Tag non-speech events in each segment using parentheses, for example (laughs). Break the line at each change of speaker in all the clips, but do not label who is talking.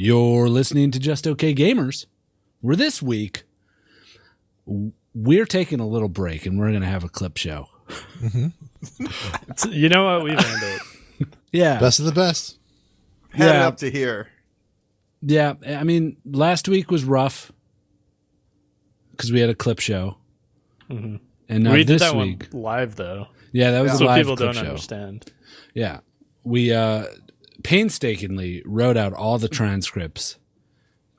You're listening to Just Okay Gamers, where this week we're taking a little break and we're going to have a clip show.
It's- you know what?
(laughs)
We've handled it.
Yeah.
Best of the best.
Head
Yeah.
up to here.
Yeah, I mean, last week was rough because we had a clip show, and now
Mm-hmm. we did
this
that
week,
one live though,
yeah, that was
so
a live
people
clip
don't
show.
understand.
Yeah, we uh, painstakingly wrote out all the transcripts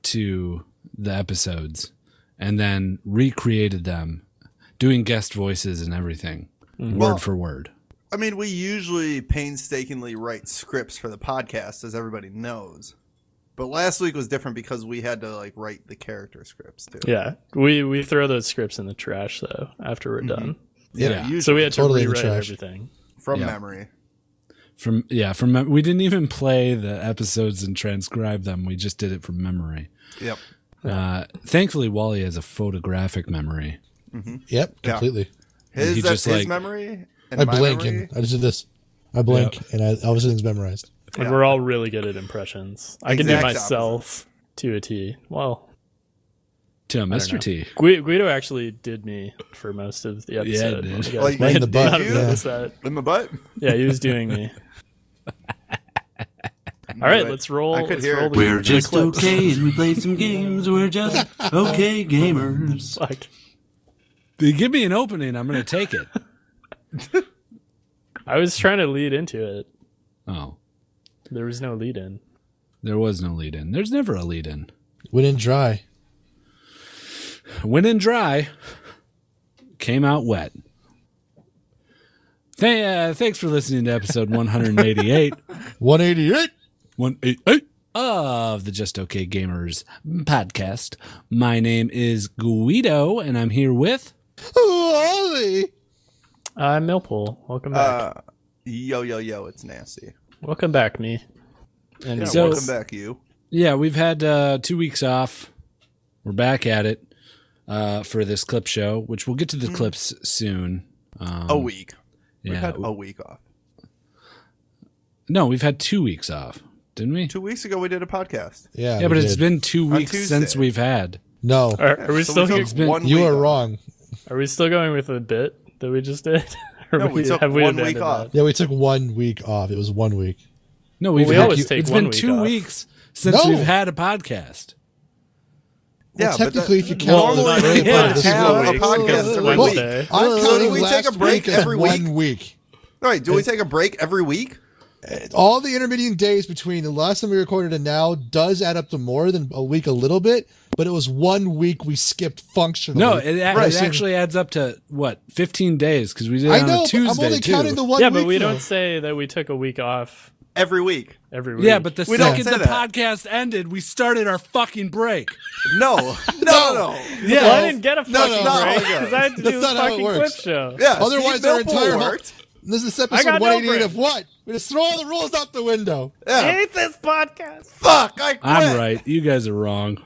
to the episodes, and then recreated them, doing guest voices and everything, word
Well-
for word.
I mean, we usually painstakingly write scripts for the podcast, as everybody knows. But last week was different because we had to like write the character scripts too.
Yeah, we we throw those scripts in the trash though after we're done.
Yeah.
usually
So we had to
Totally in the
rewrite
trash.
everything.
from
Yeah.
memory.
From yeah, from mem- we didn't even play the episodes and transcribe them. We just did it from memory.
Yep.
Uh, thankfully, Wally has a photographic memory.
Yep,
Yeah.
completely.
His
he
that's
just,
his
like-
memory and
I
my
blank
memory.
and I just did this. I blank and I all of a sudden it's memorized.
And
Yeah.
we're all really good at impressions. I can do
Exact opposite.
myself to a T. Well,
To Mr.
know.
T.
Gui- Guido actually did me for most of the episode.
dude.
You guys (laughs)
Like,
might
in the
not
butt,
have
yeah.
noticed that.
in the butt.
Yeah, he was doing me. (laughs) All right, let's roll.
I could
let's
hear
roll
it.
the-
We're
the
just
clips.
okay and we play some games. We're just okay gamers.
Fuck.
They give me an opening, I'm going to take it.
I was trying to lead into it.
oh,
There was no lead in.
there was no lead in. There's never a lead in.
Went in dry.
Went in dry, came out wet. Th- uh, thanks for listening to episode (laughs) 188.
One eighty eight.
188 of the Just Okay Gamers podcast. My name is Guido, and I'm here with.
Holy.
I'm Uh, Millpool. Welcome back.
Uh, yo yo yo, it's nasty.
welcome back, me. And
Yeah,
yours.
So-
welcome back, you.
Yeah, we've had uh, two weeks off. We're back at it uh, for this clip show, which we'll get to the clips soon. Um,
A week. Hmm. We've
yeah.
had a week off.
no, we've had two weeks off, didn't we?
Two weeks ago, we did a podcast.
Yeah.
yeah,
we
but it's
did.
been two
On
weeks since
Tuesday.
we've had.
no.
Are, are we
So
still
took
go-
been-
one
You
week
are
off.
wrong.
are we still going with the bit that we just did? (laughs) Or
No, we took one week
abandoned
off.
that?
Yeah, we took one week off. It was one week.
No, we've
we
had,
always
you-
take
it's
one
been
week
two
off.
weeks since
No.
we've had a podcast.
Yeah,
well,
but
technically, if
that-
you count
normally
the
we
early part of
have
this week-
a podcast
Well,
every
well,
week.
well,
I'm
So do
counting
we take
last
a break
week as
every
one week.
All right, do we take a break every week?
All the intermittent days between the last time we recorded and now does add up to more than a week, a little bit. But it was one week we skipped functionally.
No, it, a-
Right.
it actually adds up to what fifteen days because we did it
I
on
know.
a
but
Tuesday
I'm only
too.
counting the one.
Yeah,
week
but we
though.
don't say that we took a week off
Every week.
every week.
yeah, but the
We don't
second
say
the
that.
podcast ended, we started our fucking break.
No, no, no. no.
Yeah,
Well, I didn't get a
No,
fucking
no, no.
break because I had to
That's
do the
not how it
fucking clip
works.
show.
Yeah,
Otherwise,
Steve
our
Millpool
entire
worked.
This is
I
episode
got no
188 of
break.
what? We just throw all the rules out the window.
I
Yeah.
hate this podcast.
Fuck, I quit.
I'm right. You guys are wrong.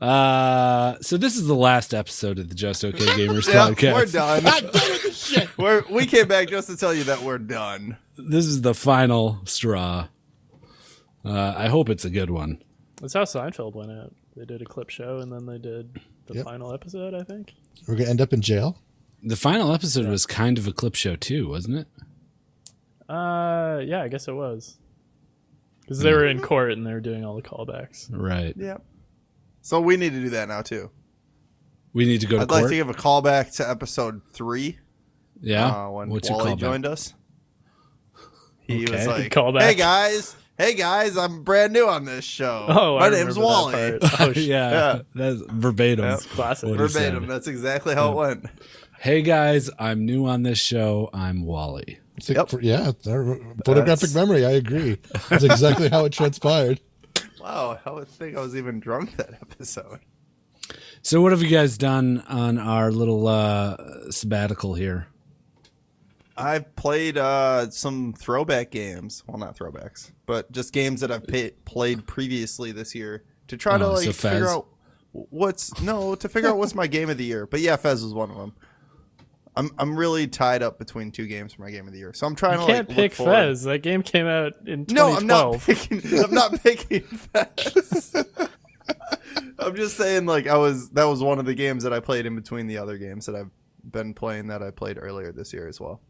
Uh, so this is the last episode of the Just
(laughs)
Okay Gamers
Yeah,
podcast.
we're done.
I'm done with this shit.
(laughs) We're, we came back just to tell you that we're done.
This is the final straw. Uh, I hope it's a good one.
That's how Seinfeld went out. They did a clip show and then they did the
Yep.
final episode, I think.
We're gonna end up in jail.
The final episode was kind of a clip show too, wasn't it?
Uh, yeah, I guess it was. Because they were in court and they were doing all the callbacks.
Right.
Yep. So we need to do that now too.
We need to go to
I'd
court.
like to give a call back to episode three
yeah.
uh, when
What's your
Wally
callback? (laughs)
joined us. He was
Okay.
like,
Callback.
"Hey guys, hey guys, I'm brand new on this show.
Oh,
My
I
name's
remember
Wally."
That part. Oh, shit.
Yeah,
Yeah.
(laughs) that's verbatim.
Yep.
Classic.
What he
Verbatim.
said.
That's exactly how it went.
Hey guys, I'm new on this show. I'm Wally.
It's like-
Yep.
for- yeah, our photographic
That's-
memory. I agree. That's exactly how it transpired.
Wow, I would think I was even drunk that episode.
So, what have you guys done on our little uh, sabbatical here?
I've played uh, some throwback games. Well, not throwbacks, but just games that I've pa played previously this year to try to
Uh, Oh,
like
so
figure
Fez.
out what's no to figure out what's my game of the year. But yeah, Fez was one of them. I'm I'm really tied up between two games for my game of the year, so I'm
You
trying to
can't
like
pick
look forward.
Fez. That game came out in 2012.
No, I'm not picking.
(laughs)
I'm not picking Fez. I'm just saying, like I was. That was one of the games that I played in between the other games that I've been playing that I played earlier this year as well.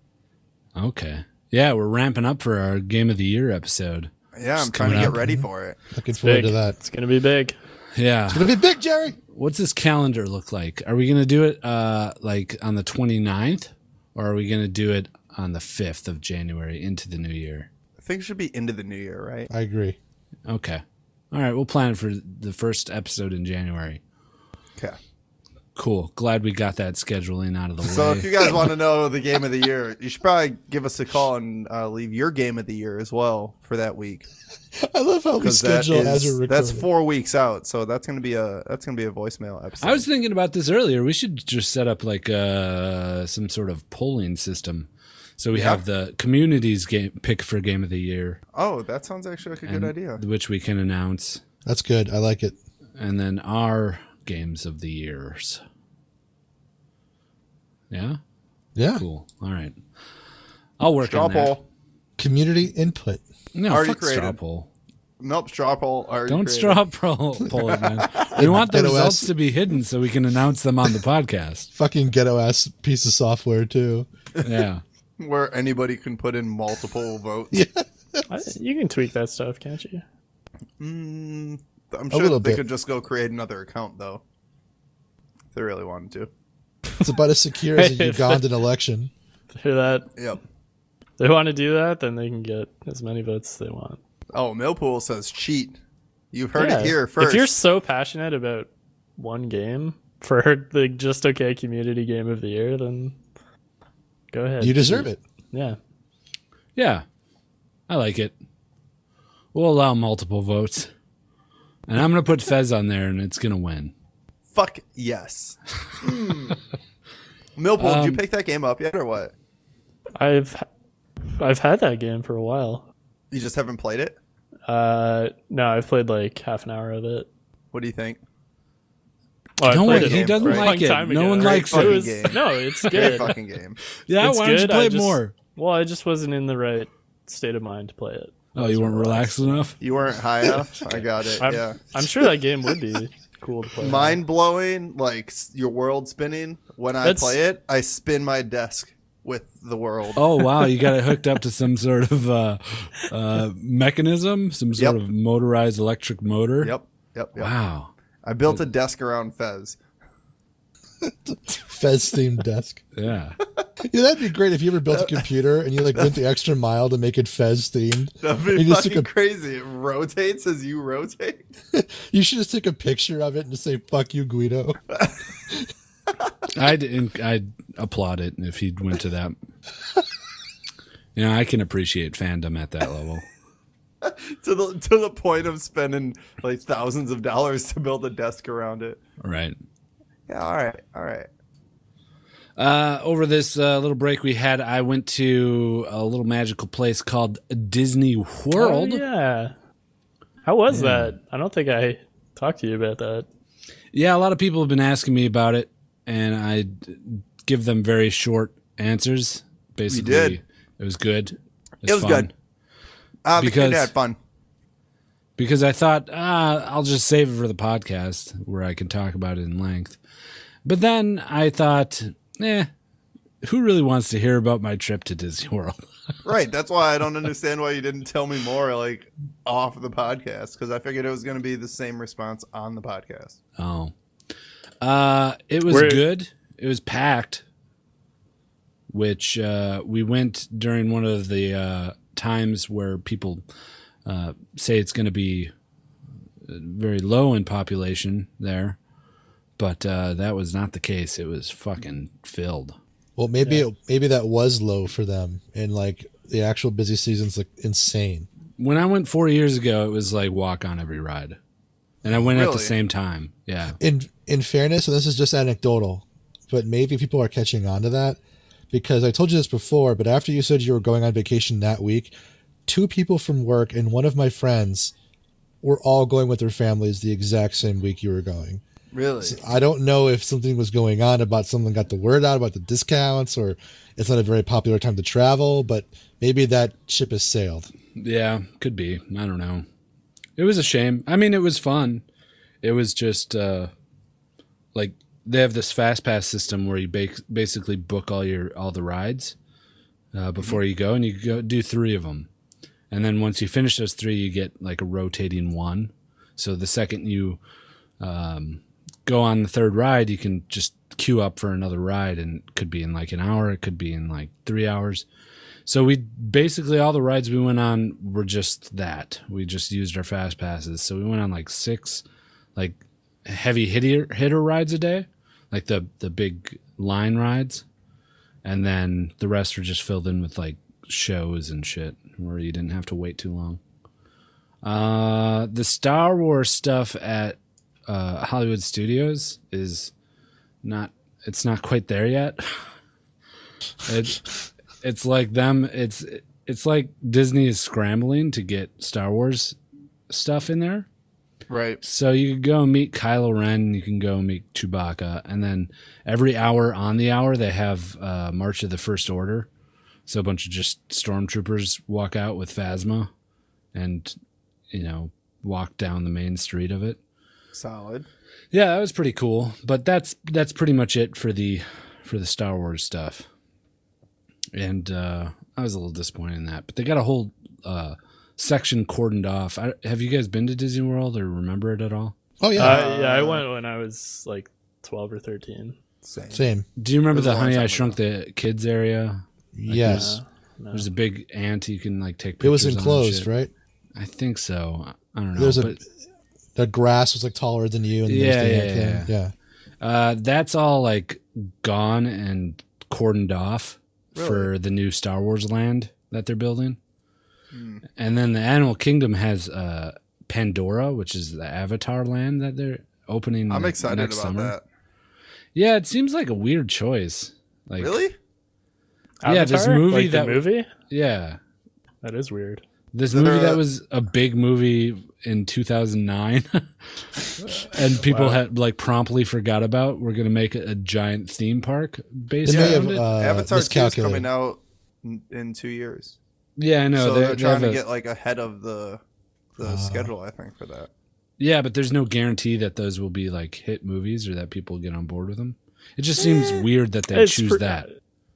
Okay. Yeah, we're ramping up for our game of the year episode.
Yeah, I'm
Just
trying to
coming
get
up.
ready for it.
Looking forward
Big.
to that.
It's gonna be big.
Yeah.
Gonna be big, Jerry.
What's this calendar look like? Are we going to do it uh like on the 29th or are we going to do it on the 5th of January into the new year?
I think it should be into the new year, right?
I agree.
Okay. All right, we'll plan it for the first episode in January.
Okay.
Cool. Glad we got that scheduling out of the way.
So if
(laughs)
you guys want to know the game of the year, you should probably give us a call and uh, leave your game of the year as well for that week
I love how we
because that
schedule as we're
is
recording.
that's four weeks out. So that's gonna be a that's gonna be a voicemail episode.
I was thinking about this earlier. We should just set up like uh, some sort of polling system. So we
Yeah.
have the community's game pick for game of the year,
oh, that sounds actually like a good
and-
idea.
which we can announce,
That's good. I like it.
and then our games of the years. Yeah,
Yeah.
cool. All right, I'll work
Straw
on that.
poll.
Community input.
No,
Already
fuck straw
created.
poll.
Nope, straw poll. already
Don't
created.
straw poll, poll it,
(laughs)
man. We want the
Get OS.
results to be hidden so we can announce them on the podcast.
Fucking ghetto ass piece of software too.
Yeah.
where anybody can put in
(laughs)
multiple votes.
I- you can tweak that stuff, can't you?
Mm, I'm
little
sure they
bit.
could just go create another account though. If they really wanted to.
It's about as secure as
(laughs)
a Ugandan election.
Hear that?
Yep.
They want to do that, then they can get as many votes as they want.
Oh, Millpool says cheat. You've heard
Yeah.
it here first.
If you're so passionate about one game for (laughs) the just okay community game of the year, then go ahead.
You deserve it.
Yeah.
Yeah. I like it. We'll allow multiple votes. And I'm going to put Fez on there and it's going to win.
Fuck yes.
Hmm.
Mm. (laughs) Millpool,
Um,
did you pick that game up yet or what?
I've I've had that game for a while.
You just haven't played it?
Uh, no, I've played like half an hour of it.
What do you think?
Oh, I
no
played
one,
it
he
game
doesn't
for a
a
like
long
it.
time
No
ago.
one
Great
likes
fucking
it.
was-
game.
No,
(laughs)
it's
Great
good.
fucking game.
Yeah,
It's
why don't you
good, I
play
just-
more?
Well, I just wasn't in the right state of mind to play it.
Oh, you weren't relaxed enough?
You
(laughs)
weren't high enough. I got it.
I'm,
yeah.
I'm sure that game would be cool to play.
Mind blowing, like s- your world spinning. When I
That's-
play it, I spin my desk with the world.
Oh, wow. You got it hooked up to some sort of uh, uh, mechanism, some sort
Yep.
of motorized electric motor.
Yep. Yep. yep.
Wow.
I built a desk around Fez.
Fez themed desk.
Yeah.
Yeah, that'd be great if you ever built a computer and you like went the extra mile to make it Fez themed.
That'd be
You just
fucking
took a-
crazy. It rotates as you rotate.
You should just take a picture of it and just say "fuck you, Guido."
I'd, I'd applaud it if he went to that. (laughs) You know, I can appreciate fandom at that level.
to the to the point of spending like thousands of dollars to build a desk around it.
All right.
Yeah, all right, all right.
Uh, over this uh, little break we had, I went to a little magical place called Disney
Oh,
World. yeah.
yeah. How was that? I don't think I talked to you about that.
a lot of people have been asking me about it, and I d- give them very short answers. Basically,
did.
it was good.
It was
fun.
good. Uh, because
Because-
you had fun.
because I thought ah, I'll just save it for the podcast where I can talk about it in length. But then I thought, eh, who really wants to hear about my trip to Disney (laughs) World?
Right. That's why I don't understand why you didn't tell me more like off the podcast because I figured it was going to be the same response on the podcast.
Oh. Uh, it was
Where-
good. It was packed. Which uh, we went during one of the uh, times where people uh, say it's going to be uh, very low in population there, but uh, that was not the case. It was fucking filled.
Well, maybe it, maybe that was low for them, and like the actual busy season's like insane.
When I went four years ago, it was like walk on every ride, and I went at the
Really?
same time. Yeah,
in in fairness, and this is just anecdotal, but maybe people are catching on to that because I told you this before, but after you said you were going on vacation that week, two people from work and one of my friends were all going with their families the exact same week you were going.
Really?
I don't know if something was going on about someone got the word out about the discounts, or it's not a very popular time to travel. But maybe that ship has sailed.
Yeah, could be. I don't know. It was a shame. I mean, it was fun. It was just uh like they have this fast pass system where you ba- basically book all your all the rides uh, before you go, and you go do three of them, and then once you finish those three, you get like a rotating one. So the second you um, go on the third ride, you can just queue up for another ride, and it could be in like an hour, it could be in like three hours. So we basically all the rides we went on were just that. We just used our fast passes. So we went on like six, like heavy hitter hitter rides a day, like the the big line rides, and then the rest were just filled in with like shows and shit where you didn't have to wait too long. Uh, the Star Wars stuff at uh, Hollywood Studios is not. It's not quite there yet. (laughs) it, it's like them it's it's like disney is scrambling to get star wars stuff in there
Right.
so you could go meet kylo ren you can go meet chewbacca and then every hour on the hour they have uh, march of the first order so a bunch of just stormtroopers walk out with phasma and you know walk down the main street of it
Solid.
yeah that was pretty cool but that's that's pretty much it for the for the star wars stuff and uh i was a little disappointed in that but they got a whole uh section cordoned off I, have you guys been to disney world or remember it at all
Oh yeah,
Uh, yeah, I went when I was like 12 or 13.
Same.
same.
do you remember
It was a
the
long
honey
time
i
ago.
shrunk the kids area
Yes,
No, no.
there's a big ant you can like take pictures
it was
of and
enclosed,
shit.
right?
i think so i I don't know
There's a
but-
the grass was like taller than you, and
Yeah,
yeah, the
yeah,
yeah, yeah,
yeah.
yeah.
Uh, that's all like gone and cordoned off for the new Star Wars land that they're building.
Hmm.
And then the Animal Kingdom has uh, Pandora, which is the Avatar land that they're opening.
I'm
like,
excited about
next summer.
that.
Yeah, it seems like a weird choice. Like,
really?
Yeah, this
Avatar?
movie
like
that-
the movie
Yeah,
that is weird.
this
There
movie
are-
that was a big movie in 2009, (laughs) and people had like promptly forgot about. We're gonna make a, a giant theme park based
They may
around
have
it.
uh,
Avatar 2 is
miscalculated.
coming out in, in two years.
yeah, I know.
so
they-
they're,
they
trying
have
to
a- Uh,
get like ahead of the the
Ah.
schedule, I think, for that.
Yeah, but there's no guarantee that those will be like hit movies or that people get on board with them. It just seems weird that they
It's
choose
pre-
that.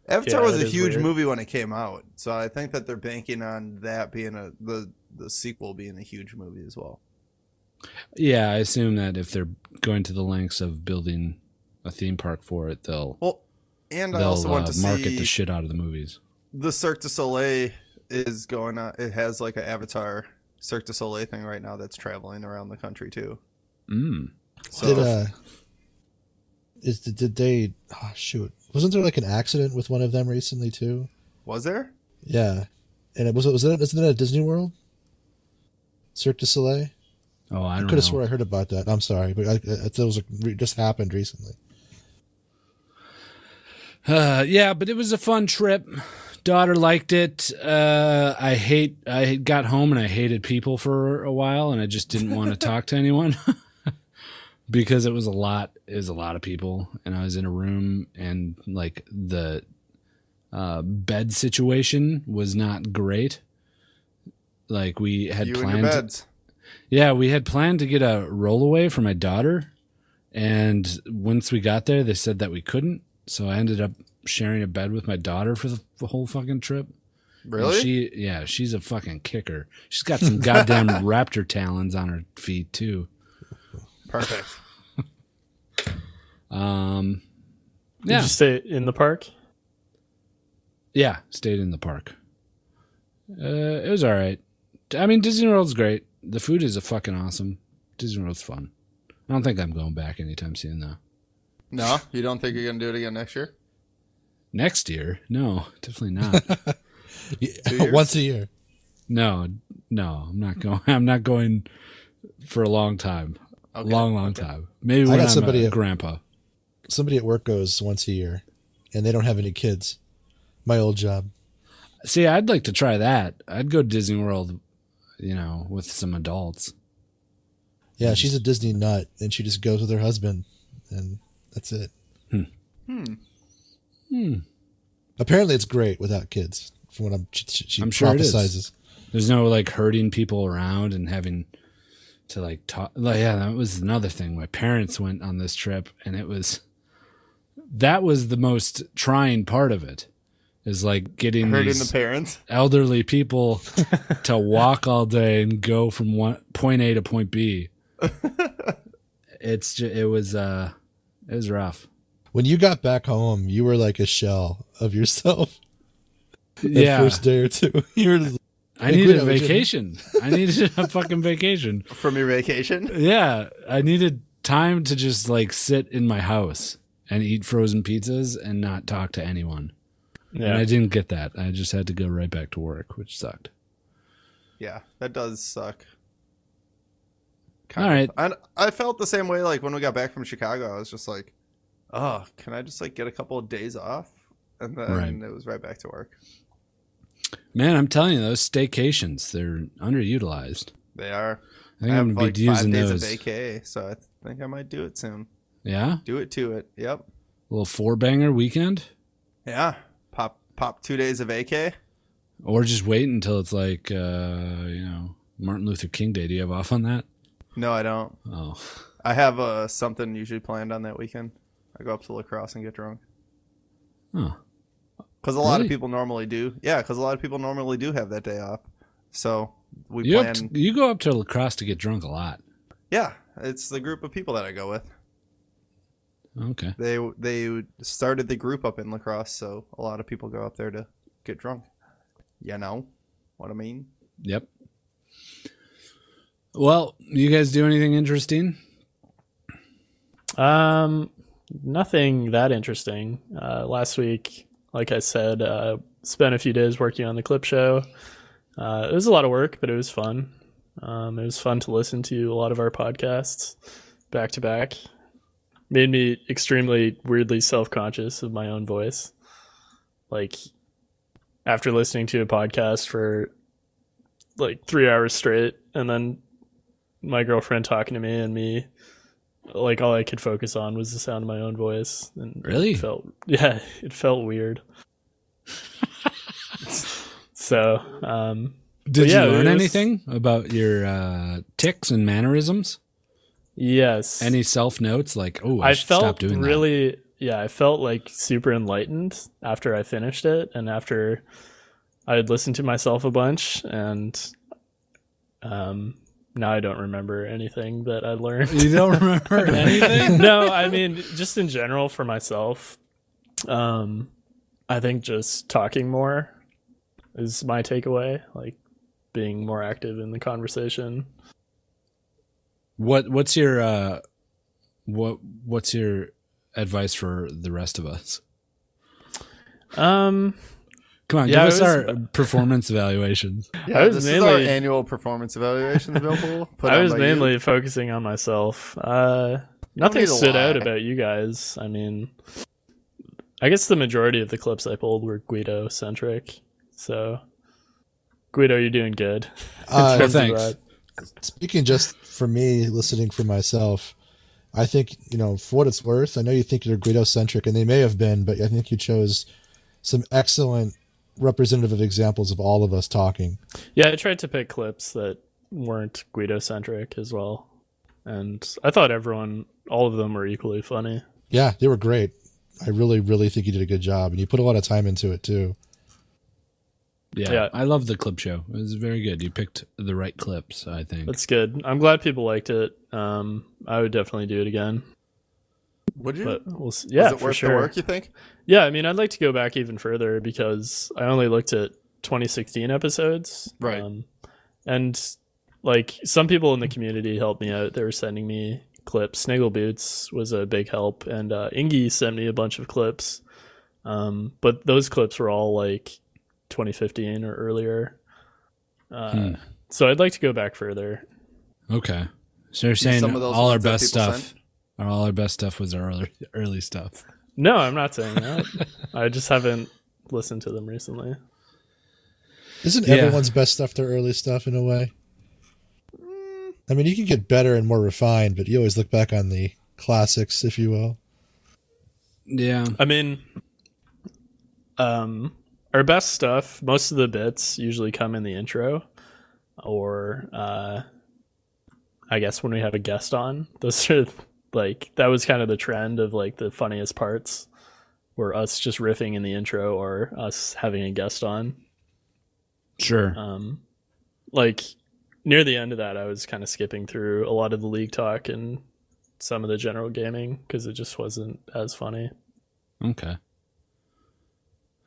Avatar
Yeah,
was
that
a
is
huge
weird.
movie when it came out, so I think that they're banking on that being a the the sequel being a huge movie as well.
Yeah, I assume that if they're going to the lengths of building a theme park for it, they'll
Well, and I
they'll
also
uh,
want to
market
see
the shit out of the movies.
the Cirque du Soleil is going on. It has like an Avatar Cirque du Soleil thing right now that's traveling around the country too.
Mm.
So
Did uh, is did, did they? Oh, shoot, wasn't there like an accident with one of them recently too?
was there?
Yeah, and it was was that isn't that at Disney World? Cirque du Soleil.
Oh, I
I,
don't
could
know.
have swore I heard about that. I'm sorry, but I, I, that was like, re- just happened recently.
Uh, (sighs) yeah, but it was a fun trip. Daughter liked it. Uh, I hate. I got home and I hated people for a while, and I just didn't
(laughs)
want to talk to anyone (laughs) because it was a lot. It was a lot of people, and I was in a room, and like the uh, bed situation was not great. Like we had
you and
planned.
your beds.
Yeah, we had planned to get a rollaway for my daughter, and once we got there, they said that we couldn't. So I ended up sharing a bed with my daughter for the, the whole fucking trip. And
Really?
She yeah, she's a fucking kicker. She's got some goddamn raptor talons on her feet too.
Perfect.
Um,
Did
yeah,
you stay in the park?
yeah, stayed in the park. Uh, it was all right. I mean, Disney World's great. The food is a fucking awesome. Disney World's fun. I don't think I'm going back anytime soon though.
No, you don't think you're gonna do it again next year?
Next year? No, definitely not.
years?
(laughs) Once a year.
no, no, I'm not going. (laughs) I'm not going for a long time. A long, long time. Maybe when
got
I'm
somebody-
a grandpa.
Somebody at work goes once a year, and they don't have any kids. My old job.
See, I'd like to try that. I'd go to Disney World, you know, with some adults.
Yeah, she's a Disney nut, and she just goes with her husband, and that's it. Hmm. Hmm. Apparently, it's great without kids. From what I'm, she, she
I'm sure it is.
prophesizes.
There's no like herding people around and having to like talk. Like, yeah, that was another thing. My parents went on this trip, and it was that was the most trying part of it. Is like getting
Hurting
these
the parents.
elderly people
(laughs)
to walk all day and go from one point A to point
(laughs)
B. it's ju it was uh it was rough.
When you got back home, you were like a shell of yourself. (laughs) That
yeah,
first day or two, (laughs) you were just,
I needed a
Guido, would you-
vacation. I needed
(laughs)
a fucking vacation.
From your vacation?
Yeah, I needed time to just like sit in my house and eat frozen pizzas and not talk to anyone. And I
Yeah.
didn't get that. I just had to go right back to work, which sucked.
Yeah, that does suck.
All right.
of. I, I felt the same way like when we got back from Chicago. I was just like, oh, can I just like get a couple of days off? And then
Right.
it was right back to work.
Man, I'm telling you, those staycations, they're underutilized.
They are.
I
I,
think I
have
am gonna
like
be using
five days
those.
of vacay, so I think I might do it soon.
Yeah?
Do it to it. Yep.
little four banger weekend?
Yeah. Pop pop two days of AK.
Or just wait until it's like uh, you know, Martin Luther King Day. Do you have off on that?
No, I don't.
Oh.
I have uh, something usually planned on that weekend. I go up to lacrosse and get drunk.
Oh.
Because a lot
Really?
of people normally do. Yeah, because a lot of people normally do have that day off. So we
You,
plan.
up to- you go up to lacrosse to get drunk a lot.
yeah, it's the group of people that I go with.
Okay.
They they started the group up in lacrosse, so a lot of people go up there to get drunk. You know what I mean?
Yep. Well, you guys do anything interesting?
Um, nothing that interesting. Uh, last week, like I said, uh, spent a few days working on the clip show. Uh, it was a lot of work, but it was fun. Um, it was fun to listen to a lot of our podcasts back to back. Made me extremely weirdly self conscious of my own voice. Like, after listening to a podcast for like three hours straight, and then my girlfriend talking to me and me, like, all I could focus on was the sound of my own voice. And it
Really?
felt, (laughs) yeah, it felt
(laughs)
weird. so, um,
Did
yeah,
you learn
it was-
anything about your uh, ticks and mannerisms?
Yes.
Any self notes like, oh, I,
I
should
felt
stop doing that?
really yeah, I felt like super enlightened after I finished it and after I had listened to myself a bunch and um now I don't remember anything that I learned.
(laughs) You don't
(laughs)
remember (laughs) anything?
no, I mean just in general for myself. Um I think just talking more is my takeaway, like being more active in the conversation.
What What's your uh, what What's your advice for the rest of us?
Um
Come on,
Yeah,
give us
it was- (laughs)
our performance evaluations.
Yeah,
I was
this is
mainly-
our annual performance
(laughs)
evaluation available. put
I
on
was
by you.
mainly focusing on myself. Uh, nothing
need to
stood out
lie.
about you guys. I mean, I guess the majority of the clips I pulled were Guido centric. So, Guido, you're doing good. (laughs)
uh,
Well,
Turns out
thanks.
that-
speaking just for me, listening for myself, I think you know for what it's worth. I know you think you're Guido centric, and they may have been, but I think you chose some excellent representative examples of all of us talking.
Yeah, I tried to pick clips that weren't Guido centric as well, and I thought everyone, all of them, were equally funny.
Yeah, they were great. I really, really think you did a good job, and you put a lot of time into it too.
Yeah,
Yeah.
I love the clip show. It was very good. You picked the right clips, I think.
That's good. I'm glad people liked it. Um, I would definitely do it again.
Would you?
But we'll see. Yeah,
Was it
for
worth
sure.
the work? You think?
Yeah, I mean, I'd like to go back even further because I only looked at 2016 episodes.
Right.
Um, and like some people in the community helped me out. They were sending me clips. Sniggle Boots was a big help, and uh, Ingy sent me a bunch of clips. Um, but those clips were all like 2015 or earlier. Uh,
Hmm.
So I'd like to go back further.
Okay, so you're saying
some of those
all our
ones that
best
people
stuff, all our best stuff was our early, early stuff.
No, I'm not saying that. I just haven't listened to them recently.
Isn't
Yeah.
everyone's best stuff their early stuff in a way? I mean, you can get better and more refined, but you always look back on the classics, if you will.
Yeah.
I mean, um, our best stuff, most of the bits usually come in the intro or, uh, I guess when we have a guest on, (laughs) those are like, that was kind of the trend of like the funniest parts were us just riffing in the intro or us having a guest on.
Sure.
Um, like near the end of that, I was kind of skipping through a lot of the league talk and some of the general gaming because it just wasn't as funny.
Okay.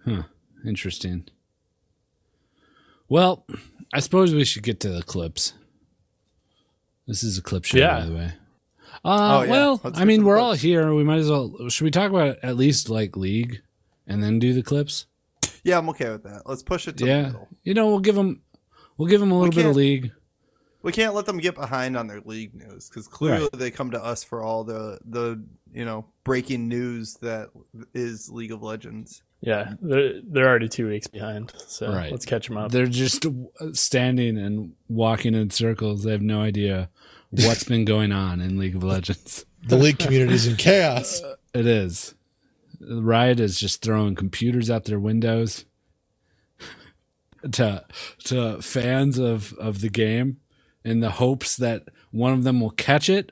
Huh. Interesting. Well, I suppose we should get to the clips. This is a clip show,
Yeah.
by the way. Uh,
Oh, yeah.
Well,
Let's
I
get
mean,
to
we're
the
all
clips.
here. We might as well. Should we talk about at least like league, and then do the clips?
Yeah, I'm okay with that. Let's push it to the
yeah.
middle.
You know, we'll give them. We'll give them a little bit of
can't-
league.
We can't let them get behind on their league news because clearly they come to us for all the the you know breaking news that is League of Legends.
Yeah, they're, they're already two weeks behind, so
Right.
let's catch them up.
They're just standing and walking in circles. They have no idea what's been going on in League of Legends.
The league community's in chaos.
It is. Riot is just throwing computers out their windows to to fans of of the game in the hopes that one of them will catch it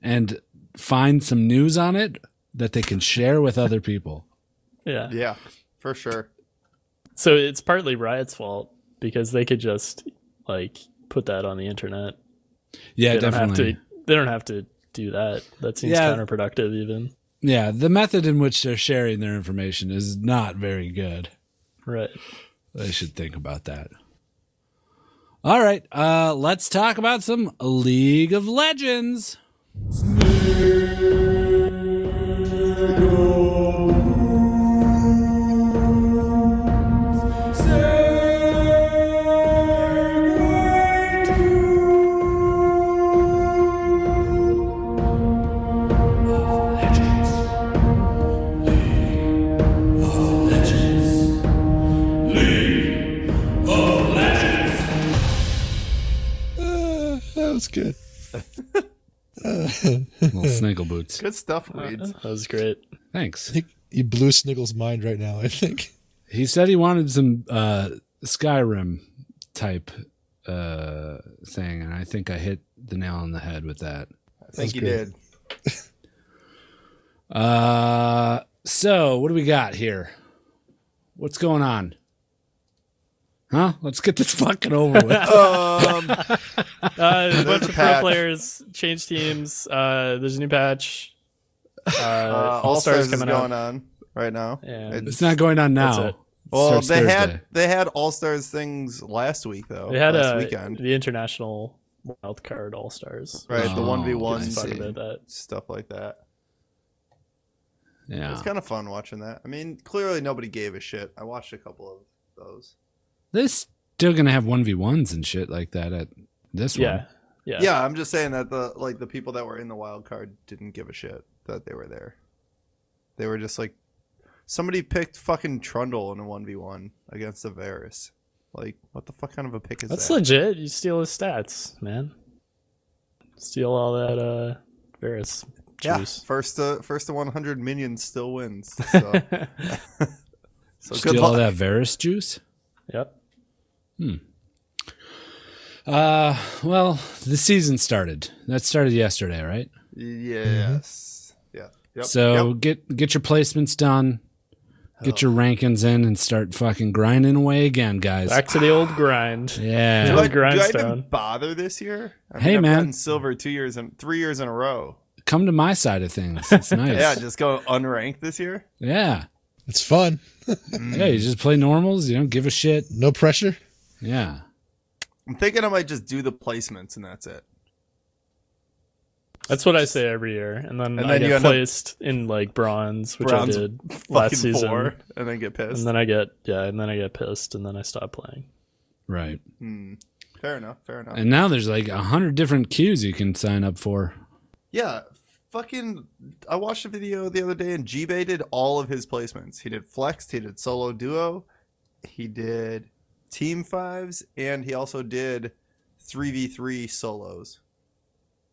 and find some news on it that they can share with other people.
yeah.
Yeah, for sure.
so it's partly Riot's fault because they could just like put that on the internet.
(laughs) Yeah,
They don't have
definitely.
to. They don't have to do that. That seems
Yeah.
counterproductive, even.
Yeah, the method in which they're sharing their information is not very good.
Right.
They should think about that. All right, uh, let's talk about some League of Legends.
Uh, that was good.
Little sniggle boots.
Good stuff,
Uh,
Weeds.
That was great.
(laughs)
I
Thanks.
think you blew Sniggle's mind right now. I think
He said he wanted some uh, Skyrim type uh, thing, and I think I hit the nail on the head with that.
I think you
good.
did.
Uh, so what do we got here? What's going on? Huh? Let's get this (laughs) fucking over
(laughs)
with.
(laughs) Um,
Uh, a bunch
a
of pro
patch.
players change teams. Uh, there's a new patch. Uh,
(laughs) uh, All Stars is going on right now.
And-
It's-
it's not going on now.
That's it.
well,
Starts
they
Thursday.
had they had All Stars things last week though.
They had
last
a
weekend,
the international wild card all stars.
right? the
Oh,
one v
Just talk
one
about that.
stuff like that.
Yeah.
It's kind of fun watching that. I mean, clearly nobody gave a shit. I watched a couple of those.
They're still gonna have one v ones and shit like that at this
Yeah.
one.
Yeah.
Yeah, I'm just saying that the like the people that were in the wild card didn't give a shit that they were there. They were just like somebody picked fucking Trundle in a one v one against Varus. Like, what the fuck kind of a pick is
That's
that?
legit. You steal his stats, man. Steal all that uh Varus
yeah,
juice.
first to first to 100 minions
(laughs)
still wins. So, so good
Steal all
luck.
that Varus juice.
yep.
Uh, well, the season started. That started yesterday, right?
Yes. Yeah. Yep.
Mm-hmm. so
Yep.
get get your placements done, get your rankings in, and start fucking grinding away again, guys.
Back to the old grind.
do
yeah,
I, do I even
grindstone.
bother this year? I
Hey,
I've
man.
gotten silver two years and three years in a row.
come to my side of things.
(laughs)
It's nice.
Yeah, just go unranked this year.
yeah,
it's fun.
yeah. You just play normals. You don't give a shit.
No pressure.
Yeah,
I'm thinking I might just do the placements and that's it.
That's what I say every year. And then,
And
I
then you
get
end up-
placed in like bronze, which
Bronze
I did
Fucking
(laughs) last season.
four, and then get pissed.
And then I get yeah, and then I get pissed and then I stop playing.
right.
Hmm. Fair enough. Fair enough.
And now there's like a hundred different queues you can sign up for.
yeah. Fucking, I watched a video the other day, and G-Bay did all of his placements. He did flexed, he did solo duo, he did team fives, and he also did three v three solos.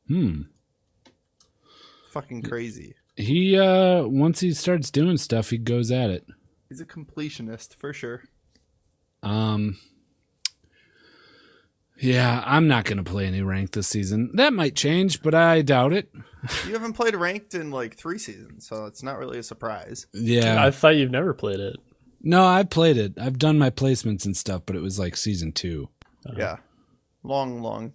Hmm.
Fucking crazy.
He uh once he starts doing stuff, he goes at it.
He's a completionist for sure.
Um Yeah, I'm not going to play any ranked this season. That might change, but I doubt it.
You haven't played ranked in like three seasons, so it's not really a surprise.
Yeah.
I thought you've never played it.
no, I played it. I've done my placements and stuff, but it was like season 2.
Yeah. Long, long,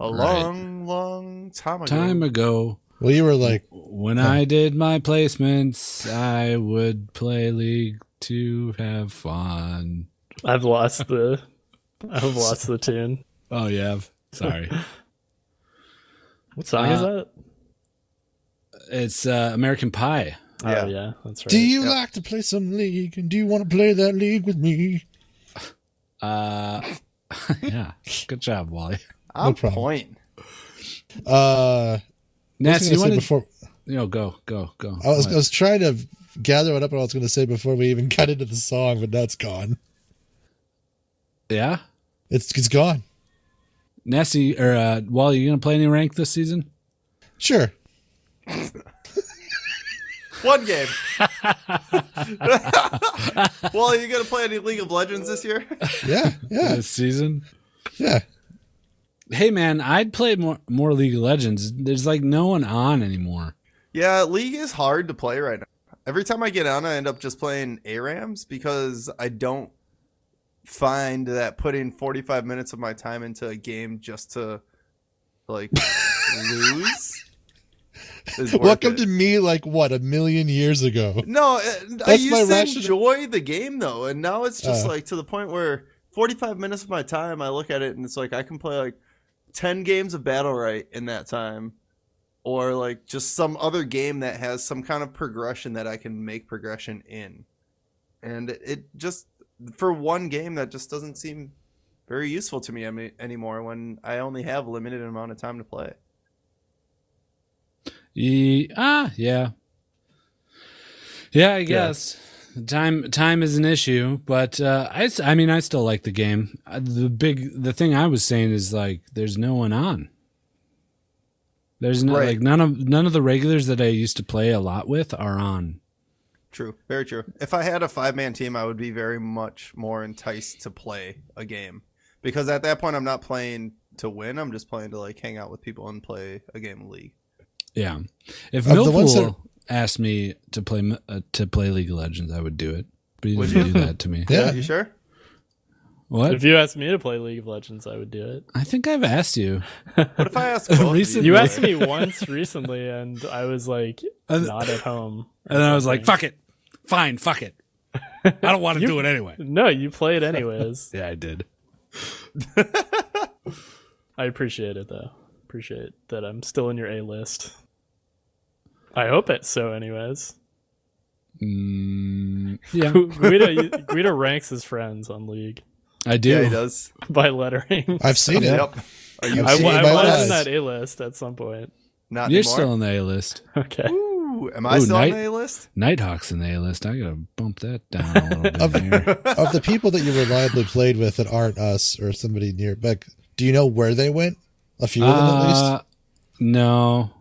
a
Right.
long, long
Oh,
time ago.
Time ago
Well, you were like,
when I did my placements, I would play League to have fun.
I've lost the (laughs) I've lost the tune.
Oh, yeah.
(laughs)
Sorry.
What song is
Uh,
that?
it's uh, American Pie.
yeah.
Oh yeah, that's right.
"Do you
Yeah.
like to play some league? And do you want to play that league with me?"
Uh (laughs) yeah. Good job, Wally.
I'm
problem.
point.
Uh, I was
Nats,
gonna
you
say
want to
before
you know, go, go, go.
I was,
What?
I was trying to gather it up what I was going to say before we even got into the song, but now it's gone.
Yeah.
It's it's gone.
Nessie or uh, Wally, you gonna play any rank this season?
Sure.
One game. (laughs) well, are you gonna play any League of Legends this year? (laughs)
(laughs)
Yeah. Yeah.
This season?
Yeah.
Hey man, I'd play more more League of Legends. There's like no one on anymore.
yeah, League is hard to play right now. Every time I get on, I end up just playing ARAMs because I don't find that putting 45 minutes of my time into a game just to like (laughs) lose. Is worth
Welcome
it.
to me, like what a million years (laughs) ago.
No, uh, I
That's my
used to
rationale.
enjoy the game though, and now it's just
Uh.
like to the point where 45 minutes of my time, I look at it and it's like I can play like 10 games of Battle Right in that time, or like just some other game that has some kind of progression that I can make progression in, and it just for one game that just doesn't seem very useful to me any- anymore when I only have limited amount of time to play.
Ye- ah, yeah. Yeah, I guess. Time time is an issue, but uh, I s- I mean I still like the game. Uh, The big the thing I was saying is like there's no one on. There's no
Right.
like none of none of the regulars that I used to play a lot with are on.
True. Very true. If I had a five man team, I would be very much more enticed to play a game because at that point, I'm not playing to win. I'm just playing to like hang out with people and play a game of league.
Yeah. If
Of the ones
Millpool
that-
asked me to play uh, to play League of Legends, I would do it. But you
Would
didn't
you?
do that to me.
Yeah.
You sure?
What?
if you asked me to play League of Legends, I would do it.
I think I've asked you.
What if I
(laughs)
ask both of
Recently-
(laughs)
You
Really?
asked me once recently, and I was like
And-
not at home.
(laughs) And then I was like, "Fuck it, fine, fuck it. I don't want to do it anyway."
No, you played anyways. (laughs)
Yeah, I did.
I appreciate it though. Appreciate that I'm still in your A list. I hope it's so.
(laughs)
Anyways,
Mm, yeah,
Guido Guido ranks his friends on League (laughs)
I do.
Yeah, he does.
by lettering.
I've seen it.
Yep. Are you
I,
(laughs) I've
wa-
seen
I
it by
was in
eyes.
that A list at some point. (laughs)
not
You're
anymore?
still on the A list.
Okay.
Ooh, am I
Ooh,
still
Knight-
on the A list?
Nighthawk's in the A list. I gotta bump that down a little
Of-
bit. here.
Of the people that you reliably played with that aren't us or somebody near, but do you know where they went? A few of them at least.
Uh, no,
'Cause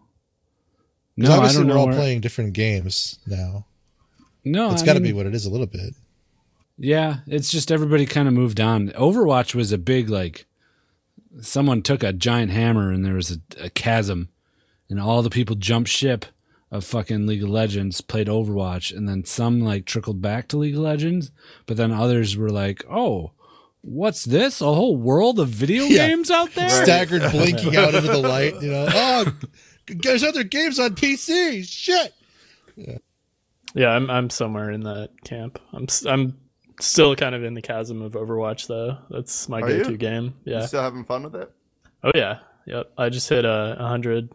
no, I
obviously
don't
we're
know.
all
where-
playing different games now.
No,
It's
Oh, I
got to
mean-
be what it is a little bit.
Yeah, it's just everybody kind of moved on. Overwatch was a big like someone took a giant hammer and there was a, a chasm and all the people jumped ship of fucking League of Legends, played Overwatch and then some like trickled back to League of Legends, but then others were like, "Oh, what's this? A whole world of
(laughs)
video
Yeah.
games out there?" (laughs)
Staggered, blinking out into the light. You know, oh, there's other games on PC. Shit.
Yeah, I'm I'm somewhere in that camp. I'm s- I'm still kind of in the chasm of Overwatch though. That's my
Are
go-to
you?
game.
You
Yeah.
still having fun with it?
Oh yeah. Yep. I just hit uh, a hundred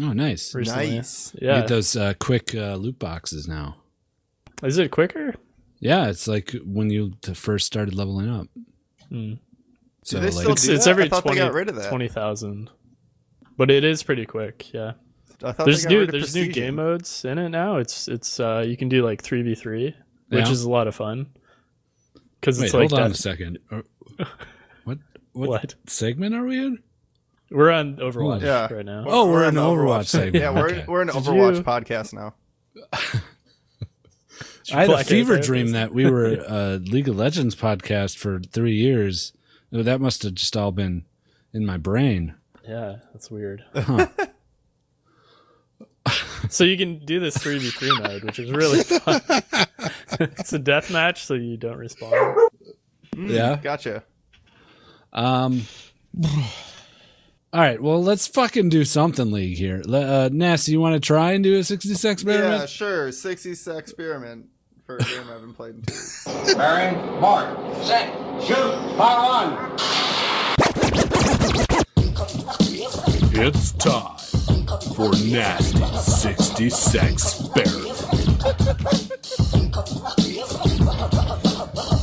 Oh, nice.
recently.
Nice.
You
Yeah.
Get those uh, quick uh, loot boxes now.
Is it quicker?
Yeah, it's like when you t- first started leveling up.
Hmm.
So
they
like,
still
It's
do
it's
that?
every
I thought they
20
got rid of that.
twenty thousand. But it is pretty quick. Yeah.
I thought
There's
they got
new
rid of
there's new
Precision.
game modes in it now. It's it's uh you can do like three v three, which
Yeah.
is a lot of fun. Because
Wait,
it's like
hold on a
death-
second. Are- (laughs) What, what
What?
segment are we in?
We're on Overwatch
Yeah.
right now.
Oh, we're in
in
the Overwatch segment.
yeah, we're
Okay.
we're an
Did
Overwatch
you-
podcast now.
I had a
Black
fever
Ace,
dream
Ace.
that we were a League of Legends podcast for three years. Oh, That must have just all been in my brain.
Yeah, that's
(laughs)
weird.
Uh-huh.
(laughs) so you can do this 3v3 mode, which is really (laughs) fun. it's a death match, so you don't respond.
Mm.
Yeah.
Gotcha.
Um. All right. Well, let's fucking do something league here. Le- Uh, Ness, you want to try and do a 60 experiment?
Yeah, sure. 60 sec experiment for a game I haven't played in two weeks.
Bearing, mark, set, shoot, fire on.
It's time for Nasty 60 Sex Experiment.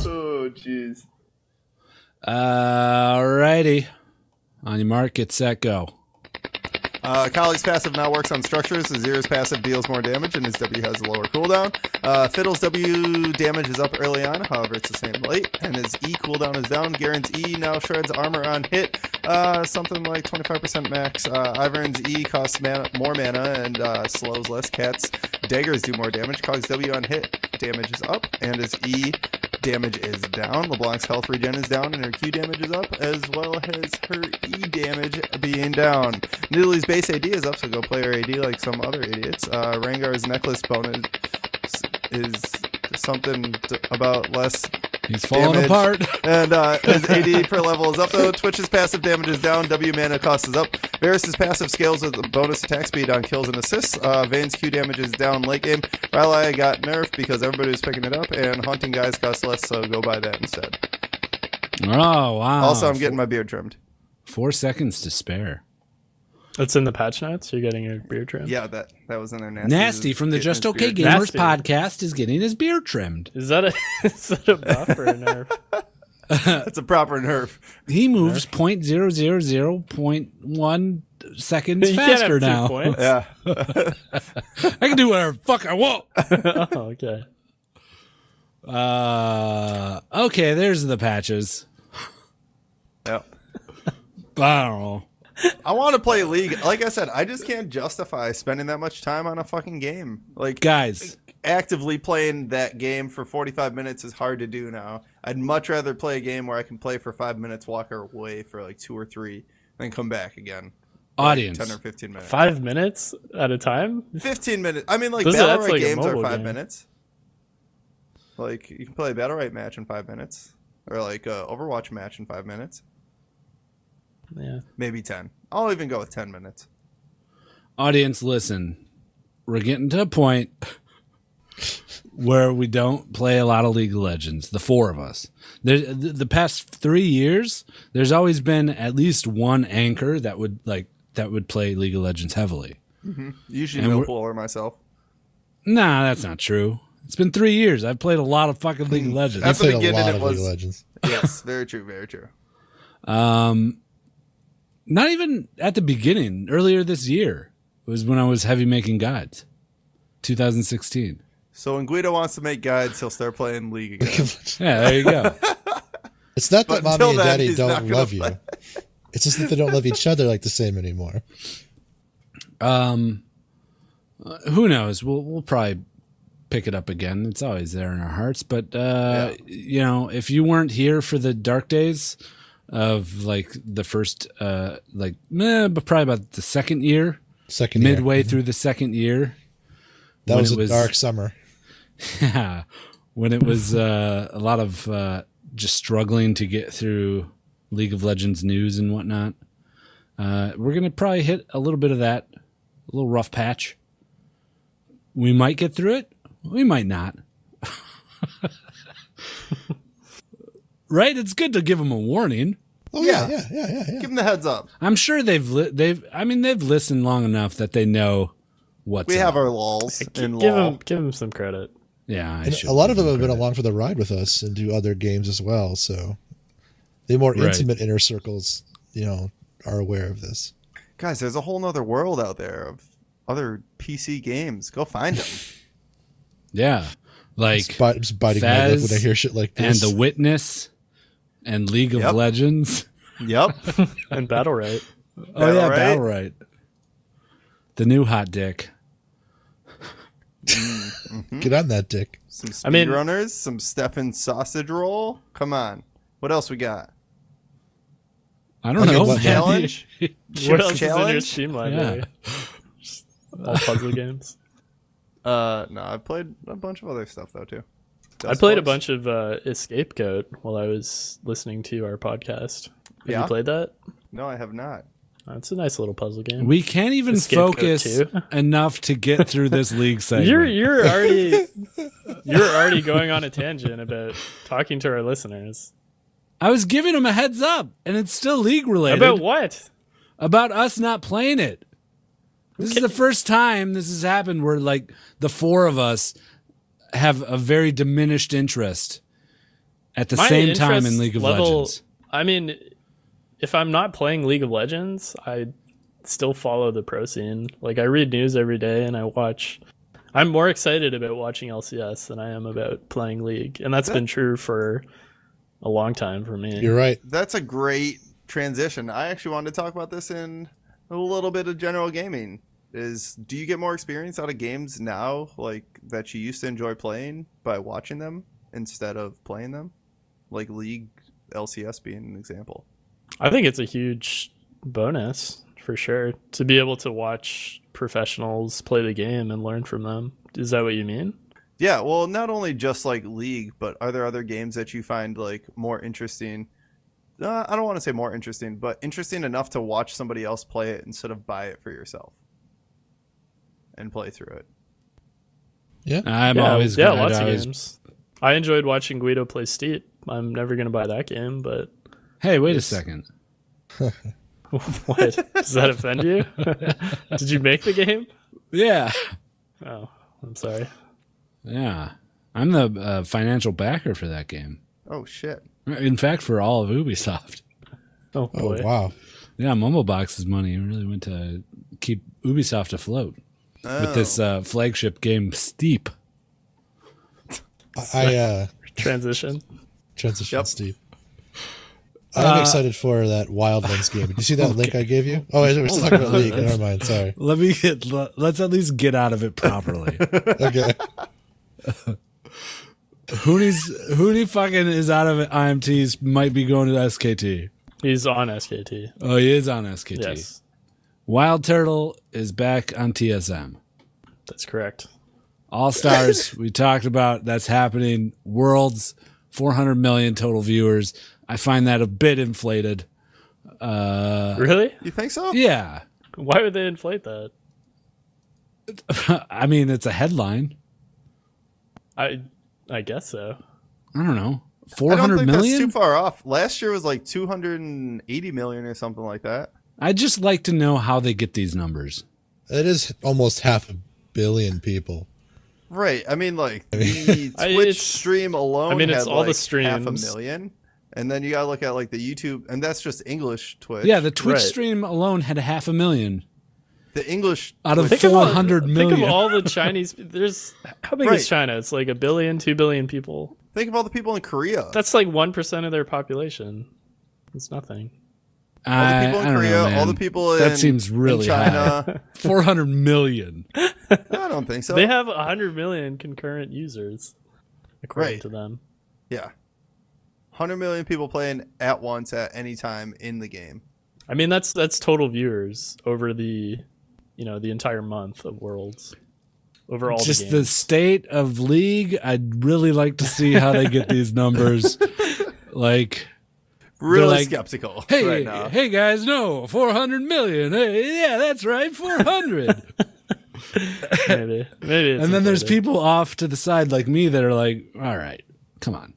Oh, jeez.
All righty. On your mark, get set, go.
Uh, Kali's passive now works on structures. Azira's passive deals more damage, and his W has a lower cooldown. Uh, Fiddle's W damage is up early on, however, it's the same late. And his E cooldown is down. Garen's E now shreds armor on hit, uh, something like 25% max. Uh, Ivern's E costs mana, more mana and uh, slows less. Cat's daggers do more damage. Cog's W on hit damage is up, and his E damage is down. LeBlanc's health regen is down, and her Q damage is up, as well as her E damage being down. Nidalee base AD is up, so go play her AD like some other idiots. Uh, Rengar's necklace bonus is something t- about less
He's falling
Damage.
apart.
and uh, his AD per level is up though. Twitch's passive damage is down. W mana cost is up. Varys' passive scales with a bonus attack speed on kills and assists. Uh, Vayne's Q damage is down late game. Rally got nerfed because everybody was picking it up, and Haunting Guys costs less, so go buy that instead.
(laughs) Oh, wow.
also, I'm getting my beard trimmed.
four seconds to spare.
It's in the patch notes. You're getting a beer trim.
Yeah, that that was in there. Nasty,
Nasty from the
Getting
Just
his
Okay
beard-
Gamers
Nasty.
podcast is getting his beard trimmed.
Is that a (laughs) is that a buff or a nerf?
(laughs) That's a proper nerf.
He moves point zero zero zero point one
(laughs)
seconds
You can't have
faster
two
now.
points.
Yeah.
(laughs) I can do whatever the fuck I want.
Oh, (laughs) okay.
Uh, okay, there's the patches.
yeah.
I don't know.
I want to play League. Like I said, I just can't justify spending that much time on a fucking game. Like,
Guys,
actively playing that game for 45 minutes is hard to do now. I'd much rather play a game where I can play for five minutes, walk away for like two or three, then come back again.
audience.
10 or 15 minutes.
Five minutes at a time.
15 minutes. I mean, like,
This is-
Battle
that's
Royale
like a
games are
mobile
five
game.
minutes. Like, you can play a Battle Royale match in five minutes, or like a Overwatch match in five minutes.
Yeah.
Maybe 10. I'll even go with 10 minutes.
audience listen we're getting to a point where we don't play a lot of league of legends the four of us there, the, the past three years there's always been at least one anchor that would like that would play league of legends heavily
Usually,
And
no
we're-
pool or myself.
nah that's not true it's been three years i've played a lot of fucking league of
That's
legends
Played a
beginning
lot
it
of
was-
League of Legends.
(laughs) Yes, very true, very true.
not even at the beginning earlier this year was when i was heavy making gods 2016
So, when Guido wants to make guides, he'll start playing League again.
yeah there you go
It's not that
But
mommy
until
and
then,
daddy
he's not
don't
gonna
love you.
play.
It's just that they don't love each other like the same anymore.
who knows? We'll we'll probably pick it up again. It's always there in our hearts. But uh, you know, if you weren't here for the dark days of like the first, uh, like meh, but probably about the second year,
Second year.
midway through the second year,
that
when
was
it
a
was-
dark summer.
yeah, (laughs) when it was uh, a lot of uh, just struggling to get through League of Legends news and whatnot. Uh, we're gonna probably hit a little bit of that, a little rough patch. We might get through it. We might not. (laughs) right? It's good to give them a warning.
Oh yeah, yeah, yeah, yeah, yeah.
Give him the heads up.
I'm sure they've li- they've. I mean, they've listened long enough that they know what's.
(laughs) We
up.
have our lols in
Give
lol.
him give him some credit.
Yeah, I
And
should
a lot of
give
them have been
credit.
along for the ride with us and do other games as well. So the more
Right.
intimate inner circles, you know, are aware of this.
Guys, there's a whole nother world out there of other PC games. Go find them.
Yeah, like
It's, bite, it's biting my lip
Fez
when I hear shit like
and
this.
The Witness and League of
(laughs)
Yep.
Legends.
(laughs) yep. (laughs)
And battle right.
Oh yeah,
Battle Right?
battle right. The new hot dick.
Get on that dick.
Some speed
I mean-
runners, some Stefan sausage roll. Come on. What else we (laughs) got?
I don't
Okay,
know.
what
man.
Challenge?
What else is in your
challenge?
Steam library? Just (laughs) All puzzle games.
Uh, no, I played a bunch of other stuff though too.
I played a bunch of uh, Escape Goat while I was listening to our podcast. Have
Yeah?
you played that?
No, I have not.
Uh, it's a nice little puzzle game.
We can't even
Escape Goat
focus
2.
(laughs) enough to get
(laughs)
through this league segment.
you're you're
(laughs)
already you're already going on a tangent about talking to our listeners
I was giving him a heads up, and it's still league related
about what?
about, us not playing it. This is the first time this has happened where like the four of us have a very diminished interest at the
My
same time in
interest
League of
level-
Legends.
I mean, if I'm not playing League of Legends, I still follow the pro scene. Like I read news every day and I watch. I'm more excited about watching LCS than I am about playing League, and that's been true for a long time for me.
You're right.
That's a great transition. I actually wanted to talk about this in a little bit of general gaming. Is do you get more experience out of games now, like that you used to enjoy playing by watching them instead of playing them? Like League LCS being an example.
I think it's a huge bonus for sure to be able to watch professionals play the game and learn from them. Is that what you mean?
Yeah, well, not only just like League, but are there other games that you find like more interesting? Uh, I don't want to say more interesting, but interesting enough to watch somebody else play it instead of buy it for yourself and play through it.
I'm always
yeah,
gonna- I'd
lots of
always-
games. I enjoyed watching Guido play Steep. I'm never gonna buy that game, but (laughs)
Hey, wait a second.
what does that offend you? (laughs) Did you make the game?
Yeah,
Oh, I'm sorry.
(laughs) yeah. I'm the uh, financial backer for that game.
Oh shit!
In fact, for all of Ubisoft.
Oh
Oh
boy,
wow.
Yeah, Momobox's money really went to keep Ubisoft afloat with this uh, flagship game, Steep.
I, I uh
transition.
transition
Yep.
Steve.
Uh,
I'm excited for that Wildlands game. Did you
(laughs)
see that link I gave you? Oh, wait, we're still talking about League. Never mind. Sorry.
Let me get. le- Let's at least get out of it (laughs) properly.
Okay.
Hooney's Hooney fucking is out of IMTs. Might be going to SKT.
He's on SKT.
Oh, he is on SKT.
Yes,
Wild Turtle is back on TSM.
that's correct.
All
(laughs)
Stars we talked about. That's happening. Worlds, 400 million total viewers. I find that a bit inflated.
really?
You think so?
Yeah, (laughs)
Why would they inflate that?
I mean it's a headline.
I I guess so.
I don't know.
I
Four
don't
hundred
think that's too
million.
far off. Last year was like 280 million or something like that.
I just like to know how they get these numbers.
It is almost half a billion people.
Right. I
(laughs)
mean, like the
I-
Twitch
it's-
stream alone.
I mean, it's
had,
all the
like, half a
streams.
million, and then you gotta look at like the YouTube, and that's just English Twitch.
Yeah, the Twitch
Right.
stream alone had a half a million
the English
out of
of all-
four hundred million.
Think of all the Chinese. There's (laughs) how big
Right.
is China? It's like a billion, two billion people.
Think of all the people in Korea.
That's like one percent of their population. It's nothing.
all the
I-
people
I
in
don't know,
Korea, all
man.
the (laughs) people in
That seems
in
really
China.
(laughs) Four hundred million.
I don't think so.
They have hundred million concurrent users, according
Right.
to them.
yeah, hundred million people playing at once at any time in the game.
I mean, that's that's total viewers over the, you know, the entire month of Worlds, over all
Just
the
the
games.
state of league. I'd really like to see how they get these
(laughs)
numbers. like,
Really
like,
skeptical
hey,
right now.
hey guys, no, four hundred million. Hey, yeah, that's right, four hundred.
maybe, maybe. It's
(laughs) and then there's
inflated.
people off to the side like me that are like, all right, come on,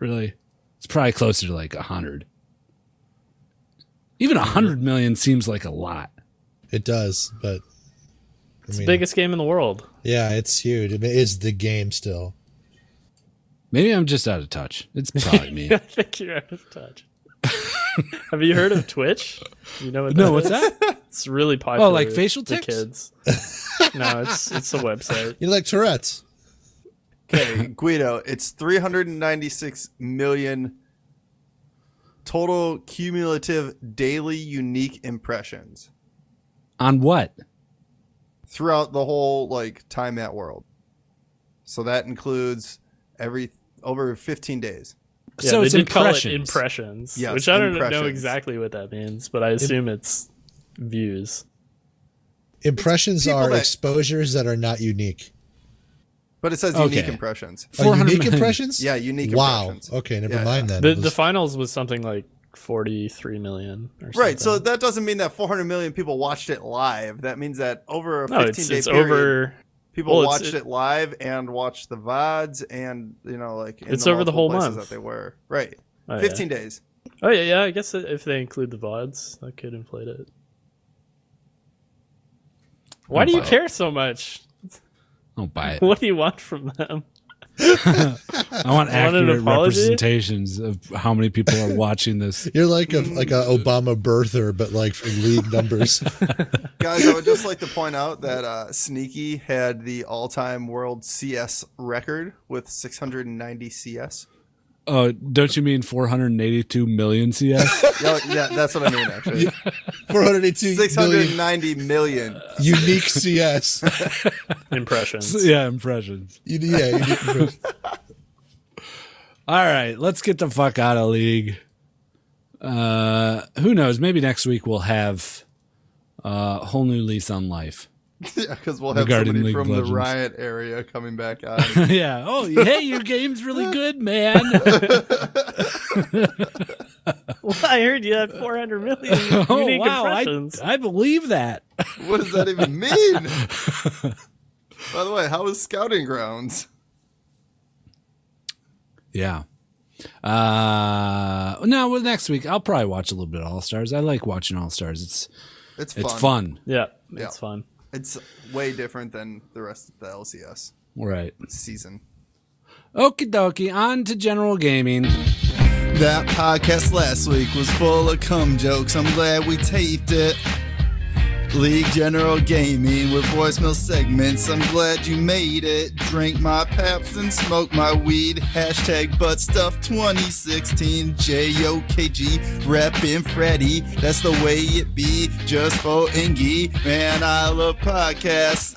really? It's probably closer to like hundred. Even hundred million seems like a lot.
It does, but I
It's the
mean,
biggest game in the world. (laughs)
yeah, it's huge. It is the game still.
Maybe I'm just out of touch. It's probably me.
I think you're out of
(laughs)
touch. Have you heard of Twitch? You know what?
No,
that
what's
is?
that? Oh,
It's really popular.
like facial
with
tics? (laughs)
kids. no, it's it's a website.
You like Tourette's?
Guido, it's 396 million total cumulative daily unique impressions
On what?
throughout the whole like time at world. So that includes every over 15 days.
Yeah,
so
they
it's
did call it
impressions.
impressions,
Yes,
which I don't know
impressions.
exactly what that means, but I assume it's views.
Impressions
people
are
that-
exposures that are not unique.
But it says unique
Okay.
impressions.
Oh,
400
unique
million.
impressions?
Yeah, unique
Wow.
impressions.
Okay, never
Yeah,
mind then.
The,
It
the
was-
finals was something like forty-three million, or
Right, so
something.
that doesn't mean that 400 million people watched it live. That means that over a 15
no, it's,
day
it's
period,
over.
people
well, it's-
watched it live and watched the vods and you know like in
It's over the whole
multiple places
month.
that they were. Right,
Oh,
15 days.
Yeah. Oh yeah, yeah. I guess if they include the vods, that could inflate it. Why
Oh,
do you
wow.
care so much? (laughs)
Don't buy it.
What do you want from them?
I want
Want an
accurate
apology?
representations of how many people are watching this.
You're like a like a Obama birther, but like for league
(laughs)
numbers.
Guys, I would just like to point out that uh, Sneaky had the all-time world CS record with 690 CS.
Oh, don't you mean 482 million CS?
Yeah, yeah, that's what I mean. Actually,
482
(laughs)
million
690 million.
(laughs) unique CS.
Impressions.
(laughs) yeah, impressions.
You- yeah, unique impressions.
All right, let's get the fuck out of league. Uh, who knows? Maybe next week we'll have uh, a whole new lease on life. (laughs)
Yeah, because we'll have
Regarding
somebody
League of
from
Legends.
the riot area coming back on.
yeah. Oh, hey, your game's really good, man.
(laughs) Well, I heard you had 400 million
(laughs) oh,
unique
wow. I,
impressions.
I believe that. (laughs)
what does that even mean? By the way, how is scouting grounds?
Yeah. Uh, no, well, next week I'll probably watch a little bit of All Stars. I like watching All Stars. It's
It's fun.
it's fun.
yeah,
Yeah.
it's fun.
It's way different than the rest of the LCS
Right.
season.
Okie dokie. On to general gaming.
That podcast last week was full of cum jokes. I'm glad we taped it. League General Gaming with voicemail segments. I'm glad you made it. Drink my paps and smoke my weed. Hashtag butt stuff 2016. J-O-K-G. Reppin' Freddy. That's the way it be. Just for Ingy. Man, I love podcasts.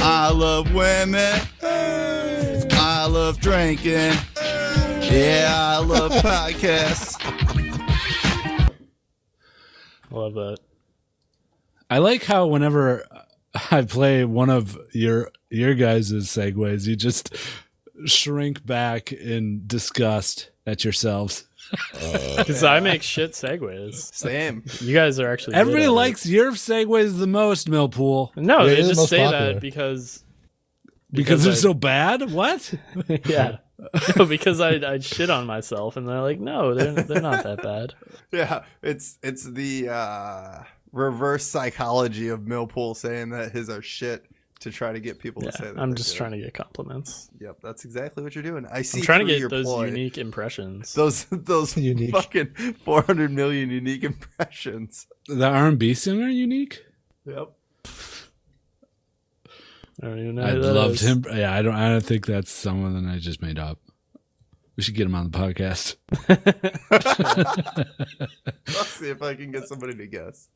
I love women. I love drinking. Yeah,
(laughs)
I love podcasts.
I love that.
I like how whenever (laughs) I play one of your your guys' segues, you just shrink back in disgust at yourselves.
Because I make shit segues.
Same.
You guys are actually. good
Everybody
at it.
likes your segues the most, Millpool,
No,
Yeah,
they
you're the
just
most
say
popular.
that because Because
because they're
I-
so bad. What?
yeah, (laughs) No, because I I shit on myself, and they're like, no, they're they're not that
(laughs)
bad.
Yeah, it's it's the uh, reverse psychology of Millpool saying that his are shit to try to get people
Yeah,
to say that.
I'm just trying to get compliments.
Yep, that's exactly what you're doing. I see.
I'm trying
through
to
your
get those
ploy.
unique impressions.
Those
(laughs)
those
Unique.
fucking 400 million unique impressions.
The R and B singer unique.
Yep.
I don't even know.
I
who that
loved
is.
him. Yeah, I don't. I don't think that's someone that I just made up. We should get him on the podcast.
Let's see if I can get somebody to guess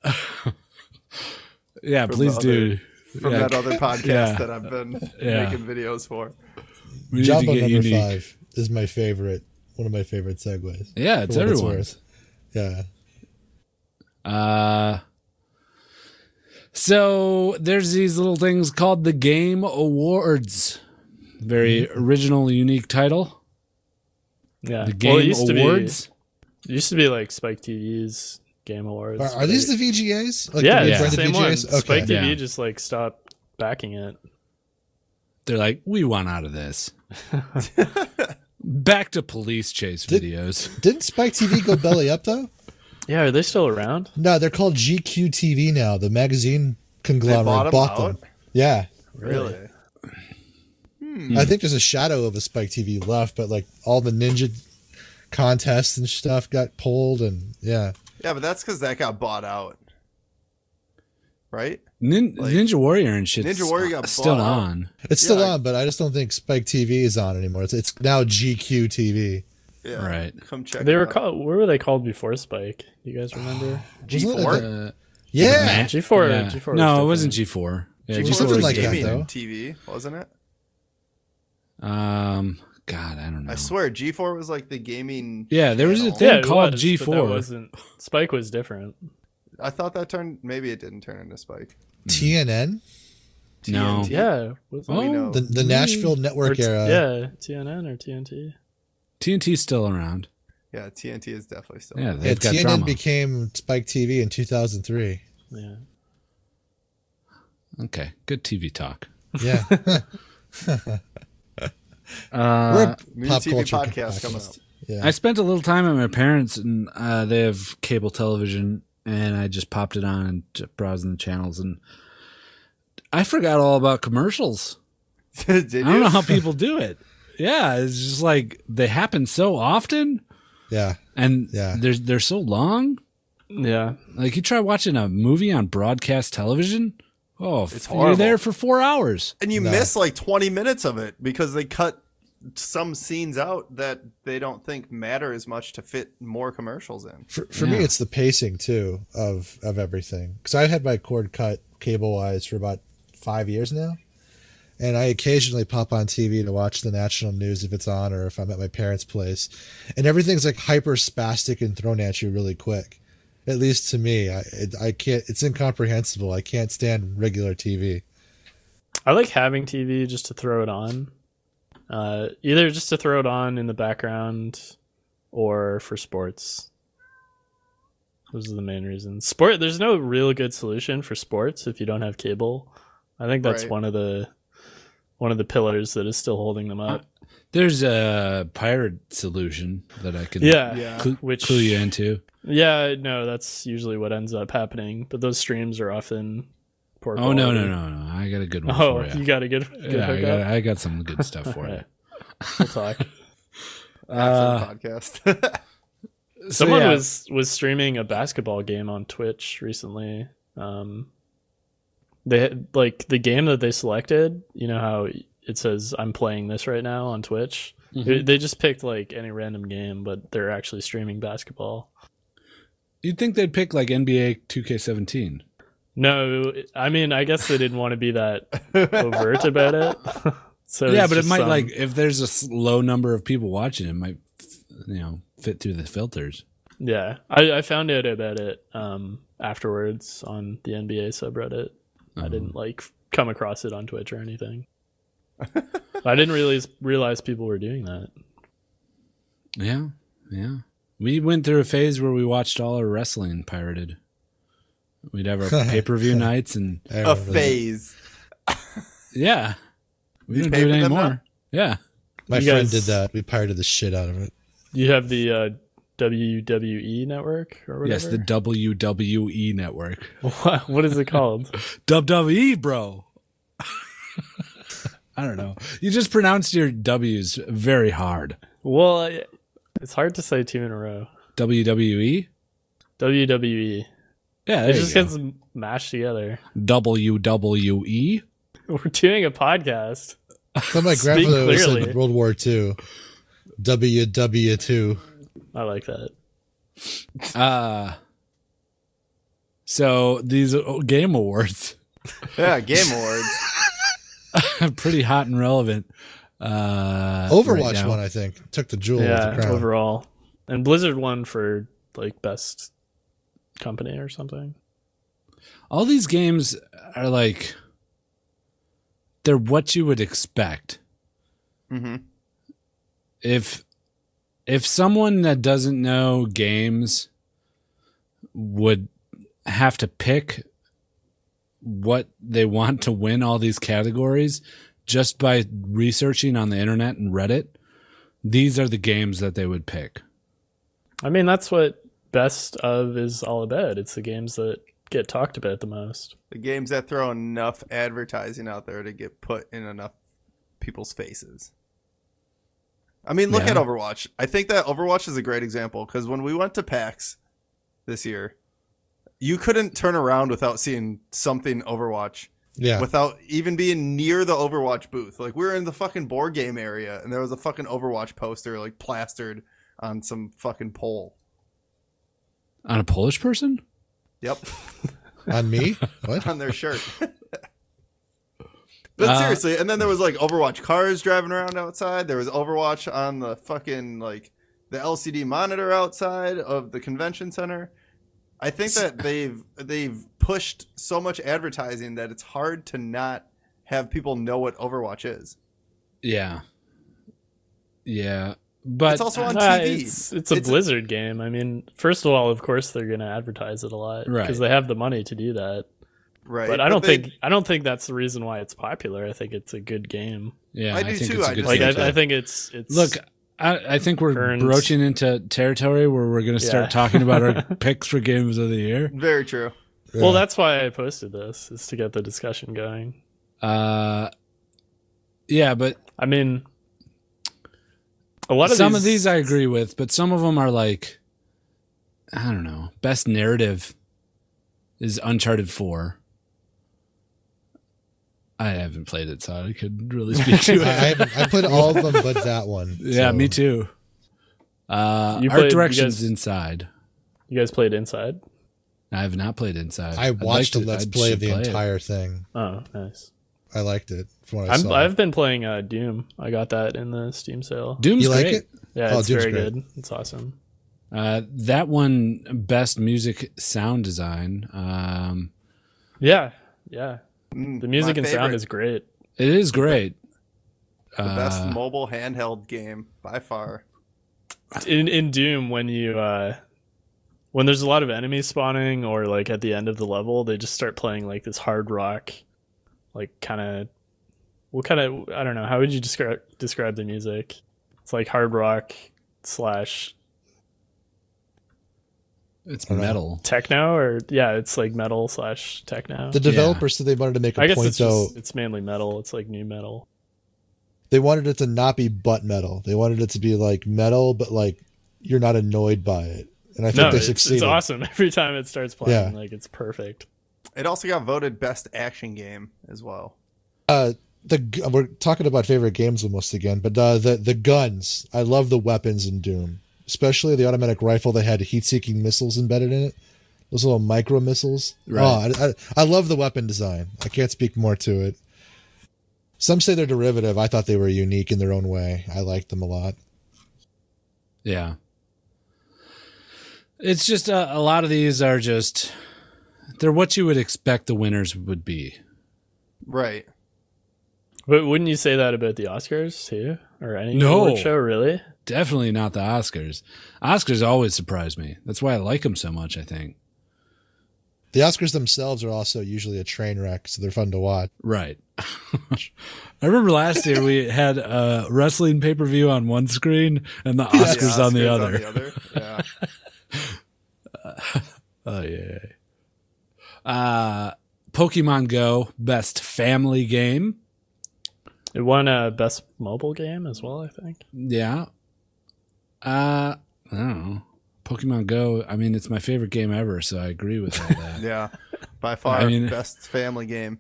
Yeah,
From
please
the
do.
from
Yeah.
(laughs)
that other podcast
Yeah.
that I've been
Yeah.
making videos for.
We need
Jumbo
to get
number
unique.
five is my favorite. One of my favorite segues.
Yeah, it's
For what it's
everyone's.
Yeah.
Uh, so there's these little things called the Game Awards. Very original, unique title.
Yeah.
The Game
Mm-hmm. well, it used
Awards.
To be, it used to be like Spike TV's Game Awards.
Are, are these the VGAs? Like,
yeah,
the
yeah.
it's the
branded
same one.
VGAs?
Spike
Yeah.
TV just like stopped backing it.
They're like, we want out
(laughs)
of this. Back to police chase videos.
Didn't Spike TV go belly up though? (laughs)
Yeah, are they still around?
No, they're called GQ TV now. The magazine conglomerate
They bought 'em
bought
out?
them. Yeah,
Really?
I think there's a shadow of a Spike TV left, but like all the ninja contests and stuff got pulled, and yeah,
Yeah, but that's because that got bought out, right?
Nin- Ninja Warrior and shit.
Ninja Warrior got
still
bought out.
on.
it's still
Yeah, I-
on, but I just don't think Spike TV is on anymore. It's, it's now GQ TV.
Yeah.
Right.
Come check.
They
it
were
out.
called. What were they called before Spike? Do you guys remember?
Wasn't it
G4?
like a-
Uh,
yeah,
G4
yeah.
G4 was
no, it wasn't G4. Yeah,
G4
G4
Well,
was
something
was
like that,
different.
gaming
though.
TV, wasn't it?
Um, God, I don't know.
I swear, G4 was like the gaming.
Yeah, there was a
channel.
thing
Yeah, it
called
was, but that
G4.
wasn't Spike was different.
I thought that turned. Maybe it didn't turn into Spike.
TNN,
No.
TNT.
Yeah. Was
Oh,
We know.
the, the
really?
Nashville Network
or t-
uh,
era.
Yeah, TNN or TNT.
TNT's still around.
Yeah, TNT is definitely still.
Yeah,
Yeah,
they've got
TNN
drama.
became Spike TV in 2003.
Yeah.
okay, good TV talk.
Yeah, (laughs)
Uh,
we're a
Moon
pop
TV
culture
podcast coming up.
Yeah,
I spent a little time at my parents, and uh, they have cable television, and I just popped it on and just browsing the channels, and I forgot all about commercials.
(laughs) Did
I don't
you?
know how people do it. Yeah, it's just like they happen so often,
yeah.
and
Yeah.
they're they're so long.
Yeah.
Like you try watching a movie on broadcast television. Oh,
It's
you're
horrible.
there for four hours.
And you
No.
miss like 20 minutes of it because they cut some scenes out that they don't think matter as much to fit more commercials in.
For, for
Yeah.
me, it's the pacing too of of everything. Because I had my cord cut cable wise for about five years now, and I occasionally pop on TV to watch the national news if it's on or if I'm at my parents' place, and everything's like hyper spastic and thrown at you really quick. At least to me, I it, I can't. It's incomprehensible. I can't stand regular TV.
I like having TV just to throw it on. Uh, either just to throw it on in the background or for sports. Those are the main reasons. Sport there's no real good solution for sports if you don't have cable. I think that's
Right.
one of the one of the pillars that is still holding them
Uh,
up.
There's a pirate solution that I can
yeah.
Yeah.
cl-
Which-
clue you into.
Yeah, no, that's usually what ends up happening. But those streams are often poor.
Oh no
quality.
no no no! I got a good one
Oh,
for you.
you got a good, good
yeah, I got,
hookup.
I got some good stuff
(laughs)
for you.
Alright. We'll talk.
Uh,
After the podcast. (laughs)
so
Someone
yeah,
was was streaming a basketball game on Twitch recently. Um, they had, like the game that they selected. You know how it says "I'm playing this right now" on Twitch.
Mhm.
They just picked like any random game, but they're actually streaming basketball.
You'd think they'd pick like NBA 2K17.
No, I mean I guess they didn't want to be
(laughs)
that overt about it. (laughs) so
yeah,
it's
but it
just
might
some-
like if there's a s- low number of people watching, it might you know fit through the filters.
yeah. I, I found out about it um, afterwards on the NBA subreddit. I
Um,
didn't like come across it on Twitch or
(laughs)
anything. I didn't really realize people were doing that.
Yeah, yeah. We went through a phase where we watched all our wrestling pirated. We'd (laughs) have our pay per view nights, and
I
a
remember that.
phase.
yeah, we
You
don't
pay
do it
for them
anymore.
now?
Yeah,
My
You
friend
guys-
did that. We pirated the shit out of it.
You have the uh, WWE network or whatever.
yes, the
(laughs)
WWE network,
What- what is it called?
WWE, E, bro. (laughs) I don't know. You just pronounced your W's very hard.
well, I, it's hard to say two in a row.
WWE.
WWE.
E? Yeah,
It
there
just
you go.
gets mashed together. (laughs)
WWE.
We're doing a podcast.
So
(laughs)
my
Speak
grandfather was
clearly.
in World War II. WW two.
I like that.
Uh so these uh, game awards
(laughs)
(laughs)
Yeah, Game Awards.
are pretty hot and relevant. Uh
Overwatch
right now.
one, I think, took the jewel of
yeah,
the crown.
overall. And Blizzard won for like best company or something.
All these games are like they're what you would expect.
hmm
If if someone that doesn't know games would have to pick what they want to win all these categories just by researching on the internet and Reddit, these are the games that they would pick.
I mean, that's what best of is all about. It's the games that get talked about the most.
The games that throw enough advertising out there to get put in enough people's faces. I mean, look
Yeah.
at Overwatch. I think that Overwatch is a great example because when we went to PAX this year, you couldn't turn around without seeing something Overwatch
Yeah.
without even being near the Overwatch booth. Like we were in the fucking board game area and there was a fucking Overwatch poster like plastered on some fucking pole.
on a Polish person?
Yep,
(laughs)
On me? What?
on their shirt. but
Uh,
seriously, and then there was like Overwatch cars driving around outside. There was Overwatch on the fucking like the LCD monitor outside of the convention center. I
(laughs)
think that they've they've pushed so much advertising that it's hard to not have people know what Overwatch is.
Yeah. Yeah. But
it's also on
Nah,
TV.
Ah, uh, it's, it's a Blizzard game. I mean, first of all, of course they're going to advertise it a lot
Right.
because they have the money to do that.
right,
But I don't
they-
think I don't think that's the reason why it's popular. I think it's a good game.
yeah,
I
I,
do
think
too,
it's
I
a good
just
Like
thing
think
to-
I, I think it's it's
Look, I, I think we're
Earned-
broaching into territory where we're going to start
Yeah.
talking about our
(laughs)
picks for games of the year.
very true.
Well, that's why I posted this is to get the discussion going.
Uh, yeah, but
I mean, a lot of
some
these,
of these I agree with, but some of them are like, I don't know. Best narrative is Uncharted Four. I haven't played it, so I could really speak
(laughs)
to
I, I,
it.
haven't- I played all of them but that one.
(laughs) Yeah,
so-
me too. Uh,
You
art
played- you
directions
guys-
inside.
you guys played Inside.
I have not played inside.
I
I'd like
watched
to-
a let's
I
play
should
of the
play it.
entire thing.
Oh, nice.
I liked it from what I
I'm,
saw.
I've been playing uh, Doom. I got that in the Steam sale.
Doom's
you like
great.
it?
Yeah,
Oh,
it's
Doom's
very
great.
good. It's awesome.
Uh, that one best music sound design. Um,
Yeah, yeah.
Mm,
The music
my
and sound
favorite.
is great.
it is great.
the best
Uh,
mobile handheld game by far.
In in Doom, when you uh, when there's a lot of enemies spawning, or like at the end of the level, they just start playing like this hard rock, like kind of what kind of I don't know. How would you describe describe the music? It's like hard rock slash
it's
Alright.
metal.
techno, or yeah, it's like metal slash techno.
The developer said they wanted to make a
I guess
point
it's
though.
just, it's mainly metal. It's like new metal.
They wanted it to not be butt metal. They wanted it to be like metal, but like you're not annoyed by it. And I think
no,
they
it's, it's
succeeded.
awesome. (laughs) Every time it starts playing,
Yeah.
like it's perfect.
It also got voted best action game as well.
Uh, the gu- we're talking about favorite games almost again, but uh, the the guns. I love the weapons in Doom, especially the automatic rifle that had heat-seeking missiles embedded in it. Those little micro missiles.
Right.
Oh, I, I, I love the weapon design. I can't speak more to it. Some say they're derivative. I thought they were unique in their own way. I liked them a lot.
Yeah. It's just uh, a lot of these are just they're what you would expect the winners would be.
Right.
But wouldn't you say that about the Oscars too, or any
No.
award show? Really?
Definitely not the Oscars. Oscars always surprise me. That's why I like them so much. I think.
The Oscars themselves are also usually a train wreck, so they're fun to watch.
Right. (laughs) I remember last year we had a wrestling pay per view on one screen and the
Yeah,
Oscars, on, the
Oscars
other.
Yeah.
Oh yeah. Uh, Pokemon Go best family game.
It won a best mobile game as well, I think.
(laughs) Yeah. Uh, I don't know. Pokemon Go. I mean, it's my favorite game ever, so I agree with all
(laughs)
that. (laughs)
Yeah. By far
I mean-
best family game.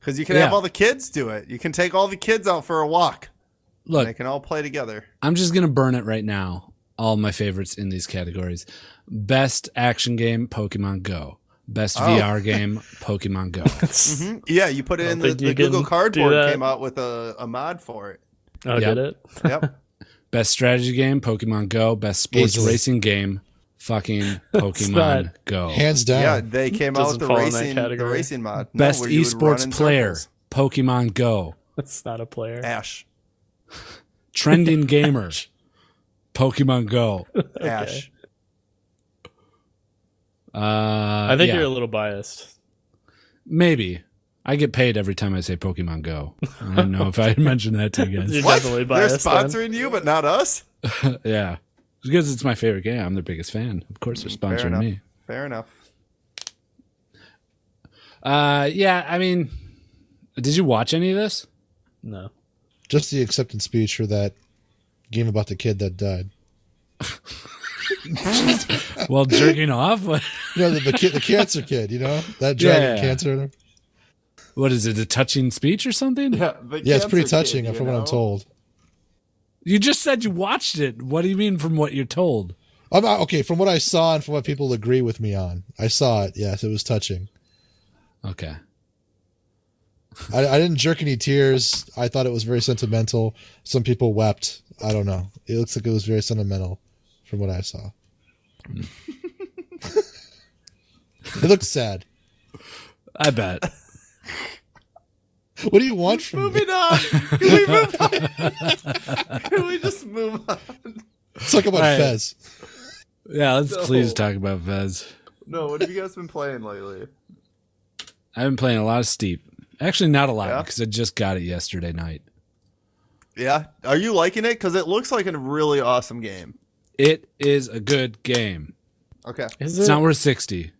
Cuz you can
Yeah.
have all the kids do it. You can take all the kids out for a walk. and
Look,
they can all play together.
I'm just gonna burn it right now. All my favorites in these categories: best action game, Pokemon Go; best
Oh.
VR game, Pokemon Go.
(laughs) Mhm. Yeah, you put it in the,
think you
the
can
Google
do
Cardboard
that.
came out with a, a mod for
(laughs)
it.
Oh,
Yeah.
did it?
Yep.
Best strategy game, Pokemon Go. Best sports
Easily.
racing game,
(laughs)
fucking Pokemon
not-
Go.
Hands down.
yeah,
(laughs)
they came out
Doesn't
with the
fall in that
racing the
category.
racing mod. No,
Best
where you would run
esports
in
player,
circles.
Pokemon Go.
That's not a player.
Ash. (laughs)
Trending gamer, Pokemon Go.
Ash.
Uh,
I think
yeah,
you're a little biased.
maybe. I get paid every time I say Pokemon Go. I don't know if I (laughs) mentioned that to you guys.
You're
What?
definitely
They're
biased. then.
sponsoring you but not us?
yeah, because it's my favorite game. I'm their biggest fan. Of course, they're sponsoring
enough.
me.
Fair enough.
Uh, yeah. I mean, did you watch any of this?
No.
Just the acceptance speech for that game about the kid that died.
Well, jerking off. (laughs) What,
You know, the, the kid, the (laughs) cancer kid. You know that dragon
Yeah.
cancer. or whatever.
what is it? A touching speech or something?
Yeah, the
Yeah, it's pretty
cancer kid,
touching
you
from what
know?
I'm told.
You just said you watched it. What do you mean from what you're told?
I'm not, okay, from what I saw and from what people agree with me on, I saw it. Yes, it was touching.
Okay.
I, I didn't jerk any tears. I thought it was very sentimental. Some people wept. I don't know. It looks like it was very sentimental from what I
(laughs)
saw. it looks sad.
I (laughs) bet.
What do you want from me?
Moving
(laughs)
on. Can we move on? (laughs) Can we just move on?
Let's talk about
Right.
Fez.
Yeah, let's
No.
please talk about Fez.
No, what have you guys been playing lately?
I've been playing a lot of Steep. Actually, not a lot
Yeah?
because I just got it yesterday night.
Yeah. Are you liking it? Because it looks like a really awesome game.
It is a good game.
Okay.
Is
It's
it?
not worth sixty.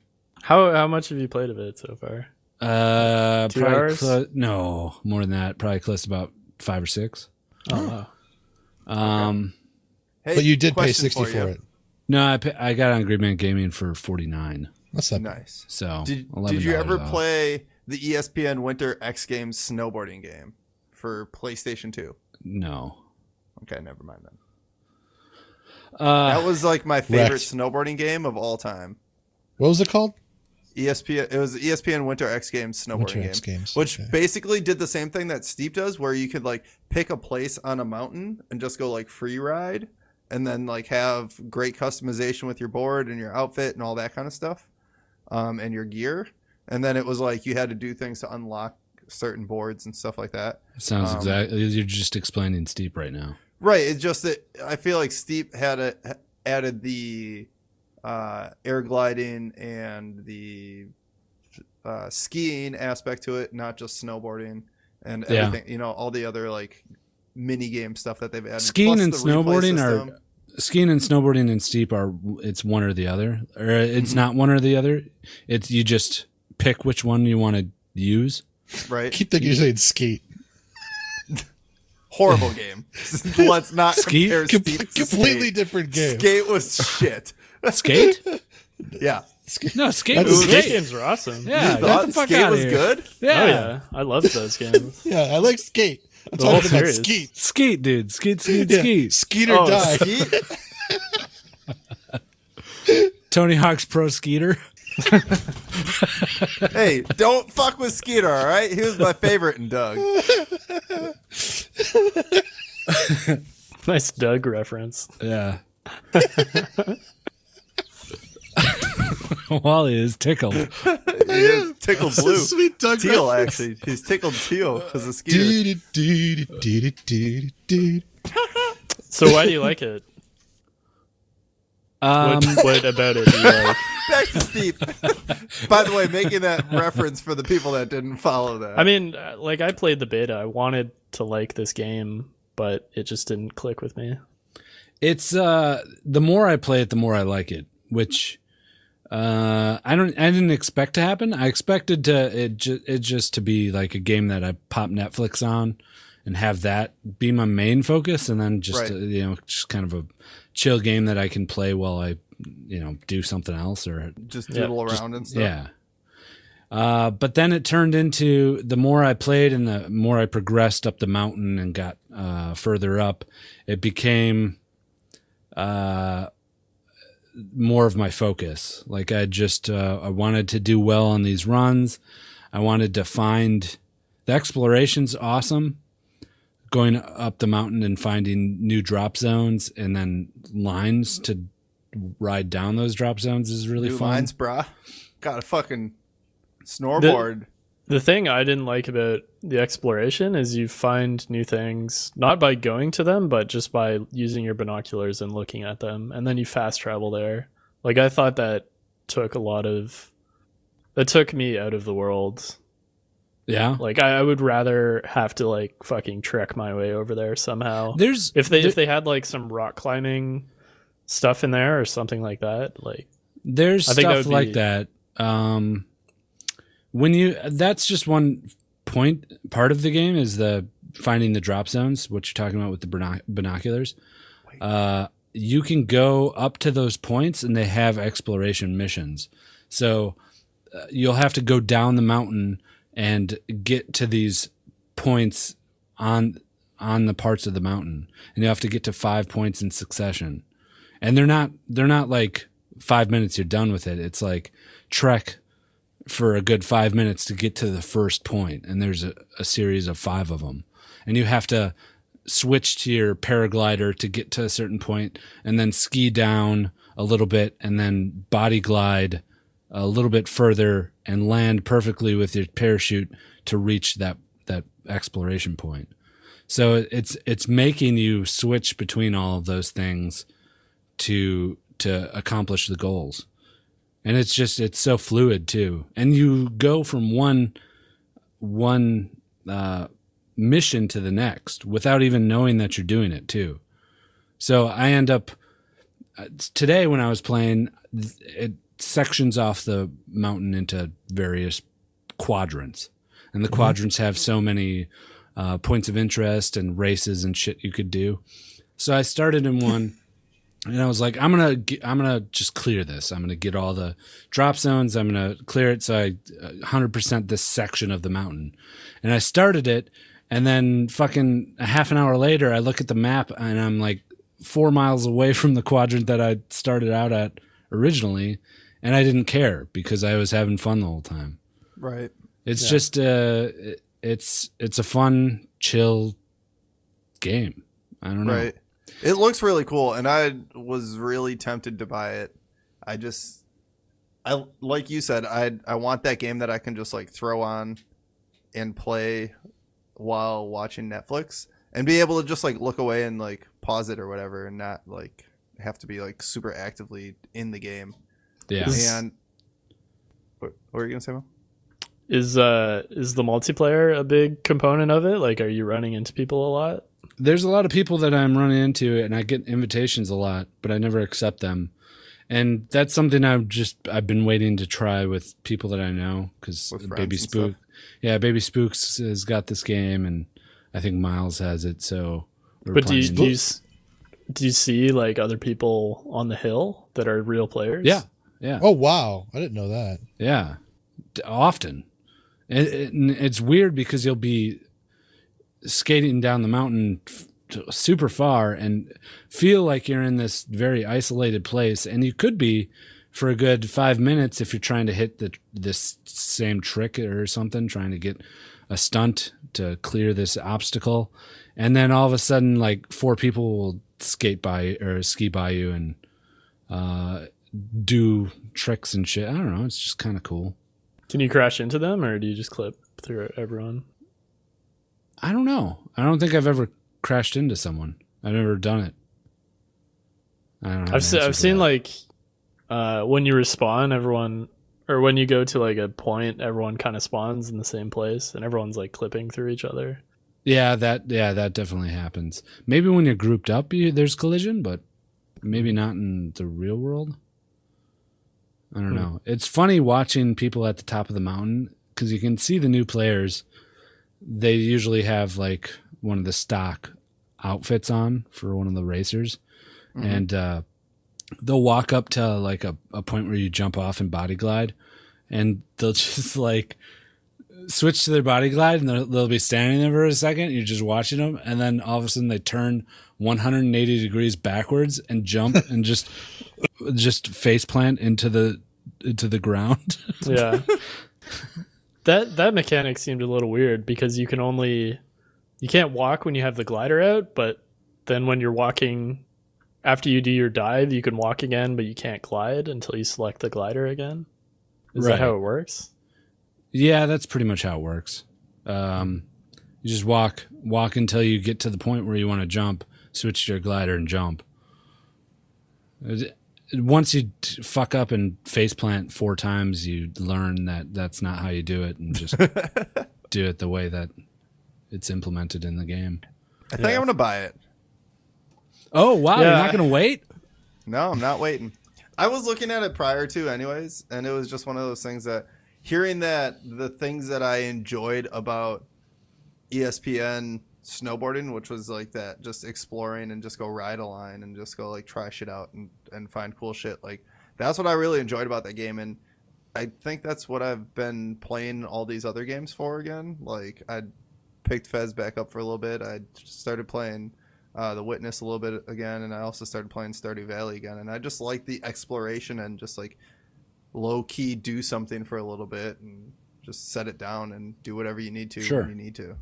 how how much have you played of it so
(gasps)
far?
Uh,
Two
probably
hours?
clo- no more than that. Probably close to about five or six.
Oh, wow.
Um,
Hey,
But you did pay
question
60 for,
you.
it.
no, I pa- I got it on Green Man Gaming for forty nine.
That's not bad.
Nice.
So
Oh,
Did, did
$11
you ever
off.
play the E ESPN Winter X Games snowboarding game for PlayStation 2?
No.
Okay, never mind then.
Uh,
That was like
(laughs)
my favorite
Wrecked.
snowboarding game of all time. E
What was it called?
ESPN it was the ESPN Winter X Games snowboarding
Winter
game,
X Games,
which
okay.
basically did the same thing that Steep does, where you could like pick a place on a mountain and just go like free ride, and then like have great customization with your board and your outfit and all that kind of stuff, um, and your gear. And then it was like you had to do things to unlock certain boards and stuff like that.
sounds
um,
exactly. You're just explaining Steep right now.
Right. It's just that I feel like Steep had a, ha- added the uh, air gliding and the uh, skiing aspect to it, not just snowboarding and
Yeah.
everything. You know, all the other like mini game stuff that they've added.
Skiing
plus
and
the replay
snowboarding are-
system.
Skiing and snowboarding and Steep are it's one or the other, or it's
Mhm.
not one or the other. It's you just pick which one you want to use. (laughs)
I
right.
keep thinking you said skate.
Horrible game. (laughs) Let's not
Ski?
compare
Com-
Steep to
completely
skate.
different game.
Skate was shit. (laughs)
Skate?
Yeah. (laughs)
No, skate
That's
was
a
Those
great.
games were awesome.
Yeah,
You
get
thought
the fuck
skate
out of
was
here.
good.
Yeah.
Oh yeah, I loved
(laughs)
those games.
Yeah, I like skate. I'm
whole
talking about
series.
skate.
Skeet, dude. Skeet, skeet,
Yeah.
skeet.
Skeet or
Oh,
die.
(laughs)
Skeet?
Tony Hawk's Pro Skeeter.
hey, don't fuck with Skeeter, all right? He was my favorite in Doug.
Nice Doug reference.
Yeah. (laughs) Wally is tickled.
He is tickled blue.
Sweet Doug
teal
reference.
actually. He's tickled teal because of Skeeter.
Do-do-do-do-do-do-do.
So why do you like it?
(laughs) Um,
What, what about it? Do you like?
Back to Steve. By the way, making that reference for the people that didn't follow that.
I mean, uh, like I played the beta. I wanted to like this game, but it just didn't click with me.
it's uh the more I play it, the more I like it, which uh I don't I didn't expect to happen. I expected to it ju- it just to be like a game that I pop Netflix on and have that be my main focus and then just
Right.
uh, you know just kind of a chill game that I can play while I you know do something else or
just
Yeah,
doodle around and stuff.
Yeah. Uh, but then it turned into the more I played and the more I progressed up the mountain and got uh, further up, it became uh, more of my focus. Like I just uh, I wanted to do well on these runs. I wanted to find the exploration's awesome. Going up the mountain and finding new drop zones and then lines to ride down those drop zones is really
New
fun.
lines, brah. Got a fucking snoreboard.
The thing I didn't like about the exploration is you find new things not by going to them, but just by using your binoculars and looking at them, and then you fast travel there. Like I thought that took a lot of that took me out of the world.
Yeah.
Like I, I would rather have to like fucking trek my way over there somehow.
There's
If they if they
there-
had like some rock climbing stuff in there or something like that, like
there's
I think that
stuff
would
like
be-
that. Um, when you that's just one point part of the game is the finding the drop zones, what you're talking about with the binoc- binoculars. Uh, you can go up to those points and they have exploration missions. So uh, you'll have to go down the mountain and get to these points on on the parts of the mountain, and you have to get to five points in succession. And they're not they're not like five minutes you're done with it. It's like trek for a good five minutes to get to the first point, and there's a, a series of five of them, and you have to switch to your paraglider to get to a certain point, and then ski down a little bit, and then body glide a little bit further and land perfectly with your parachute to reach that that exploration point. So it- it's it's making you switch between all of those things to to accomplish the goals. And it's just it's so fluid too. And you go from one one uh, mission to the next without even knowing that you're doing it too. So I end up uh, today when I was playing th- it sections off the mountain into various quadrants. And the quadrants have so many uh, points of interest and races and shit you could do. So I started in one, and I was like, I'm gonna, ge- I'm gonna just clear this. I'm gonna get all the drop zones. I'm gonna clear it so I 100% this section of the mountain. And I started it, and then fucking a half an hour later, I look at the map and I'm like four miles away (laughs) from the quadrant that I started out at originally, and I didn't care because I was having fun the whole time.
Right.
It's just uh it- it's it's a fun, chill game. I don't know.
Right. It looks really cool, and I was really tempted to buy it. I just, I like you said, I I want that game that I can just like throw on, and play, while watching Netflix, and be able to just like look away and like pause it or whatever, and not like have to be like super actively in the game.
Yeah.
Is-
And what, what were you gonna say, Mo?
Is uh is the multiplayer a big component of it? Like, are you running into people a lot?
There's a lot of people that I'm running into and I get invitations a lot, but I never accept them. And that's something I've just I've been waiting to try with people that I know cuz
With friends
Baby
and
Spook. Yeah, Baby Spooks has got this game and I think Miles has it, so we're
But do you,
playing.
do you s- do you see like other people on the hill that are real players?
Yeah. Yeah.
(laughs) Oh wow, I didn't know that.
Yeah, D- often. And and it's weird because you'll be skating down the mountain f- t- super far and feel like you're in this very isolated place, and you could be for a good five minutes if you're trying to hit the this same trick or something, trying to get a stunt to clear this obstacle, and then all of a sudden, like four people will skate by or ski by you and uh, do tricks and shit. I don't know. It's just kind of cool.
Can you crash into them, or do you just clip through everyone?
I don't know. I don't think I've ever crashed into someone. I've never done it. I don't know.
I've se- I've seen like uh, when you respawn, everyone or when you go to like a point, everyone kind of spawns in the same place, and everyone's like clipping through each other.
yeah, that yeah, that definitely happens. Maybe when you're grouped up, you, there's collision, but maybe not in the real world. I don't
Hmm.
know. It's funny watching people at the top of the mountain because you can see the new players. They usually have like one of the stock outfits on for one of the racers, and uh, they'll walk up to like a, a point where you jump off and body glide, and they'll (laughs) just like switch to their body glide and they'll, they'll be standing there for a second. You're just watching them, and then all of a sudden they turn 180 degrees backwards and jump and just just face plant into the into the ground.
(laughs) Yeah. that that mechanic seemed a little weird because you can only you can't walk when you have the glider out, but then when you're walking after you do your dive, you can walk again, but you can't glide until you select the glider again. Is
Right.
that how it works?
yeah, that's pretty much how it works. Um, you just walk walk until you get to the point where you want to jump. Switch to your glider and jump. It- Once you t- fuck up and face plant four times, you learn that that's not how you do it, and just do it the way that it's implemented in the game.
I think I'm gonna buy it.
Oh wow!
Yeah.
You're not gonna wait?
No, I'm not waiting. I was looking at it prior to, anyways, and it was just one of those things that hearing that the things that I enjoyed about E ESPN snowboarding, which was like that, just exploring and just go ride a line and just go like try shit out and, and find cool shit. Like that's what I really enjoyed about that game. And I think that's what I've been playing all these other games for again. Like I picked Fez back up for a little bit. I started playing uh, The Witness a little bit again, and I also started playing Stardew Valley again. And I just like the exploration and just like low key do something for a little bit and just set it down and do whatever you need to
Sure.
when you need to.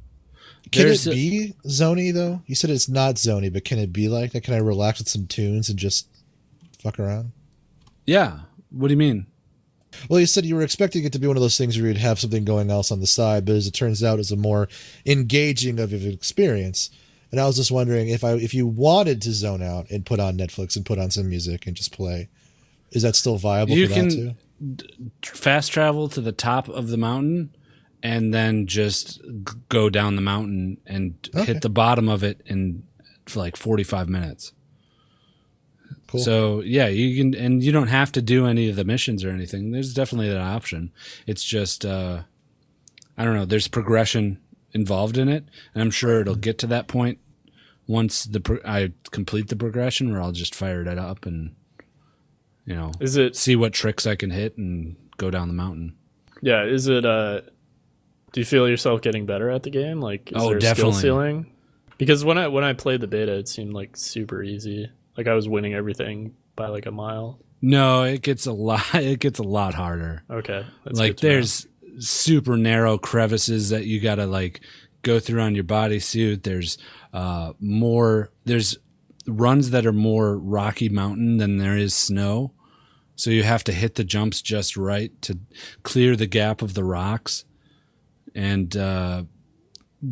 Can
There's
it
a-
be zony though? You said it's not zony, but can it be like that? Can I relax with some tunes and just fuck around?
Yeah. What do you mean?
Well, you said you were expecting it to be one of those things where you'd have something going else on the side, but as it turns out, it's a more engaging of an experience. And I was just wondering if I if you wanted to zone out and put on Netflix and put on some music and just play, is that still viable
You
for
can-
that too?
Tr- Fast travel to the top of the mountain and then just g- go down the mountain and
Okay.
hit the bottom of it in for like 45 minutes.
Cool.
So yeah, you can, and you don't have to do any of the missions or anything. There's definitely that option. It's just, uh, I don't know. There's progression involved in it, and I'm sure it'll get to that point once the pro- I complete the progression, where I'll just fire it up and you know
Is it
see what tricks I can hit and go down the mountain.
yeah? Is it uh? Do you feel yourself getting better at the game? Like is
Oh,
there a
definitely.
skill ceiling? Because when I when I played the beta, it seemed like super easy. Like I was winning everything by like a mile.
No, it gets a lot. (laughs) It gets a lot harder.
Okay, that's
like
good to know.
there's super narrow crevices that you gotta like go through on your bodysuit. There's uh, more. There's runs that are more rocky mountain than there is snow, so you have to hit the jumps just right to clear the gap of the rocks, and uh,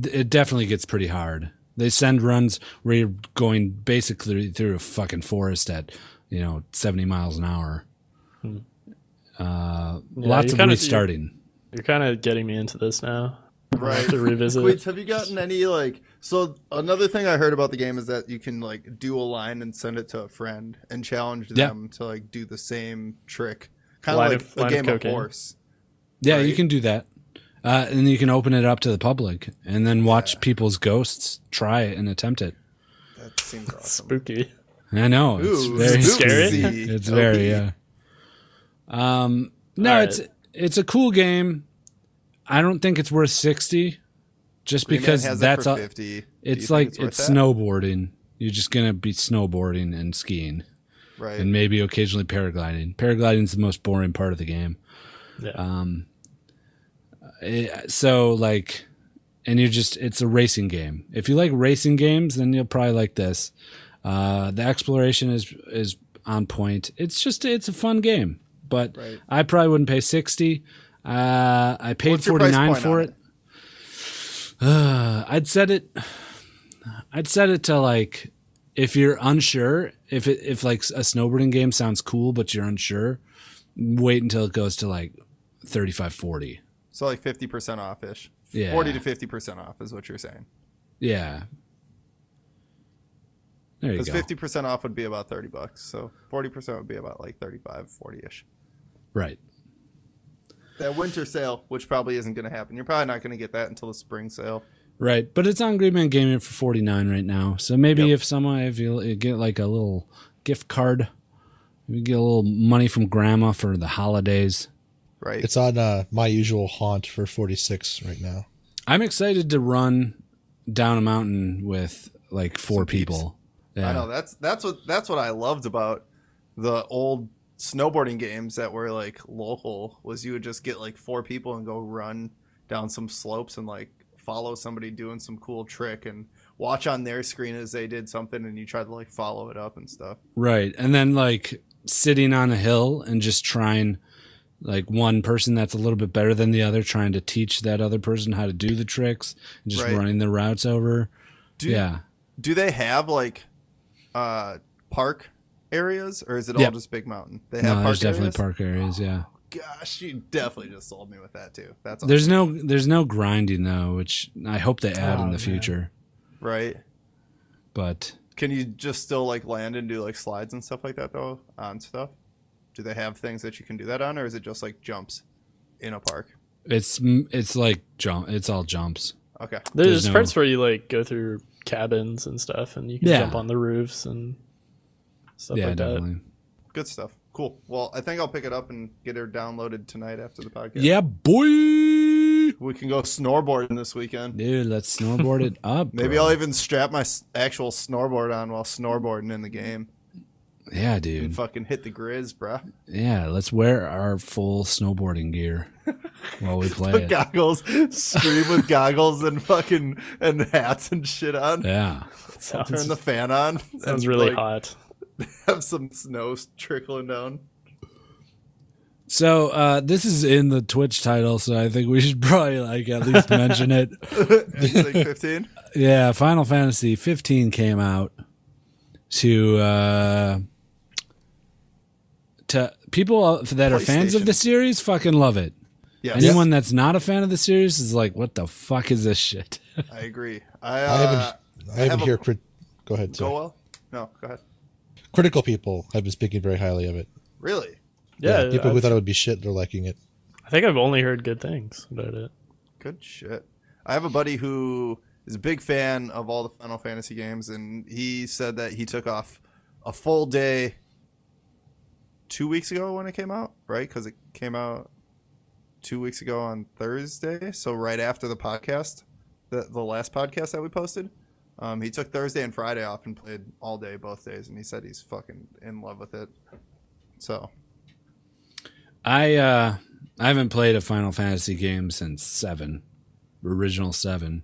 th- it definitely gets pretty hard. They send runs where you're going basically through a fucking forest at you know seventy miles an hour. Uh,
Hmm. Yeah,
lots
you
of
kinda-
restarting.
You're kind of getting me into this now. I
Right.
have to revisit.
(laughs) Wait, have you gotten any like? So another thing I heard about the game is that you can like do a line and send it to a friend and challenge
Yeah.
them to like do the same trick, kind
Line
of
of- line
like a
of
game of
cocaine.
horse.
Yeah, you
right?
can do that. Uh, and you can open it up to the public and then watch people's ghosts try it and attempt it.
That seems awesome.
Spooky.
I know. It's
Ooh,
very
Scary?
spooky.
It's very,
Okay.
yeah. Um, no,
All
it's it's a cool game. I don't think it's worth 60 just
Green Man
because
has it
that's
for
a,
50. Do you
it's
think
like
worth
it's
that?
snowboarding. You're just going to be snowboarding and skiing
Right.
and maybe occasionally paragliding. Paragliding is the most boring part of the game.
Yeah.
Um, eh, so like, and you're just it's a racing game. If you like racing games, then you'll probably like this. Uh, the exploration is is on point. It's just it's a fun game, but
Right.
I probably wouldn't pay sixty. Uh, I paid
What's your
forty
price
nine
point
for
on
it.
it?
Uh, I'd set it. I'd set it to like if you're unsure if it if like a snowboarding game sounds cool but you're unsure wait until it goes to like 35 40
So like fifty percent off ish.
Yeah.
Forty to fifty percent off is what you're saying.
Yeah. There you
Because
go.
fifty percent off would be about thirty bucks. So forty percent would be about like 35, 40 ish.
Right.
That winter sale, which probably isn't going to happen. You're probably not going to get that until the spring sale.
Right. But it's on Green Man Gaming for 49 right now. So maybe if someone, if you you get like a little gift card, you get a little money from grandma for the holidays.
Right.
It's on uh, my usual haunt for forty six right now.
I'm excited to run down a mountain with like four
Some peeps.
people. Yeah.
I know that's that's what that's what I loved about the old snowboarding games that were like local was you would just get like four people and go run down some slopes and like follow somebody doing some cool trick and watch on their screen as they did something and you try to like follow it up and stuff.
Right. And then like sitting on a hill and just trying like one person that's a little bit better than the other trying to teach that other person how to do the tricks and just
Right.
running the routes over.
Do
yeah.
do they have like uh park areas or is it all
Yep.
just big mountain? They have
No,
park
there's definitely
areas?
park areas, yeah.
Gosh, you definitely just sold me with that too. That's
There's no there's no grinding though, which I hope they add
Oh,
in
man.
the future.
awesome. right.
But
Can you just still like land and do like slides and stuff like that though on stuff? Do they have things that you can do that on, or is it just like jumps in a park?
it's m- it's like jump it's all jumps.
Okay,
There's,
There's no-
parts where you like go through cabins and stuff, and you can
Yeah.
jump on the roofs and stuff
yeah,
like that.
definitely.
good stuff. Cool. Well, I think I'll pick it up and get her downloaded tonight after the podcast.
Yeah, boy.
we can go snowboarding this weekend.
Dude, let's snowboard it (laughs) up.
Maybe
bro.
I'll even strap my s- actual snowboard on while snowboarding in the game.
Yeah,
And
dude.
fucking hit the grizz, bruh.
Yeah, let's wear our full snowboarding gear while
(laughs)
we play
Put
it.
goggles, stream with goggles and fucking and hats and shit on.
Yeah.
Sounds,
Turn the fan on.
sounds
and,
really
like,
hot.
Have some snow s- trickling down.
So uh, this is in the Twitch title, so I think we should (laughs) probably like at least mention it.
It's like 15.
Yeah, Final Fantasy 15 came out to uh, to people that are fans of
PlayStation.
the series fucking love it.
Yes,
Anyone that's not a fan of the series is like, what the fuck is this shit?
I agree. I, uh,
I haven't. I haven't
have a-
hear. Crit- go ahead.
Go
sorry.
well? No, go ahead.
Critical people have been speaking very highly of it.
Really?
Yeah,
people who
I've-
thought it would be shit are liking it.
I think I've only heard good things about it.
Good shit. I have a buddy who is a big fan of all the Final Fantasy games, and he said that he took off a full day two weeks ago when it came out, right? Because it came out two weeks ago on Thursday, so right after the podcast, the the last podcast that we posted. Um, he took Thursday and Friday off and played all day both days, and he said he's fucking in love with it. So
I uh, I haven't played a Final Fantasy game since seven, original seven,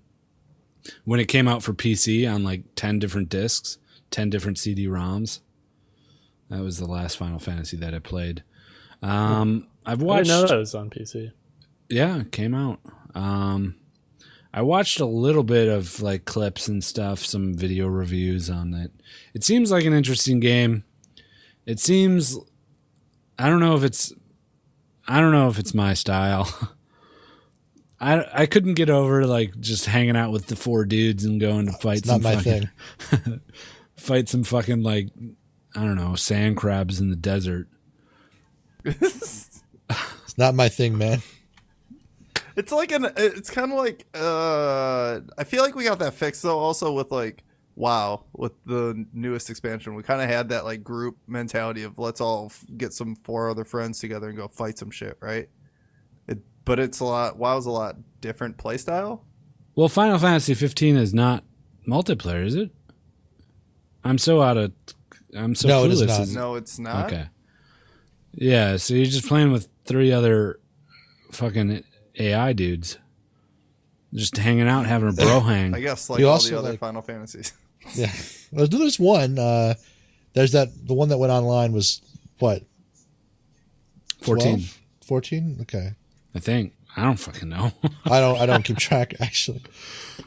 when it came out for PC on like ten different discs, ten different CD-ROMs. That was the last Final Fantasy that I played. Um, I've
I
watched.
didn't know that was on PC.
Yeah, it came out. Um, I watched a little bit of like clips and stuff, some video reviews on it. It seems like an interesting game. It seems, I don't know if it's, I don't know if it's my style. (laughs) I, I couldn't get over like just hanging out with the four dudes and going to fight
It's
some
not my
fucking,
thing.
(laughs) fight some fucking like I don't know sand crabs in the desert.
It's not my thing, man.
It's like an. It's kind of like. Uh, I feel like we got that fixed though. Also with like, wow, with the newest expansion, we kind of had that like group mentality of let's all f- get some four other friends together and go fight some shit, right? It, but it's a lot. WoW's a lot different playstyle.
Well, Final Fantasy 15 is not multiplayer, is it? I'm so out of. I'm so
No, it is
clueless.
not.
No, it's not.
Okay. Yeah, so you're just playing with three other fucking AI dudes, just hanging out, having a
(laughs)
bro hang.
I guess like
You
all
also,
the other
like-
(laughs)
Final Fantasies. (laughs)
Yeah. Well, there's one. Uh, there's that. The one that went online was what?
14,
12? 14? Okay.
I think. I don't fucking know. (laughs)
I don't. I don't keep track (laughs) actually.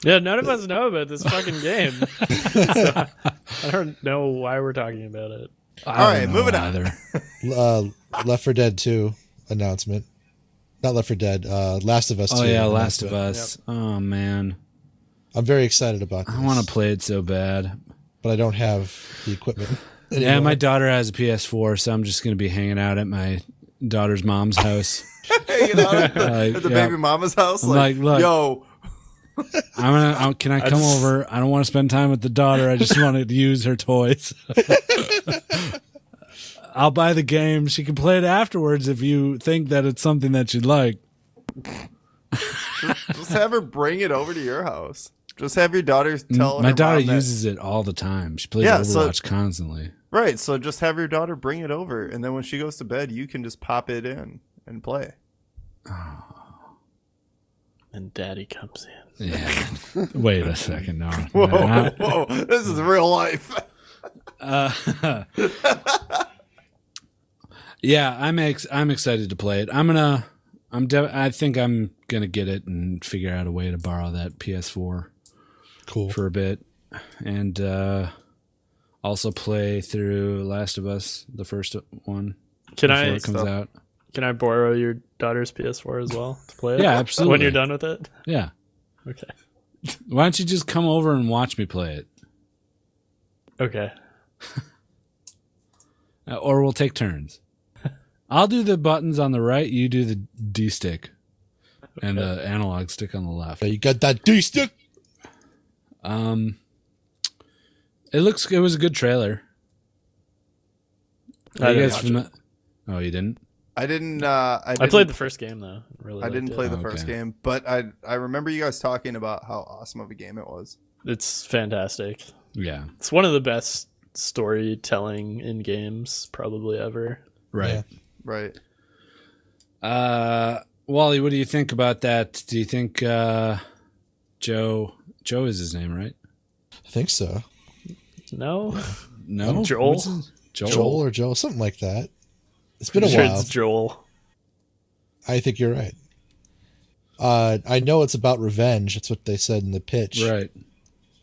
Yeah, none of us know about this fucking
(laughs)
game. (laughs) So, I don't know why we're talking about it.
All
right, moving on. (laughs)
Uh, Left for Dead 2 announcement. Not Left for Dead. Uh, Last of Us.
Oh
2
yeah, Last of
announcement.
Us. Oh man,
I'm very excited about. This,
I want to play it so bad.
but I don't have the equipment.
Yeah, my daughter has a PS4, so I'm just gonna be hanging out at my daughter's mom's house.
Hanging out at the,
Like,
at the
yeah.
baby mama's house.
I'm like,
Like,
look.
yo,
I'm gonna. I, can I come
just-
over? I don't want to spend time with the daughter. I just want to use her toys. (laughs) I'll buy the game. She can play it afterwards if you think that it's something that she'd like.
just have her bring it over to your house. Just have your daughter tell
My
her
daughter
mom that-
uses it all the time. She plays
Yeah, so-
Overwatch constantly.
Right. So just have your daughter bring it over, and then when she goes to bed, you can just pop it in and play.
And Daddy comes in.
(laughs)
Yeah. Wait a second. No.
Whoa,
I-
whoa, this is real life.
uh, (laughs) yeah, I'm ex- I'm excited to play it. I'm gonna. I'm. De- I think I'm gonna get it and figure out a way to borrow that PS4.
cool.
for a bit and uh also play through Last of Us, the first one
Can
before
I
it comes
stuff.
out.
can I borrow your daughter's PS4 as well to play it?
Yeah, absolutely.
When you're done with it.
Yeah.
Okay.
Why don't you just come over and watch me play it?
Okay.
Uh, Or we'll
(laughs)
take turns. I'll do the buttons on the right, you do the D stick and the analog stick on the left.
Yeah, you got that D stick.
Um It looks it was a good trailer.
I
Are you
didn't
guys
watch
fami- Oh, you didn't?
I didn't. Uh, I,
I
didn't-
played the first game though. Really,
I didn't
liked it.
play the
Oh,
first
okay.
game, but I I remember you guys talking about how awesome of a game it was.
It's fantastic.
Yeah.
It's one of the best storytelling in games probably ever.
Right.
Right.
Uh, Wally, what do you think about that? Do you think uh, Joe Joe is his name, right?
I think so.
No,
No,
Joel?
What's his- Joel.
Joel, or Joel, something like that.
(laughs)
It's been a
Sure,
while.
it's Joel.
I think you're right. Uh, I know it's about revenge. That's what they said in the pitch.
Right.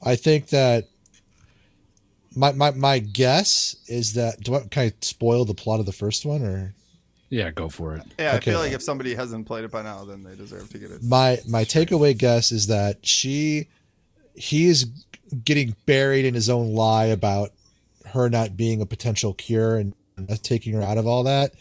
I think that my my, my guess is that do I kind of spoil the plot of the first one or
Yeah, go for it.
Yeah, I
Okay.
feel like if somebody hasn't played it by now, then they deserve to get it.
my my takeaway guess is that she he is getting buried in his own lie about her not being a potential cure and us taking her out of all that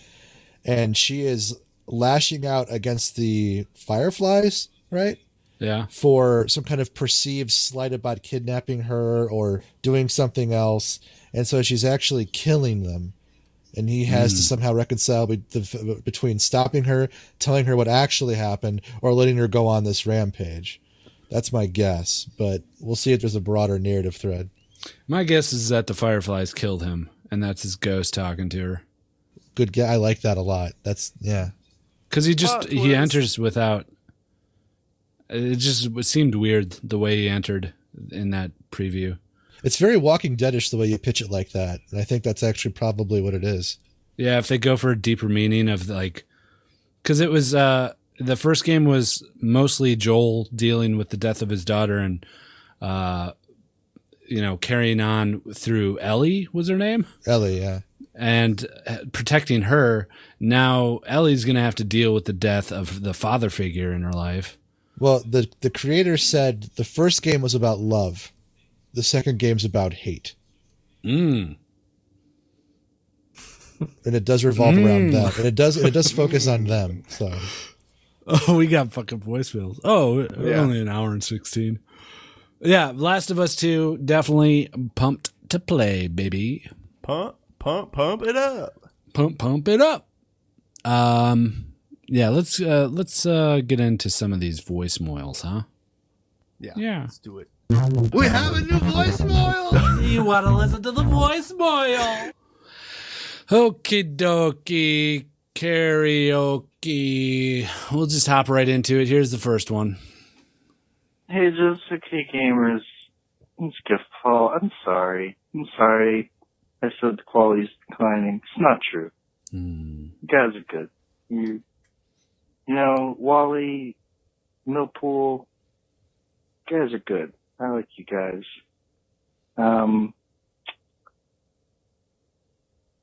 and she is lashing out against the fireflies right
Yeah.
for some kind of perceived slight about kidnapping her or doing something else. And so she's actually killing them. And he has to somehow reconcile be- the, between stopping her, telling her what actually happened, or letting her go on this rampage. That's my guess, but we'll see if there's a broader narrative thread.
My guess is that the Fireflies killed him, and that's his ghost talking to her.
Good guy. I like that a lot. That's, yeah.
Because he just
Plot
he
twist.
enters without. It just w- seemed weird the way he entered in that preview.
It's very Walking Deadish the way you pitch it like that. And I think that's actually probably what it is.
Yeah, if they go for a deeper meaning of like, because it was uh the first game was mostly Joel dealing with the death of his daughter and, uh, you know, carrying on through Ellie was her name
Ellie, yeah.
and uh, protecting her. Now Ellie's gonna have to deal with the death of the father figure in her life.
Well, the the creator said the first game was about love, the second game's about hate,
Mm.
and it does revolve
Mm.
around them, and it does and it does focus on them. So
Oh, we got fucking voicemails. Oh, we're
Yeah.
only an hour and 16. Yeah, Last of Us 2, definitely pumped to play, baby.
Pump, pump, pump it up.
Pump pump it up. Um yeah, let's uh let's uh get into some of these voicemails, huh?
Yeah.
Yeah.
Let's do it.
We have a new voicemail.
You want to listen to the voicemail?
Okie dokie karaoke. We'll just hop right into it. Here's the first one.
Hey, just okay, gamers. It's Gift Paul. I'm sorry. I'm sorry. I said the quality's declining. It's not true.
Hmm.
You guys are good. You, you know, Wally, Millpool, you guys are good. I like you guys. Um,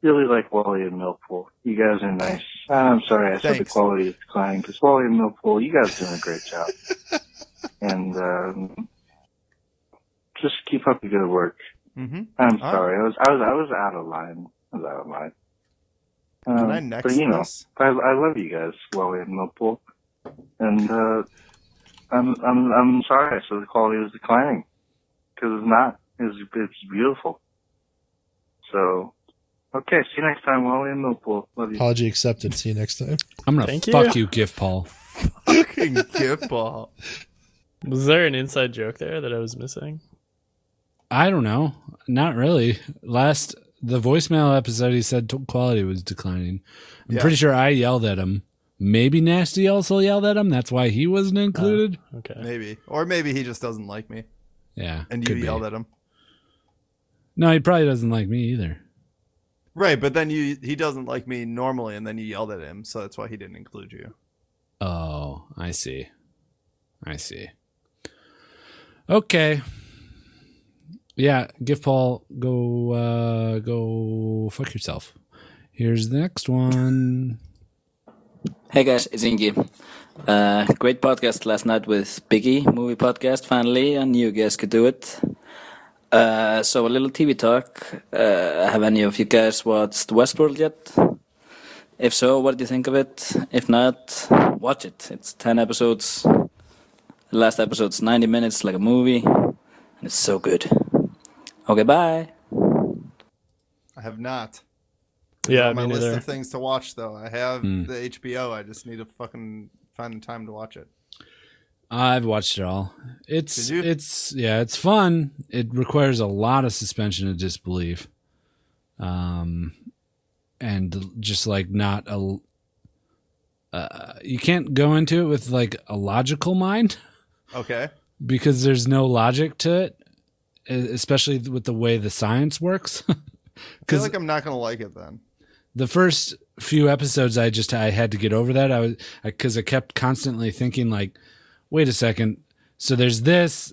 really like Wally and Millpool. You guys are nice. Uh, I'm sorry, I said the
Thanks.
quality is declining because Wally and Millpool, you guys are doing a great
(laughs)
job. and um, just keep up the good work.
Mm-hmm.
I'm
All
sorry, I was I was I was out of line. I was out of line.
Uh,
Um,
Can I next
but you know,
this?
I, I love you guys, Wally and Millpool, and uh, I'm I'm I'm sorry. So the quality was declining because it's not. It's it's beautiful. So, okay. See you next time, Wally and Millpool. Love you.
apology accepted. See you next time.
I'm gonna
Thank
fuck you, Gift Paul.
Fucking gift ball.
Was there an inside joke there that I was missing?
I don't know. Not really. Last the voicemail episode, he said t- quality was declining. I'm
Yeah.
pretty sure I yelled at him. Maybe Nasty also yelled at him. That's why he wasn't
Uh,
included.
Okay.
Maybe, or maybe he just doesn't like me,
yeah,
and you
could be.
yelled at him.
No, he probably doesn't like me either.
Right, but then you he doesn't like me normally, and then you yelled at him, so that's why he didn't include you.
Oh, I see. I see. Okay. Yeah, give Paul go uh go fuck yourself. Here's the next one.
Hey guys, it's Ingi. Uh, great podcast last night with Biggie, movie podcast, finally. I knew you guys could do it. Uh, so, a little TV talk. Uh, have any of you guys watched Westworld yet? If so, what do you think of it? If not, watch it. It's 10 episodes. The last episode's 90 minutes, like a movie. And it's so good. Okay, bye.
I have not.
Yeah,
on my
me
list
neither.
of things to watch though. I have
Hmm.
the HBO. I just need to fucking find the time to watch it.
I've watched it all. It's
Did you?
it's yeah, it's fun. It requires a lot of suspension of disbelief, um, and just like not a. Uh, you can't go into it with like a logical mind
Okay.
because there's no logic to it, e- especially with the way the science works. (laughs)
I feel
Because
like I'm not gonna like it then.
the first few episodes i just i had to get over that i was because I, kept constantly thinking like wait a second so there's this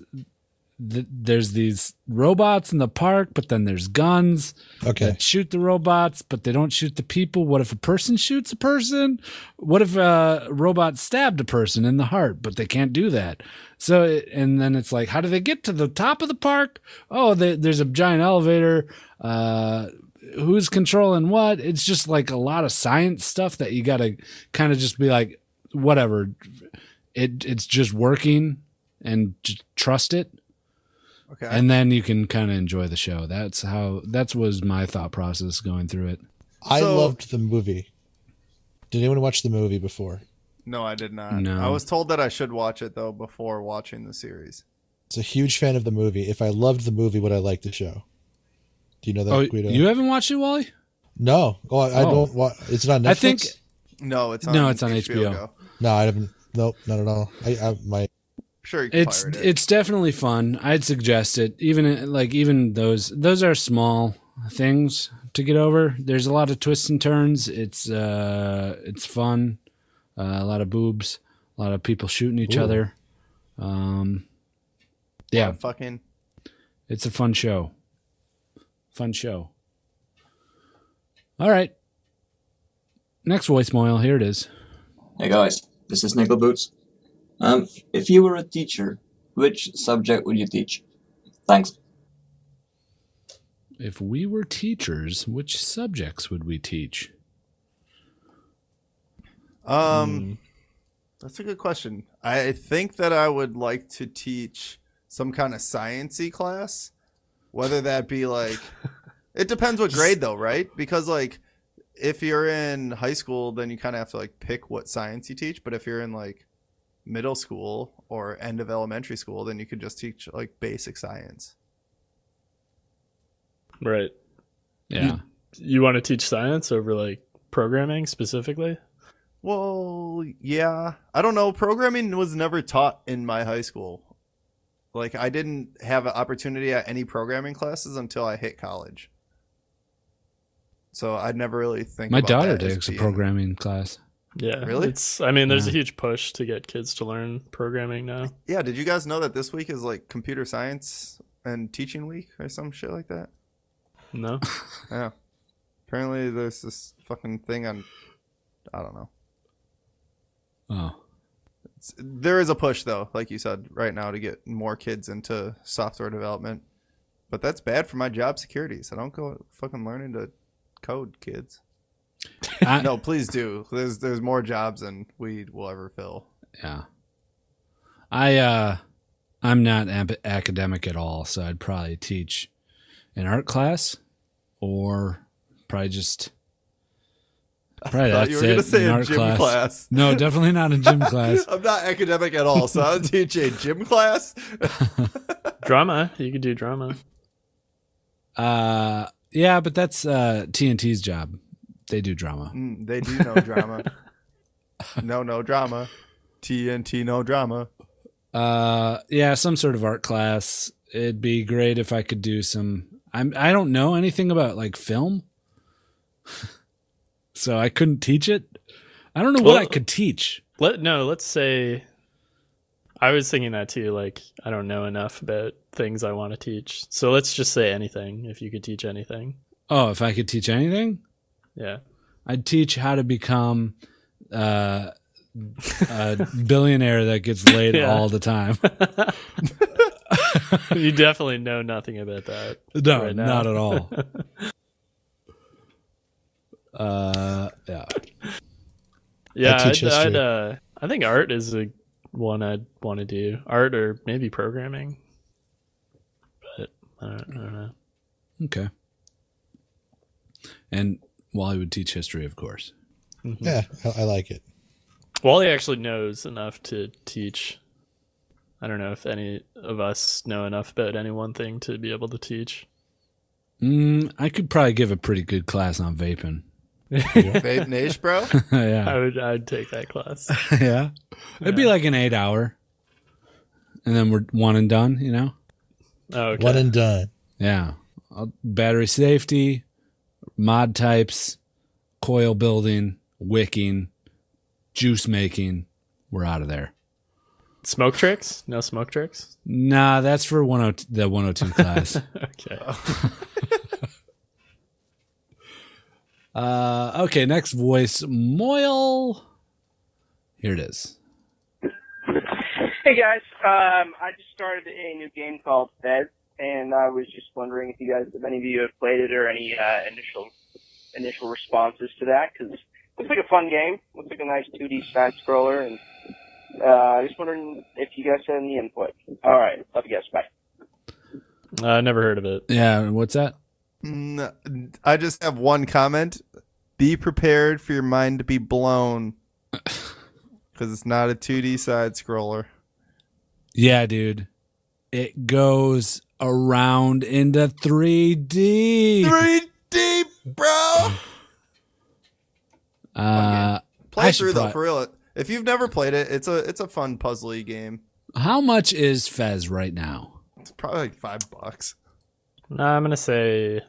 th- there's these robots in the park but then there's guns
Okay.
that shoot the robots but they don't shoot the people what if a person shoots a person what if a robot stabbed a person in the heart but they can't do that so it, and then it's like how do they get to the top of the park oh they, there's a giant elevator uh who's controlling what. It's just like a lot of science stuff that you got to kind of just be like, whatever. It it's just working and just trust it,
Okay.
and then you can kind of enjoy the show. That's how that was my thought process going through it.
I
So-
loved the movie. Did anyone watch the movie before?
no, I did not.
No.
I was told that I should watch it though before watching the series.
It's a huge fan of the movie. If I loved the movie, would I like the show? Do you know that,
Oh,
Guido?
you haven't watched it, Wally?
no. Oh, I, I
Oh.
don't. Wa- it's not Netflix.
I think
No, it's on
No, it's on HBO.
Go.
No, I haven't. Nope, not at all. I, I my
Sure, you can
it's
pirate it.
it's definitely fun. I'd suggest it. Even like even those those are small things to get over. There's a lot of twists and turns. It's uh it's fun. Uh, a lot of boobs. A lot of people shooting each
Ooh.
other. Um, yeah,
fucking
it's a fun show. Fun show. All right. Next voicemail. Here it is.
Hey guys, this is Nickel Boots. Um, if you were a teacher, which subject would you teach? Thanks.
If we were teachers, which subjects would we teach?
um that's a good question. I think that I would like to teach some kind of sciency class. Whether that be like it depends what grade though, right? Because like if you're in high school, then you kind of have to like pick what science you teach, but if you're in like middle school or end of elementary school, then you could just teach like basic science.
Right.
Yeah.
You want to teach science over like programming specifically?
Well, yeah. I don't know. Programming was never taught in my high school. Like I didn't have an opportunity at any programming classes until I hit college. So I'd never really think.
My
about
daughter
that as
takes a
being-
programming class.
Yeah.
Really?
It's I mean, there's
Yeah.
a huge push to get kids to learn programming now.
Yeah. Did you guys know that this week is like computer science and teaching week or some shit like that?
No.
Yeah. Apparently, there's this fucking thing on. I don't know.
Oh,
(laughs) It's- there is a push though like you said right now to get more kids into software development but that's bad for my job security so don't go fucking learning to code
(laughs)
kids
I-
no please do there's there's more jobs than we will ever fill
yeah. I uh, I'm not ab- academic at all, so I'd probably teach an art class, or probably just probably
Thought
that's
you were
it.
gonna say
an
a
art
gym
class.
class, (laughs)
No, definitely not a gym class.
i'm not academic at all
(laughs)
so i'll teach a gym class
drama. You could do drama.
Uh, yeah, but that's uh TNT's job. They do drama.
Mm, they do
(laughs)
no drama no no drama tnt no drama
Uh, yeah, some sort of art class. It'd be great if I could do some. I'm I don't know anything about like film, (laughs) so I couldn't teach it. I don't know what
Well-
I could teach.
Let no, let's say I was thinking that too, like I don't know enough about things I want to teach. So let's just say anything if you could teach anything.
Oh, if I could teach anything,
Yeah. (laughs)
I'd teach how to become uh,
(laughs)
a billionaire that gets laid
Yeah.
all the time. (laughs)
you definitely know nothing about that.
No,
Right now.
not
(laughs)
at all. uh, yeah.
Yeah, I
teach
would I'd,
history.
uh, I think art is a one I'd want to do. Art or maybe programming. But I don't, I don't know.
Okay. And Wally would teach history, of course.
Yeah, I, I like it.
Wally actually knows enough to teach. I don't know if any of us know enough about any one thing to be able to teach.
Mm, I could probably give a pretty good class on vaping. (laughs)
Vape Nation, bro.
yeah.
I would I'd take that class.
yeah. It'd be like an eight hour. And then we're one and done, you know?
Oh, okay.
One and done.
Yeah. Uh, Battery safety, mod types, coil building, wicking, juice making. We're out of there.
Smoke tricks? No smoke tricks?
Nah, that's for 102, the (laughs) 102 class.
Okay.
Uh, okay, next voice, Moyle. Here it is.
Hey guys, um, I just started a new game called Fez, and I was just wondering if you guys, if any of you have played it or any uh, initial initial responses to that, because looks like a fun game. Looks like a nice 2D side scroller, and uh, I just wondering if you guys had any input. All right, love you guys. Bye.
I Uh, never heard of it.
Yeah, what's that?
Mm, I just have one comment. Be prepared for your mind to be blown. Because it's not a 2D side scroller.
Yeah, dude. It goes around into 3D.
3D, bro!
Uh, I
Play
should
through though,
probably-
for real. If you've never played it, it's a it's a fun puzzly game.
How much is Fez right now?
It's probably like five bucks.
No, Uh, I'm gonna say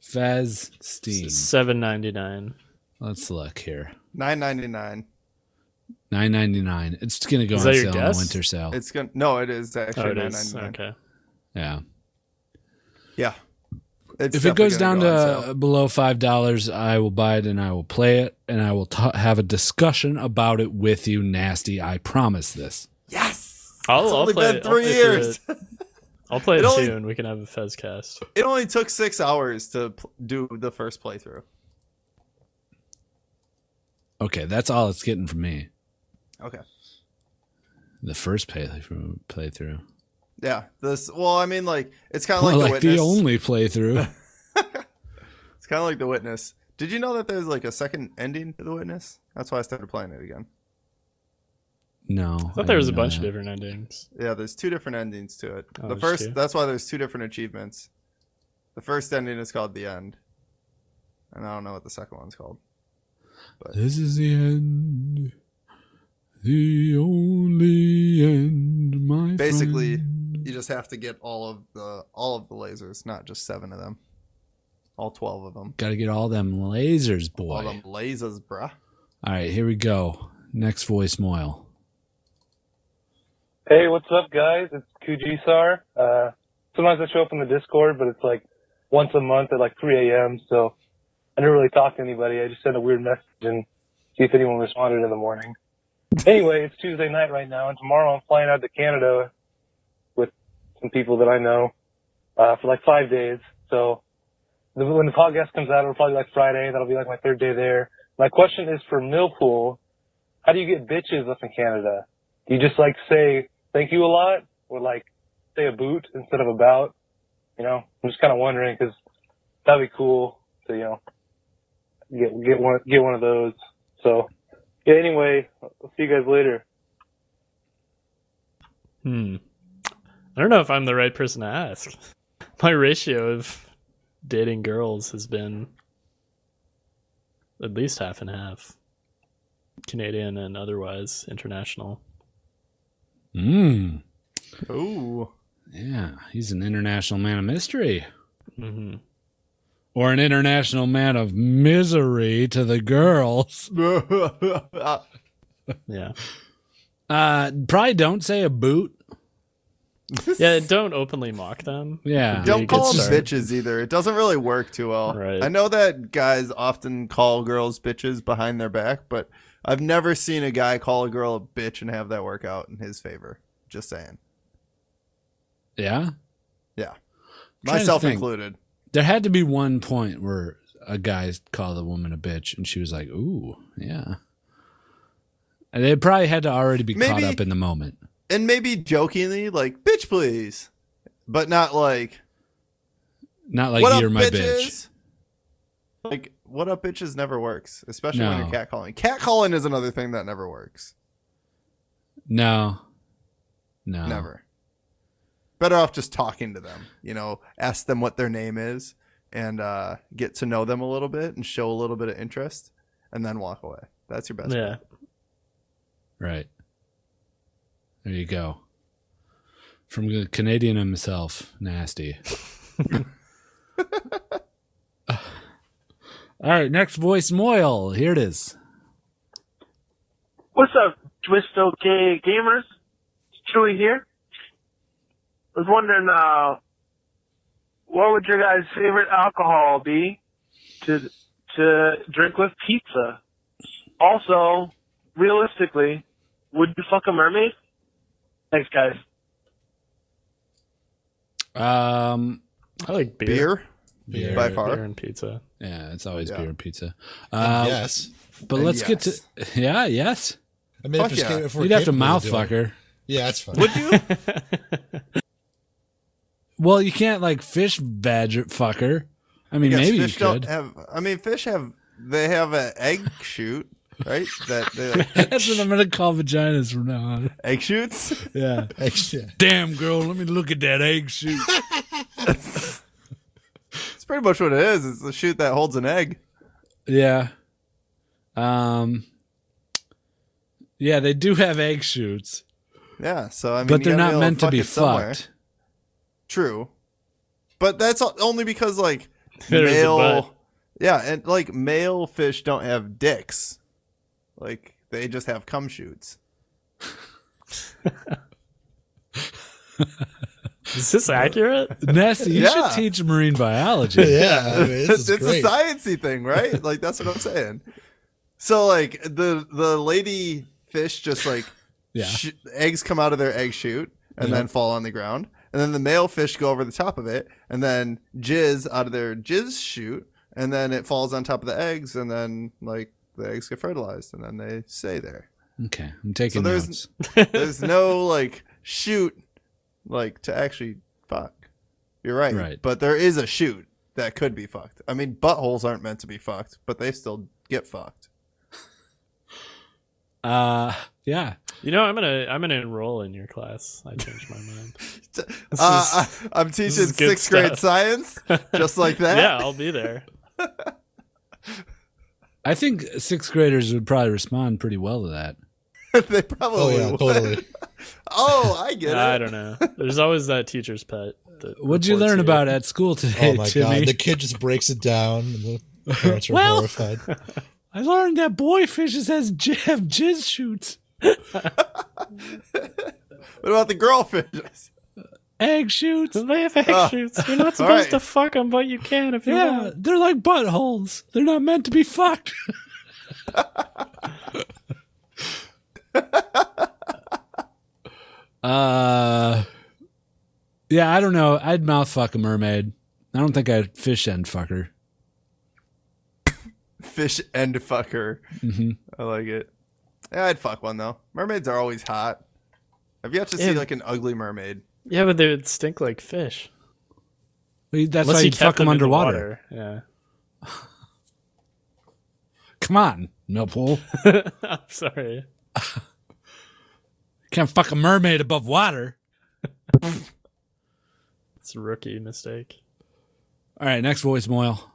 Fez Steam.
seven ninety nine.
Let's look here.
Nine ninety nine.
Nine ninety nine. It's gonna go
Is
on
that your
sale in the
guess?
winter sale.
It's gonna no, it is
Oh,
actually
it
nine
is.
ninety nine.
Okay.
yeah.
Yeah. It's
if it goes down
definitely gonna go on
to
sale.
below five dollars, I will buy it and I will play it and I will t- have a discussion about it with you, nasty. I promise this.
Yes.
I'll,
It's
I'll
only
play
been
it- I'll
three
play through
years.
it. I'll play it,
(laughs) It only-
soon. We can have a Fez cast.
It only took six hours to pl- do the first playthrough.
Okay, that's all it's getting from me.
Okay.
The first playthrough. Playthrough.
Yeah. This well, I mean like it's kinda
Well,
like,
like
the witness.
the
(laughs)
only playthrough.
It's kinda like the witness. Did you know that there's like a second ending to the witness? That's why I started playing it again.
No,
I thought there was a
didn't know
bunch of
that.
different endings.
Yeah, there's two different endings to it.
Oh,
the
there's
first
two.
that's why there's two different achievements. The first ending is called the end. And I don't know what the second one's called.
This is the end. The only end, my
Basically,
friend.
You just have to get all of the all of the lasers, not just seven of them. All twelve of them.
Gotta get all them lasers, boy.
All them lasers, bruh.
All right, here we go. Next voice, Moyle.
Hey, what's up, guys? It's Kujisar. Uh, sometimes I show up in the Discord, but it's like once a month at like 3 a.m. So I never really talk to anybody. I just send a weird message and see if anyone responded in the morning. anyway, it's Tuesday night right now, and tomorrow I'm flying out to Canada with some people that I know uh, for like five days. So the, when the podcast comes out, it'll probably be like Friday. That'll be like my third day there. My question is for Millpool. How do you get bitches up in Canada? Do you just like say thank you a lot or like say a boot instead of about? You know, I'm just kind of wondering because that'd be cool to, you know, get, get one, get one of those. So yeah, anyway, I'll see you guys later.
Hmm. I don't know if I'm the right person to ask. (laughs) My ratio of dating girls has been at least half and half, Canadian and otherwise international.
Mmm.
Ooh. (laughs)
Yeah, he's an international man of mystery.
hmm
Or an international man of misery to the girls.
no, (laughs)
Yeah.
Uh, probably don't say a boot.
Yeah. Don't openly mock them.
Yeah.
Would be a
Don't
good
call them
start.
bitches either. It doesn't really work too well.
Right.
I know that guys often call girls bitches behind their back, but I've never seen a guy call a girl a bitch and have that work out in his favor. Just saying.
Yeah. Trying to
Myself
think.
included.
There had to be one point where a guy called a woman a bitch and she was like, ooh, yeah. And they probably had to already be caught
Maybe-
up in the moment.
And maybe jokingly, like, bitch, please. But not like,
Not like
what
you're
up,
my bitch.
bitches? like what up bitches never works, especially when
No.
you're catcalling. Catcalling is another thing that never works.
No. No.
Never. Better off just talking to them, you know, ask them what their name is and uh, get to know them a little bit and show a little bit of interest and then walk away. That's your best. bet.
yeah.
Right. There you go. From the Canadian himself,
(laughs)
nasty. All right, next voice, Moyle. Here it is.
What's up, Twist OK Gamers? It's Chewy here. I was wondering, uh, what would your guys' favorite alcohol be to to drink with pizza? Also, realistically, would you fuck a mermaid? Thanks, guys.
Um,
I like
beer.
Beer.
By far.
Beer and pizza.
Yeah, it's always
Yeah.
beer and pizza.
And
Uh,
Um,
yes.
But
And
let's get to (laughs) yeah, yes.
I mean, if Fuck it's yeah. ca- if we're
you'd have to
capable of
mouth
doing it.
fucker.
Yeah, that's (laughs) fine. Would
you? well, you can't like fish badger fucker. I mean,
guess
maybe you
fish don't
could.
have. I mean, fish have. They have an egg shoot, right? That
(laughs) (laughs)
they
That's what I'm gonna call vaginas from now
(laughs)
on.
Egg shoots?
Yeah.
(laughs)
Damn girl, let me look at that egg
(laughs)
shoot.
It's pretty much what it is. It's the shoot that holds an egg.
Yeah. Um Yeah, they do have egg shoots.
Yeah. So I mean,
But
you
they're
gotta
not
able
meant to
fuck
be
it somewhere.
fucked.
True. But that's o- only because like
(laughs) There's a
male.
but.
Yeah, and like male fish don't have dicks. Like they just have cum shoots.
Is this accurate?
Nessie,
(laughs)
you
Yeah.
should teach marine biology.
(laughs) it's a sciency thing, right? Like that's what I'm saying. So like the the lady fish just like
Yeah.
sh- eggs come out of their egg chute and
Yeah.
then fall on the ground, and then the male fish go over the top of it, and then jizz out of their jizz chute, and then it falls on top of the eggs, and then like the eggs get fertilized, and then they stay there.
Okay, I'm taking
so there's
notes.
there's no like shoot like to actually fuck. You're right.
Right.
But there is a shoot that could be fucked. I mean, buttholes aren't meant to be fucked, but they still get fucked.
Uh yeah.
You know, I'm gonna I'm gonna enroll in your class. I changed my mind. This
Uh,
is-
I- I'm
this
teaching
is good
sixth grade
stuff.
science, just
(laughs)
like (laughs) that.
yeah, I'll be there.
I think sixth graders would probably respond pretty well to that.
(laughs) they probably
Oh, yeah,
would.
totally.
oh, I get it.
I don't know. There's always that teacher's pet. That
What'd you
reports
learn
you.
about at school today,
Oh my
Timmy?
god, the kid just breaks it down. And the parents are
Well-
horrified.
(laughs) I learned that boy fishes has j- have jizz shoots.
What about the girl fishes?
Egg shoots.
(laughs) They have egg
Ah.
shoots. You're not
(laughs) All
supposed
right.
to fuck them, but you can if you
yeah,
want.
they're like buttholes. They're not meant to be fucked. (laughs) uh, yeah, I don't know. I'd mouth fuck a mermaid. I don't think I'd fish end fuck her.
(laughs) Fish and fucker.
Mm-hmm.
Mhm.
I like it. Yeah, I'd fuck one though. Mermaids are always hot. I've yet to see
Yeah.
like an ugly mermaid.
Yeah, but they would stink like fish.
Well, That's
Unless
why
you
you'd fuck
kept
them
them in the
underwater.
water, Yeah.
Come on,
(laughs)
no pool.
I'm sorry.
Can't fuck a mermaid above water.
It's a rookie mistake.
All right, next voice, Moyle.
(laughs)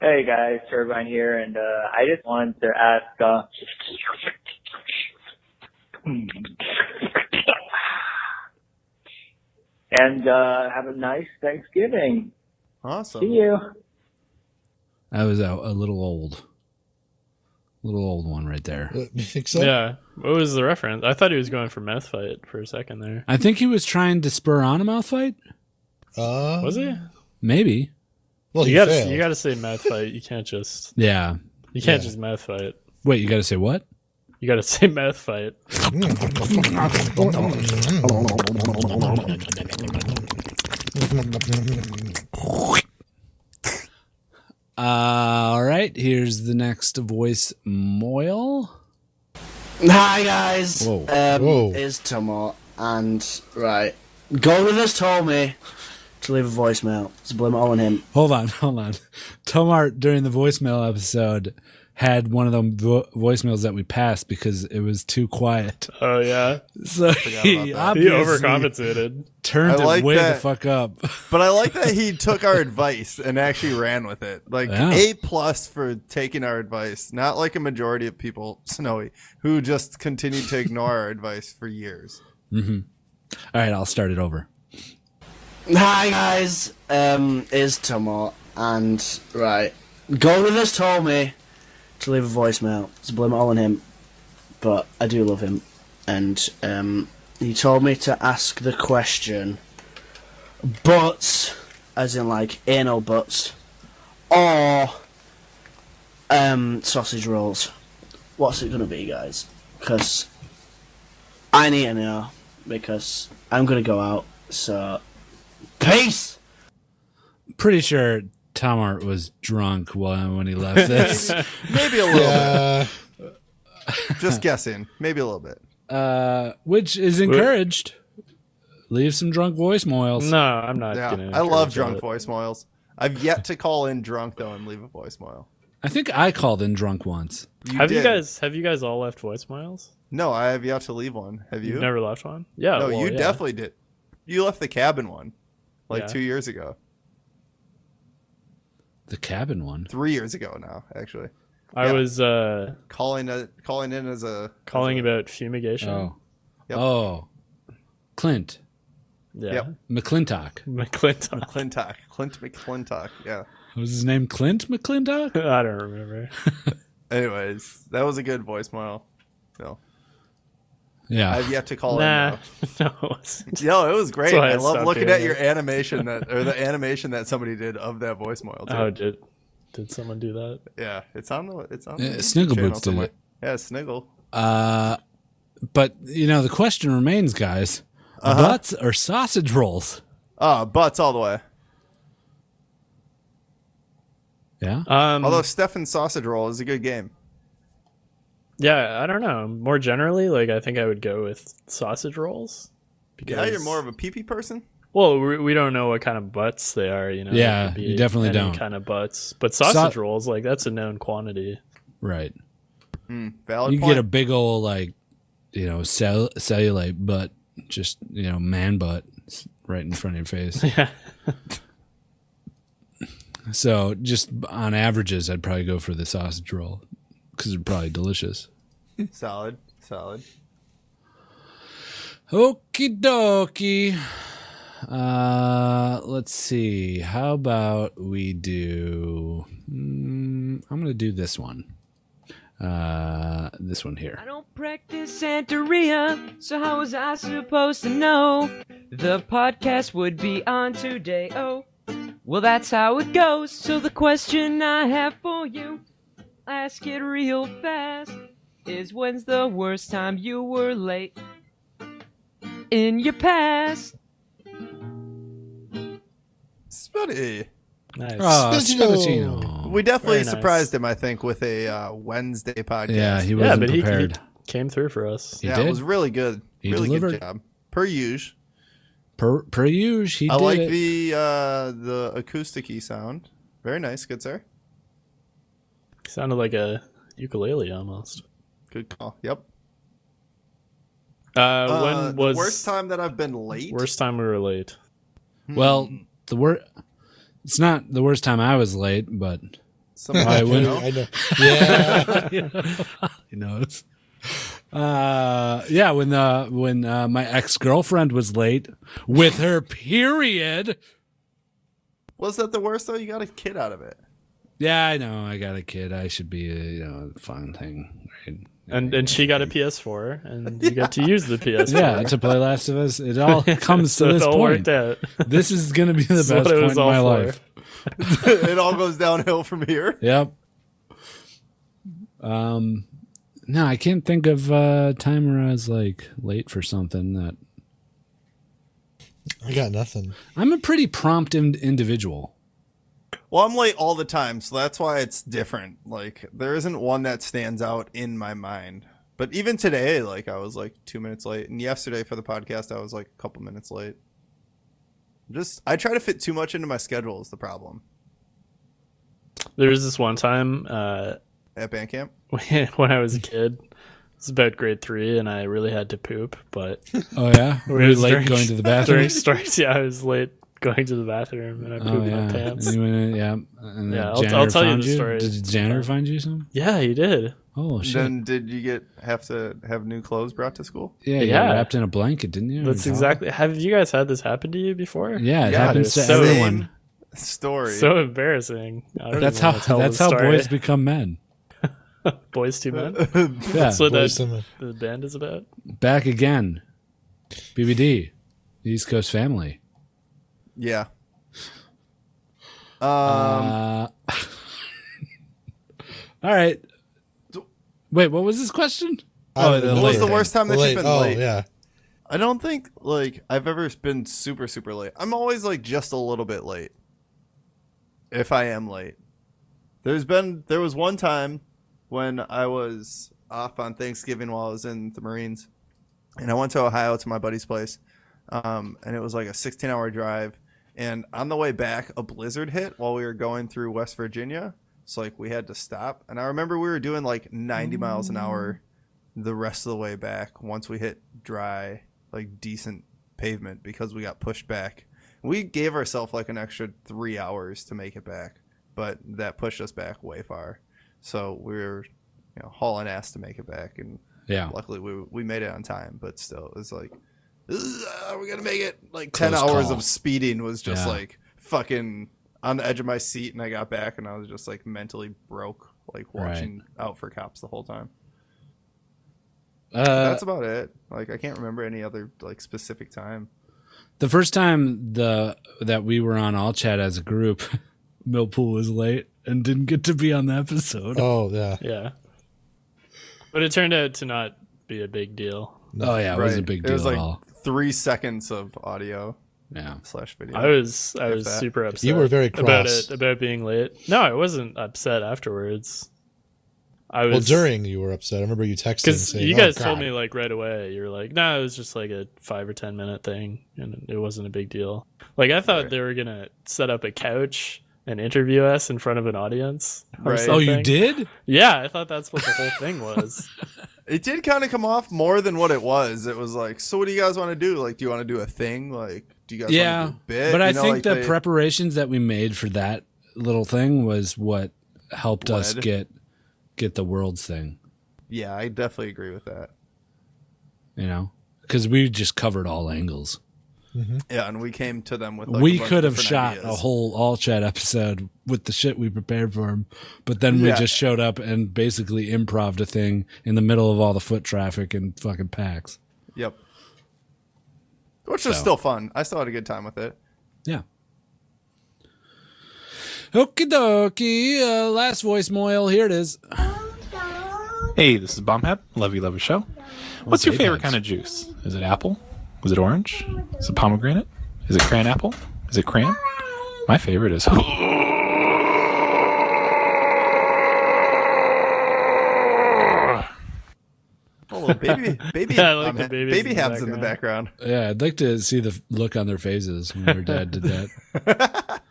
Hey guys, Turbine here, and uh, I just wanted to ask. Uh, and uh, have a nice Thanksgiving.
Awesome.
See you.
That was a, a little old, little old one right there.
You think
Yeah. What was the reference? I thought he was going for meth fight for a second there.
I think he was trying to spur on a mouth fight.
Uh,
Was he?
Maybe.
Well,
you
he
gotta
failed.
you gotta say meth fight. You can't just
Yeah.
You can't
Yeah.
just meth fight.
Wait, you got to say what?
You gotta (laughs) say meth fight.
Uh, all right. Here's the next voice, Moyle.
Hi guys.
Whoa.
Um,
(laughs)
Whoa.
It's Tomo, and right, Gorilla told me to leave a voicemail. So blame it all on him.
Hold on, (laughs) hold on. Tomar during the voicemail episode had one of them vo- voicemails that we passed because it was too quiet. (laughs)
Oh
(laughs)
yeah.
So
about
he
that.
obviously
He overcompensated.
Turned
I
it
like
way
that.
the fuck up. (laughs)
But I like that he took our advice and actually ran with it. Like
Yeah.
A plus for taking our advice. Not like a majority of people, Snowy, who just continued to ignore our advice for years.
hmm All right, I'll start it over.
Hi guys, um, it's Tomo, and right, Golden has told me to leave a voicemail, so blame it all on him. But I do love him, and um, he told me to ask the question, butts, as in like anal butts, or um, sausage rolls. What's it gonna be, guys? Because I need to know, because I'm gonna go out, so. Peace.
Pretty sure Tomart was drunk when when he left this.
Maybe a little
Uh,
Yeah.
bit. Just guessing. Maybe a little bit.
Uh, which is encouraged. Leave some drunk voicemails.
No, I'm not
Yeah,
gonna
I love
encourage
drunk
it.
voicemails. I've yet to call in drunk though and leave a voicemail.
I think I called in drunk once.
have you
did.
guys have you guys all left voicemails?
No, I have yet to leave one. Have you?
You've never left one? Yeah,
No,
well,
you
yeah.
definitely did. You left the cabin one, like
Yeah.
two years ago,
The cabin one.
three years ago now, actually.
I
Yeah.
was uh
calling a, calling in as a
calling about fumigation.
Oh.
Yep.
Oh. Clint.
Yeah. (laughs)
Yep.
McClintock.
McClintock.
McClintock, Clint McClintock. Yeah.
Was his name Clint McClintock?
(laughs) I don't remember.
Anyways, that was a good voicemail. No.
Yeah.
I've yet to call
Nah,
in.
(laughs) no, it wasn't.
though. Yo, it was great.
That's why I
I love
stopped
looking
doing
at your
it.
animation that
(laughs)
or the animation that somebody did of that voicemail. too.
Oh, did did someone do that?
Yeah, it's on the it's on.
Yeah,
the
Sniggle
channel
Boots did
somewhere.
it.
Yeah, Sniggle.
Uh, but, you know, the question remains, guys
Uh-huh.
butts or sausage rolls?
Ah, butts all the way.
Yeah.
Um,
Although Stefan Sausage Roll is a good game.
yeah, I don't know. More generally, like I think I would go with sausage rolls.
Yeah, you're more of a peepee person.
Well, we, we don't know what kind of butts they are, you know. it
Yeah,
could be
you definitely
any
don't.
kind of butts, but sausage rolls like that's a known quantity.
Right.
Mm, valid
you
point.
get a big old, like, you know, cell- cellulite butt, just, you know, man butt s- right in front of your face.
yeah.
So just on averages, I'd probably go for the sausage roll because it's probably delicious.
solid, solid.
Okie dokie. Uh, let's see. How about we do? Mm, I'm gonna do this one. Uh, this one here.
I don't practice Santeria, so how was I supposed to know the podcast would be on today? Oh, well, that's how it goes. So, the question I have for you, ask it real fast, is when's the worst time you were late in your past?
Spuddy.
Nice.
Ah, Spudgino. Spudgino.
We definitely
Very nice.
surprised him, I think, with a uh, Wednesday podcast.
Yeah, he
Yeah,
wasn't
but he, he
prepared.
came through for us.
He
yeah,
did.
it was really good.
He
really
delivered.
good job. Per usual.
per per use, he
I
did
like
it.
the uh, the acousticy sound. Very nice, good sir.
Sounded like a ukulele almost.
Good call. Yep.
Uh,
Uh,
when was
the worst time that I've been late?
worst time we were late?
Well, the wor It's not the worst time I was late, but
Somebody
probably
you
when-
know? I know.
Yeah.
you know it's. Uh, yeah, when uh when uh, my ex girlfriend was late with her period.
Was that the worst though? You got a kid out
(laughs)
of it.
Yeah, I know. I got a kid. I should be, a, you know, a fun thing. Right?
And and she got a PS4,
(laughs)
and you got to use the PS4.
Yeah, to play Last of Us, it all
(laughs)
comes
So
to
it
this
all
point.
worked out. (laughs)
This is going to be the
This is what
best
it
point
was
in my
all for.
life.
it all goes downhill from here.
Yep. Um, no, I can't think of uh, a time where I was like late for something that
I got nothing.
I'm a pretty prompt in- individual.
Well, I'm late all the time, so that's why it's different. Like there isn't one that stands out in my mind. But even today, like I was like two minutes late, and yesterday for the podcast, I was like a couple minutes late. Just I try to fit too much into my schedule is the problem.
There was this one time uh, (laughs)
at band camp
when I was a kid. It was about grade three, and I really had to poop. But
Oh,
(laughs)
yeah? Were
It
you
was
late
(laughs)
going to the bathroom?
During strikes, yeah, I was late going to the bathroom, and I pooped
Oh yeah,
my pants.
And you went in- yeah. And the
Yeah, I'll-
janitor
I'll tell you
found
the story.
Did the janitor find you some?
Yeah, he did.
Oh (laughs) shit!
Then did you get have to have new clothes brought to school?
yeah, you got wrapped in a blanket, didn't you?
That's
Or-
exactly. Have you guys had this happen to you before?
Yeah, it happens
dude,
to everyone.
Story.
(laughs) So embarrassing. I don't
That's
even
how
wanna tell
that's
the
how
story.
boys become men.
boys to men.
Yeah,
(laughs) that's what
Boyz II
that, the band is about.
Back again, BBD, the East Coast family.
(laughs) Yeah. Um.
Uh, (laughs) all right. Wait, what was this question?
Oh, the what was the
late
worst
thing.
time that
Late-
you've been
oh,
late?
yeah.
I don't think like I've ever been super super late. I'm always like just a little bit late. If I am late, there's been there was one time when I was off on Thanksgiving while I was in the Marines, and I went to Ohio to my buddy's place, um, and it was like a 16 hour drive. And on the way back, a blizzard hit while we were going through West Virginia. So like we had to stop, and I remember we were doing like 90 miles an hour the rest of the way back once we hit dry, like decent pavement because we got pushed back. We gave ourselves like an extra three hours to make it back, but that pushed us back way far. So we were, you know, hauling ass to make it back, and
Yeah.
luckily we we made it on time. But still, it was like "Ugh, we're gonna make it. Like ten
Close
hours
call.
of speeding was just
Yeah.
like fucking on the edge of my seat, and I got back, and I was just like mentally broke, like
Right.
watching out for cops the whole time.
Uh,
That's about it. Like I can't remember any other like specific time.
The first time the that we were on All Chat as a group, (laughs) Millpool was late and didn't get to be on the episode.
Oh yeah.
Yeah. But it turned out to not be a big deal.
Oh yeah, it was a big
It
deal
was like
at all.
three seconds of audio.
Yeah.
Slash video.
I was I
If
was
that.
super upset.
You were very
about
cross.
it about being late. No, I wasn't upset afterwards. I was
well, during you were upset. I remember you texted and
because
saying,
you
"Oh,
guys
God."
told me like right away. You were like, no, it was just like a five or ten minute thing, and it wasn't a big deal. Like I thought they were gonna set up a couch and interview us in front of an audience. or
Right. Oh, you
something.
did?
Yeah, I thought that's what the whole
(laughs)
thing was.
It did kind of come off more than what it was. It was like, so what do you guys want to do? Like, do you want to do a thing? Like, do you guys?
yeah,
want to do a bit?
but
You
I
know,
think
like,
the
they-
preparations that we made for that little thing was what helped us
Led.
get get the world's thing.
Yeah, I definitely agree with that.
You know, because we just covered all angles.
Yeah, and we came to them with. Like, a
we
bunch
could have
of different
shot
ideas.
a whole all chat episode with the shit we prepared for him, but then we
Yeah.
just showed up and basically improved a thing in the middle of all the foot traffic and fucking packs.
Yep. Which was
So.
still fun. I still had a good time
(laughs)
with it.
Okie dokie. Uh, last voice moil. Here it is.
Hey, this is Bombhead. Love you, love your show. What's your favorite kind of juice? Is it apple? Is it orange? Is it pomegranate? Is it cran apple? Is it cran? My favorite is. (laughs)
Oh, baby, baby,
Yeah, (laughs) I like
um,
the babies
baby
in the
Habs in the background.
(laughs)
Yeah, I'd like to see the f- look on their faces when their dad did
(laughs)
that.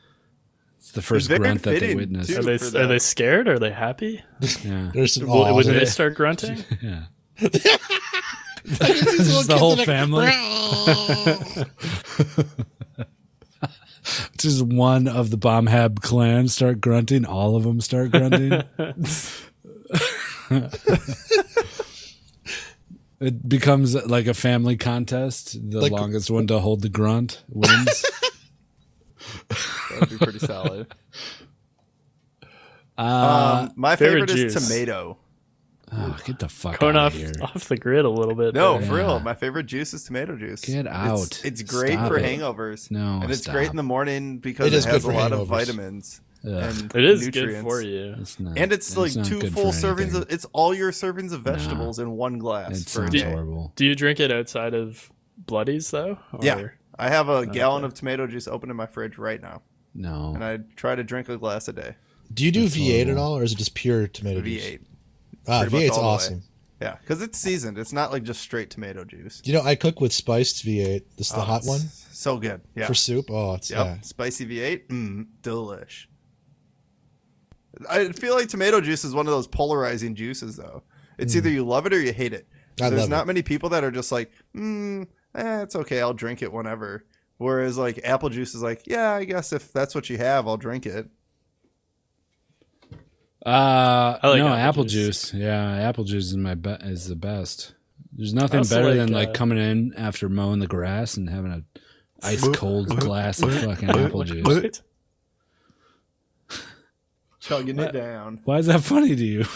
it's the first
Very
grunt that they
fitting,
witnessed.
Are they are they scared? Are they happy?
Yeah.
There's some
Would-
awe
would
there.
they start grunting?
(laughs) yeah.
These little
Just the
kids
whole
are like,
family. (laughs) Just one of the Bombhab clan start grunting. All of them
(laughs)
start grunting. (laughs) it becomes like a family contest. The
Like-
longest one to hold the grunt
(laughs)
wins.
That'd be pretty solid.
(laughs) Uh,
um, my favorite, is tomato.
Oh, get the fuck
Going
out
off
of here.
off the grid a little bit.
No,
there.
for real. My favorite juice is tomato juice.
Get
It's-
out.
It's, great
Stop
for
it.
hangovers.
No,
and it's
stop.
great in the morning because
It
it,
is good
has a
for
lot
hangovers.
of vitamins.
Ugh.
And
It is good
nutrients.
for you. It's not-
and it's
it's
like
not
two
good
full
for
servings. Of, it's all your servings of vegetables in one glass.
It
for a
sounds
day.
horrible.
Do you drink it outside of Bloodies though?
Yeah,
Or-
I have a
Okay.
gallon of tomato juice open in my fridge right now,
No.
and I try to drink a glass a day.
Do you do
That's
V8 at
horrible.
all, or is it just pure tomato juice?
V8.
Ah,
Pretty much
V8's
all the way.
awesome.
Yeah, because it's seasoned. It's not like just straight tomato juice.
You know, I cook with spiced V8. This is the
Oh,
hot
it's
one
So good. Yeah.
for soup. Oh, it's
Yep.
yeah.
Spicy V8. Mm, delish. I feel like tomato juice is one of those polarizing juices, though. It's
Mm.
either you love it or you hate it.
I
There's
love
not
it.
many people that are just like, mm, eh, it's okay. I'll drink it whenever. Whereas, like, apple juice is like, yeah, I guess if that's what you have, I'll drink it.
Uh,
I like
no,
apple
apple, juice. Yeah, apple juice is my be- is the best. There's
I
nothing
also
better
like,
than like
uh,
coming in after mowing the grass and having a ice cold glass of fucking apple juice.
Chugging it down.
Why is that funny to you?
(laughs)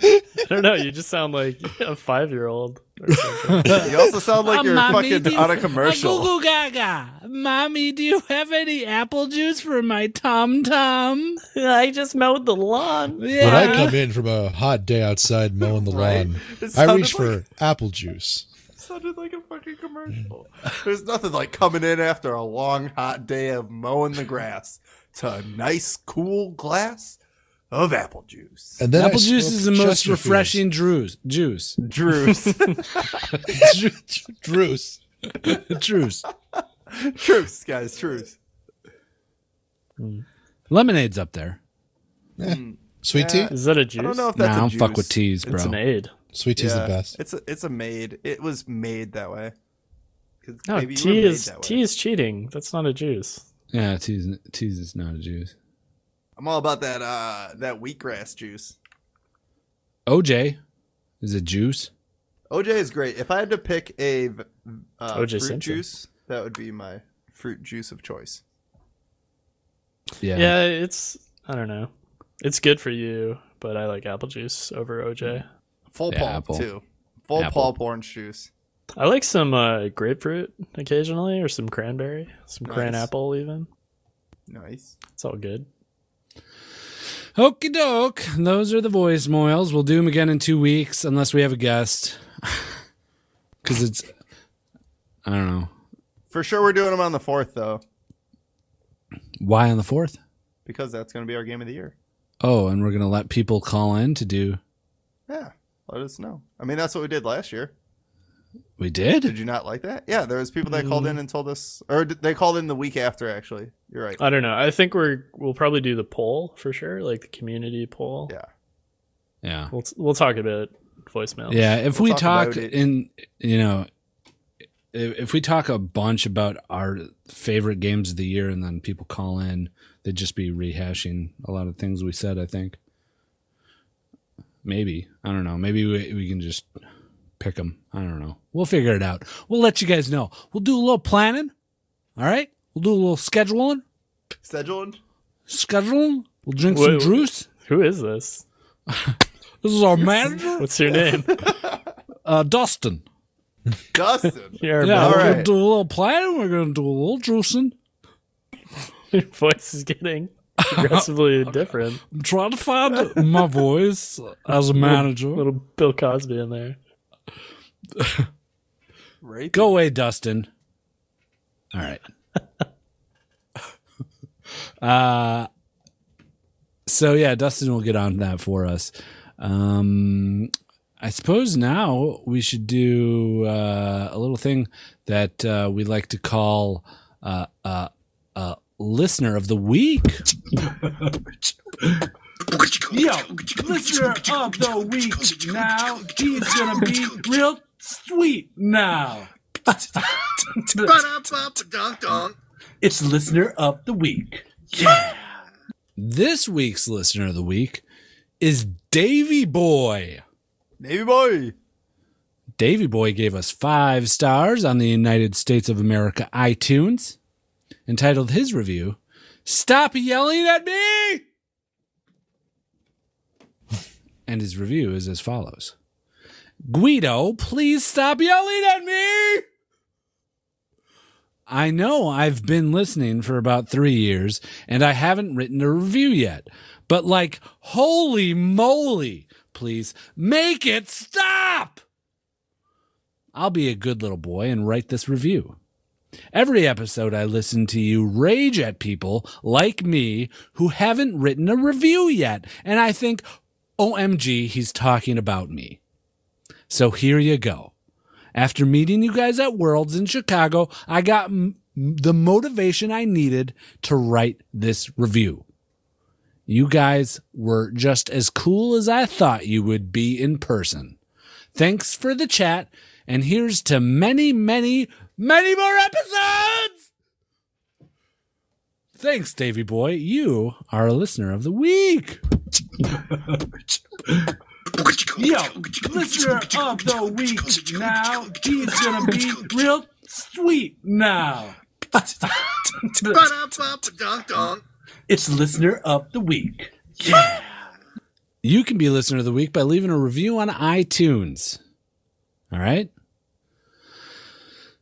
I don't know. You just sound like a five year old.
(laughs) You also
(laughs)
sound (laughs) like you're fucking (laughs) on a commercial.
Google
Gaga, mommy, do you have any apple juice for my tom tom?
(laughs) I just mowed the lawn.
When I come in from a hot day outside mowing
(laughs)
the lawn,
It
I
sounded
reach for apple juice.
Sounded like a fucking commercial. (laughs) There's nothing like coming in after a long, hot day of mowing the grass to a nice, cool glass of apple juice.
And then I
apple juice
smoke
is the most
Chesterfields. (laughs)
refreshing juice. Juice. (laughs)
(laughs) Juice.
Druce.
Juice.
Truth, guys, truth.
Lemonade's up there.
Mm.
Sweet tea?
Uh,
Is that a
I don't
juice?
know if that's
Nah,
a
I don't fuck
juice.
with teas, bro. It's an aid. Sweet tea's the best.
It's a, it's a made. It was made that way. 'Cause
No,
maybe you were
Oh, tea
made
is
that way.
tea is cheating. That's not a juice.
Yeah, teas, teas is not a juice.
I'm all about that uh that wheatgrass juice.
OJ is a juice.
OJ is great. If I had to pick a v- uh,
OJ
fruit
Simpson.
juice, that would be my fruit juice of choice.
Yeah.
Yeah, it's I don't know. It's good for you, but I like apple juice over OJ.
Full
Yeah,
pulp
apple.
too. Full
Apple.
pulp orange juice.
I like some uh, grapefruit occasionally, or some cranberry, some
Nice.
cran apple even.
Nice.
It's all good.
Okie doke. Those are the voice moils. We'll do them again in two weeks unless we have a guest. (laughs) Because it's, I don't know.
For sure, we're doing them on the fourth though,
Why on the 4th?
because that's going to be our game of the year.
Oh, and we're going to let people call in to do.
Yeah, let us know. I mean, that's what we did last year.
We did?
Did you not like that? Yeah, there was people that called
Mm.
in and told us, or d- they called in the week after. Actually,
(laughs)
you're right.
I don't know. I think we're we'll probably do the poll for sure, like the community poll.
Yeah,
Yeah.
We'll we'll talk about voicemails.
Yeah, if we talk,
it.
in, you know, if, if we talk a bunch about our favorite games of the year and then people call in, they'd just be rehashing a lot of things we said, I think. Maybe. I don't know. Maybe we, we can just pick them. I don't know. We'll figure it out. We'll let you guys know. We'll do a little planning. All right. We'll do a little scheduling.
Scheduling.
Scheduling. We'll drink
Wait,
some juice.
Who is this?
This is our manager,
What's
(laughs)
your
(laughs)
name?
uh, Dustin.
Dustin.
(laughs)
Your
yeah,
mouth-
we're gonna do a little planning. We're gonna do a little juicing.
your (laughs) voice is (laughs) getting progressively different.
I'm trying to find my voice as a manager.
Little, little Bill Cosby in there.
Right.
Go away, Dustin. All right. uh, so yeah, Dustin will get on that for us. Um, I suppose now we should do uh, a little thing that uh, we like to call uh, uh, uh, listener of the week.
Yo, listener of the week now. He's gonna be real sweet now.
It's listener of the week. Yeah. This week's listener of the week is Davy Boy.
Davy Boy.
Davy Boy gave us five stars on the United States of America iTunes, entitled his review, Stop Yelling at Me! (laughs) And his review is as follows Guido, please stop yelling at me! I know I've been listening for about three years and I haven't written a review yet, but like, holy moly, please make it stop! I'll be a good little boy and write this review. Every episode, I listen to you rage at people like me who haven't written a review yet, and I think, OMG, he's talking about me. So here you go. After meeting you guys at Worlds in Chicago, I got m- the motivation I needed to write this review. You guys were just as cool as I thought you would be in person. Thanks for the chat, and here's to many, many, many more episodes! Thanks, Davy Boy. You are a listener of the week.
Yo, listener of the week now. He's gonna be real sweet now. It's listener of the week. Yeah.
You can be listener of the week by leaving a review on iTunes. All right?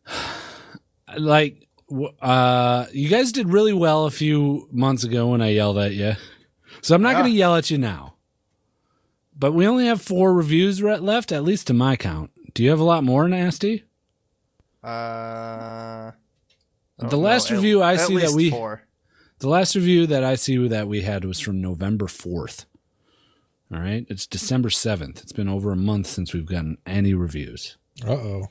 (sighs) Like w- uh you guys did really well a few months ago when I yelled at you. So I'm not going to yell at you now. But we only have 4 reviews re- left at least to my count. Do you have a lot more nasty?
Uh,
the last
no, at-
review I
at
see that
least
we
four.
the last review that I see that we had was from November fourth. All right, it's December seventh. It's been over a month since we've gotten any reviews.
Uh oh.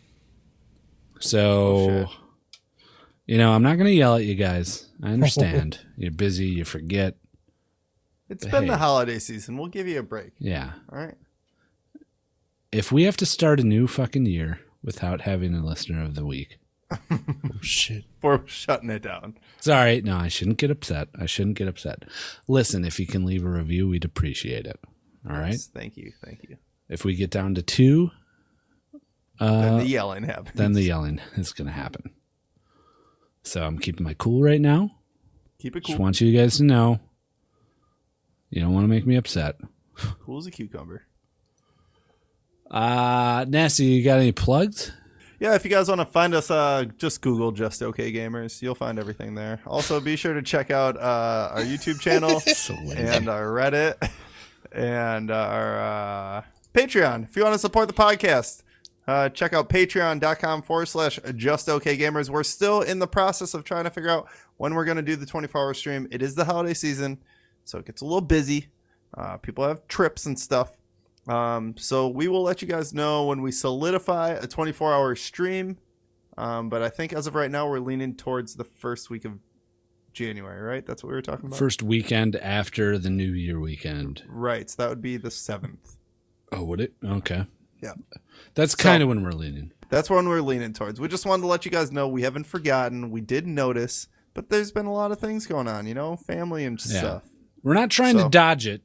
So, you know, I'm not going to yell at you guys. I understand (laughs) you're busy, you forget.
It's
But
been
hey,
the holiday season. We'll give you a break.
Yeah.
All right.
if we have to start a new fucking year without having a listener of the week.
shit.
We're shutting it down.
Sorry, no, I shouldn't get upset. I shouldn't get upset. Listen, if you can leave a review, we'd appreciate it. All right.
Yes, Thank you. Thank you.
If we get down to two, uh,
Then the yelling happens.
Then the yelling is going to happen. So I'm keeping my cool right now.
Keep it
Just
cool.
want you guys to know. You don't want to make me upset.
Cool as a cucumber.
Uh Nasty, you got any plugs?
Yeah, if you guys want to find us, uh, just Google Just Okay Gamers. You'll find everything there. Also, be sure to check out uh, our YouTube channel and our Reddit and our uh, Patreon. If you want to support the podcast, uh, check out patreon.com forward slash Just Okay Gamers. We're still in the process of trying to figure out when we're going to do the 24 hour stream. It is the holiday season, so it gets a little busy. Uh, people have trips and stuff. Um, so we will let you guys know when we solidify a 24 hour stream. Um, but I think as of right now, we're leaning towards the first week of January, right? That's what we were talking about.
First weekend after the New Year weekend.
Right. So that would be the seventh.
Oh, would it? Okay.
Yeah.
That's
So-
kind of when we're leaning.
That's one we're leaning towards. We just wanted to let you guys know we haven't forgotten. We did notice, but there's been a lot of things going on, you know, family and
Yeah.
stuff.
We're not trying
So-
to dodge it.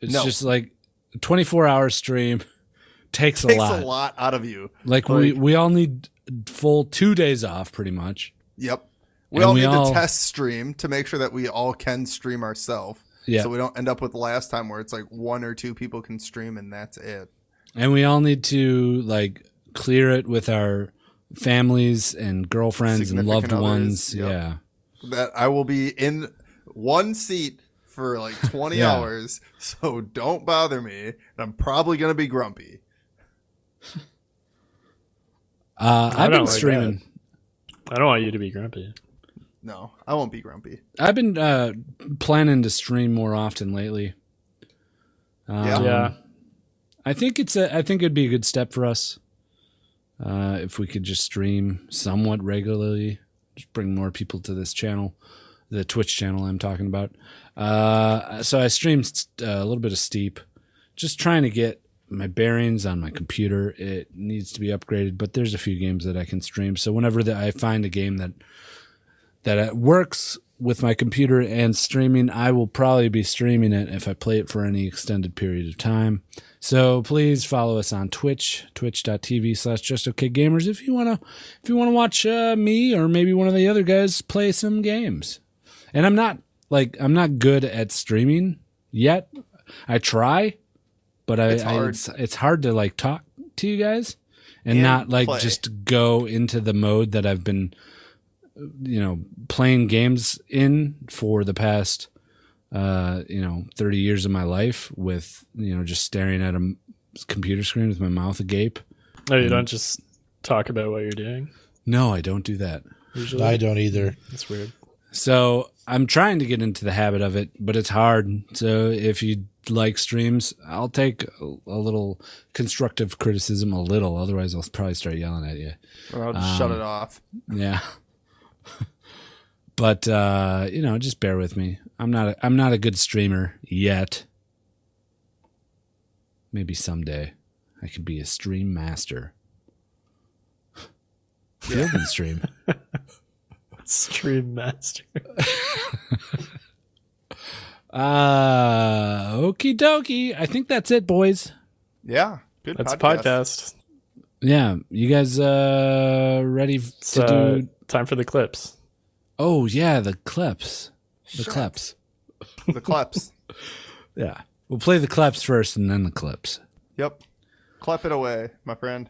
It's
No.
just like a 24 hour stream (laughs) takes,
Takes
a lot.
out of you.
Like, we, we all need full two days off, pretty much.
Yep. We
And
all
we
need
all-
to test stream to make sure that we all can stream ourselves.
Yeah.
So we don't end up with last time where it's like one or two people can stream and that's it.
And we all need to like clear it with our families and girlfriends and loved
Significant others,
ones.
yep.
Yeah.
That I will be in one seat
(laughs)
for like 20
Yeah.
hours. So don't bother me. And I'm probably going to be grumpy.
Uh,
I don't
I've been
like
streaming.
I don't want you to be grumpy.
No, I won't be grumpy.
I've been uh, planning to stream more often lately. Um,
Yeah. Yeah.
I think it's a. I think it'd be a good step for us uh, if we could just stream somewhat regularly. Just bring more people to this channel, the Twitch channel I'm talking about. Uh, so I streamed uh, a little bit of Steep, just trying to get my bearings on my computer. It needs to be upgraded, but there's a few games that I can stream. So whenever that I find a game that that it works with my computer and streaming. I will probably be streaming it if I play it for any extended period of time. So please follow us on Twitch, twitch.tv slash justokgamers if you wanna if you wanna watch uh, me or maybe one of the other guys play some games. And I'm not like I'm not good at streaming yet. I try, but I,
It's
I-
hard.
it's, it's hard to like talk to you guys and,
And
not like
play.
just go into the mode that I've been you know playing games in for the past uh you know 30 years of my life with you know just staring at a m- computer screen with my mouth agape
No, you don't just talk about what you're doing.
no i don't do that
Usually,
I don't either.
That's weird. (laughs)
So I'm trying to get into the habit of it, but it's hard. So if you like streams, I'll take a, a little constructive criticism, a little. Otherwise, I'll probably start yelling at you.
Or I'll just shut it off.
Yeah. (laughs) but uh, you know, just bear with me. I'm not. A, I'm not a good streamer yet. Maybe someday I could be a stream master. Field and stream. (laughs)
Stream master.
Uh, okie dokie. I think that's it, boys.
Yeah. Good
That's a podcast.
Yeah, you guys uh ready f-
It's,
to
uh,
do?
time for the clips.
Oh yeah, the clips, the
Shut.
clips.
(laughs) The claps.
Yeah, we'll play the clips first and then the clips.
yep. Clap it away, my friend.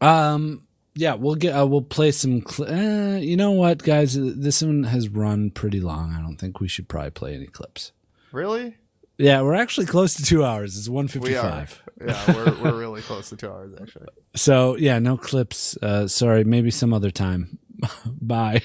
Um, yeah, we'll get. Uh, we'll play some. Cl- uh, you know what, guys? This one has run pretty long. I don't think we should probably play any clips.
Really?
Yeah, we're actually close to two hours. It's one
We are.
fifty-five.
Yeah, we're, we're really close to two hours, actually.
So yeah, no (laughs) clips. Uh, sorry, maybe some other time. Bye.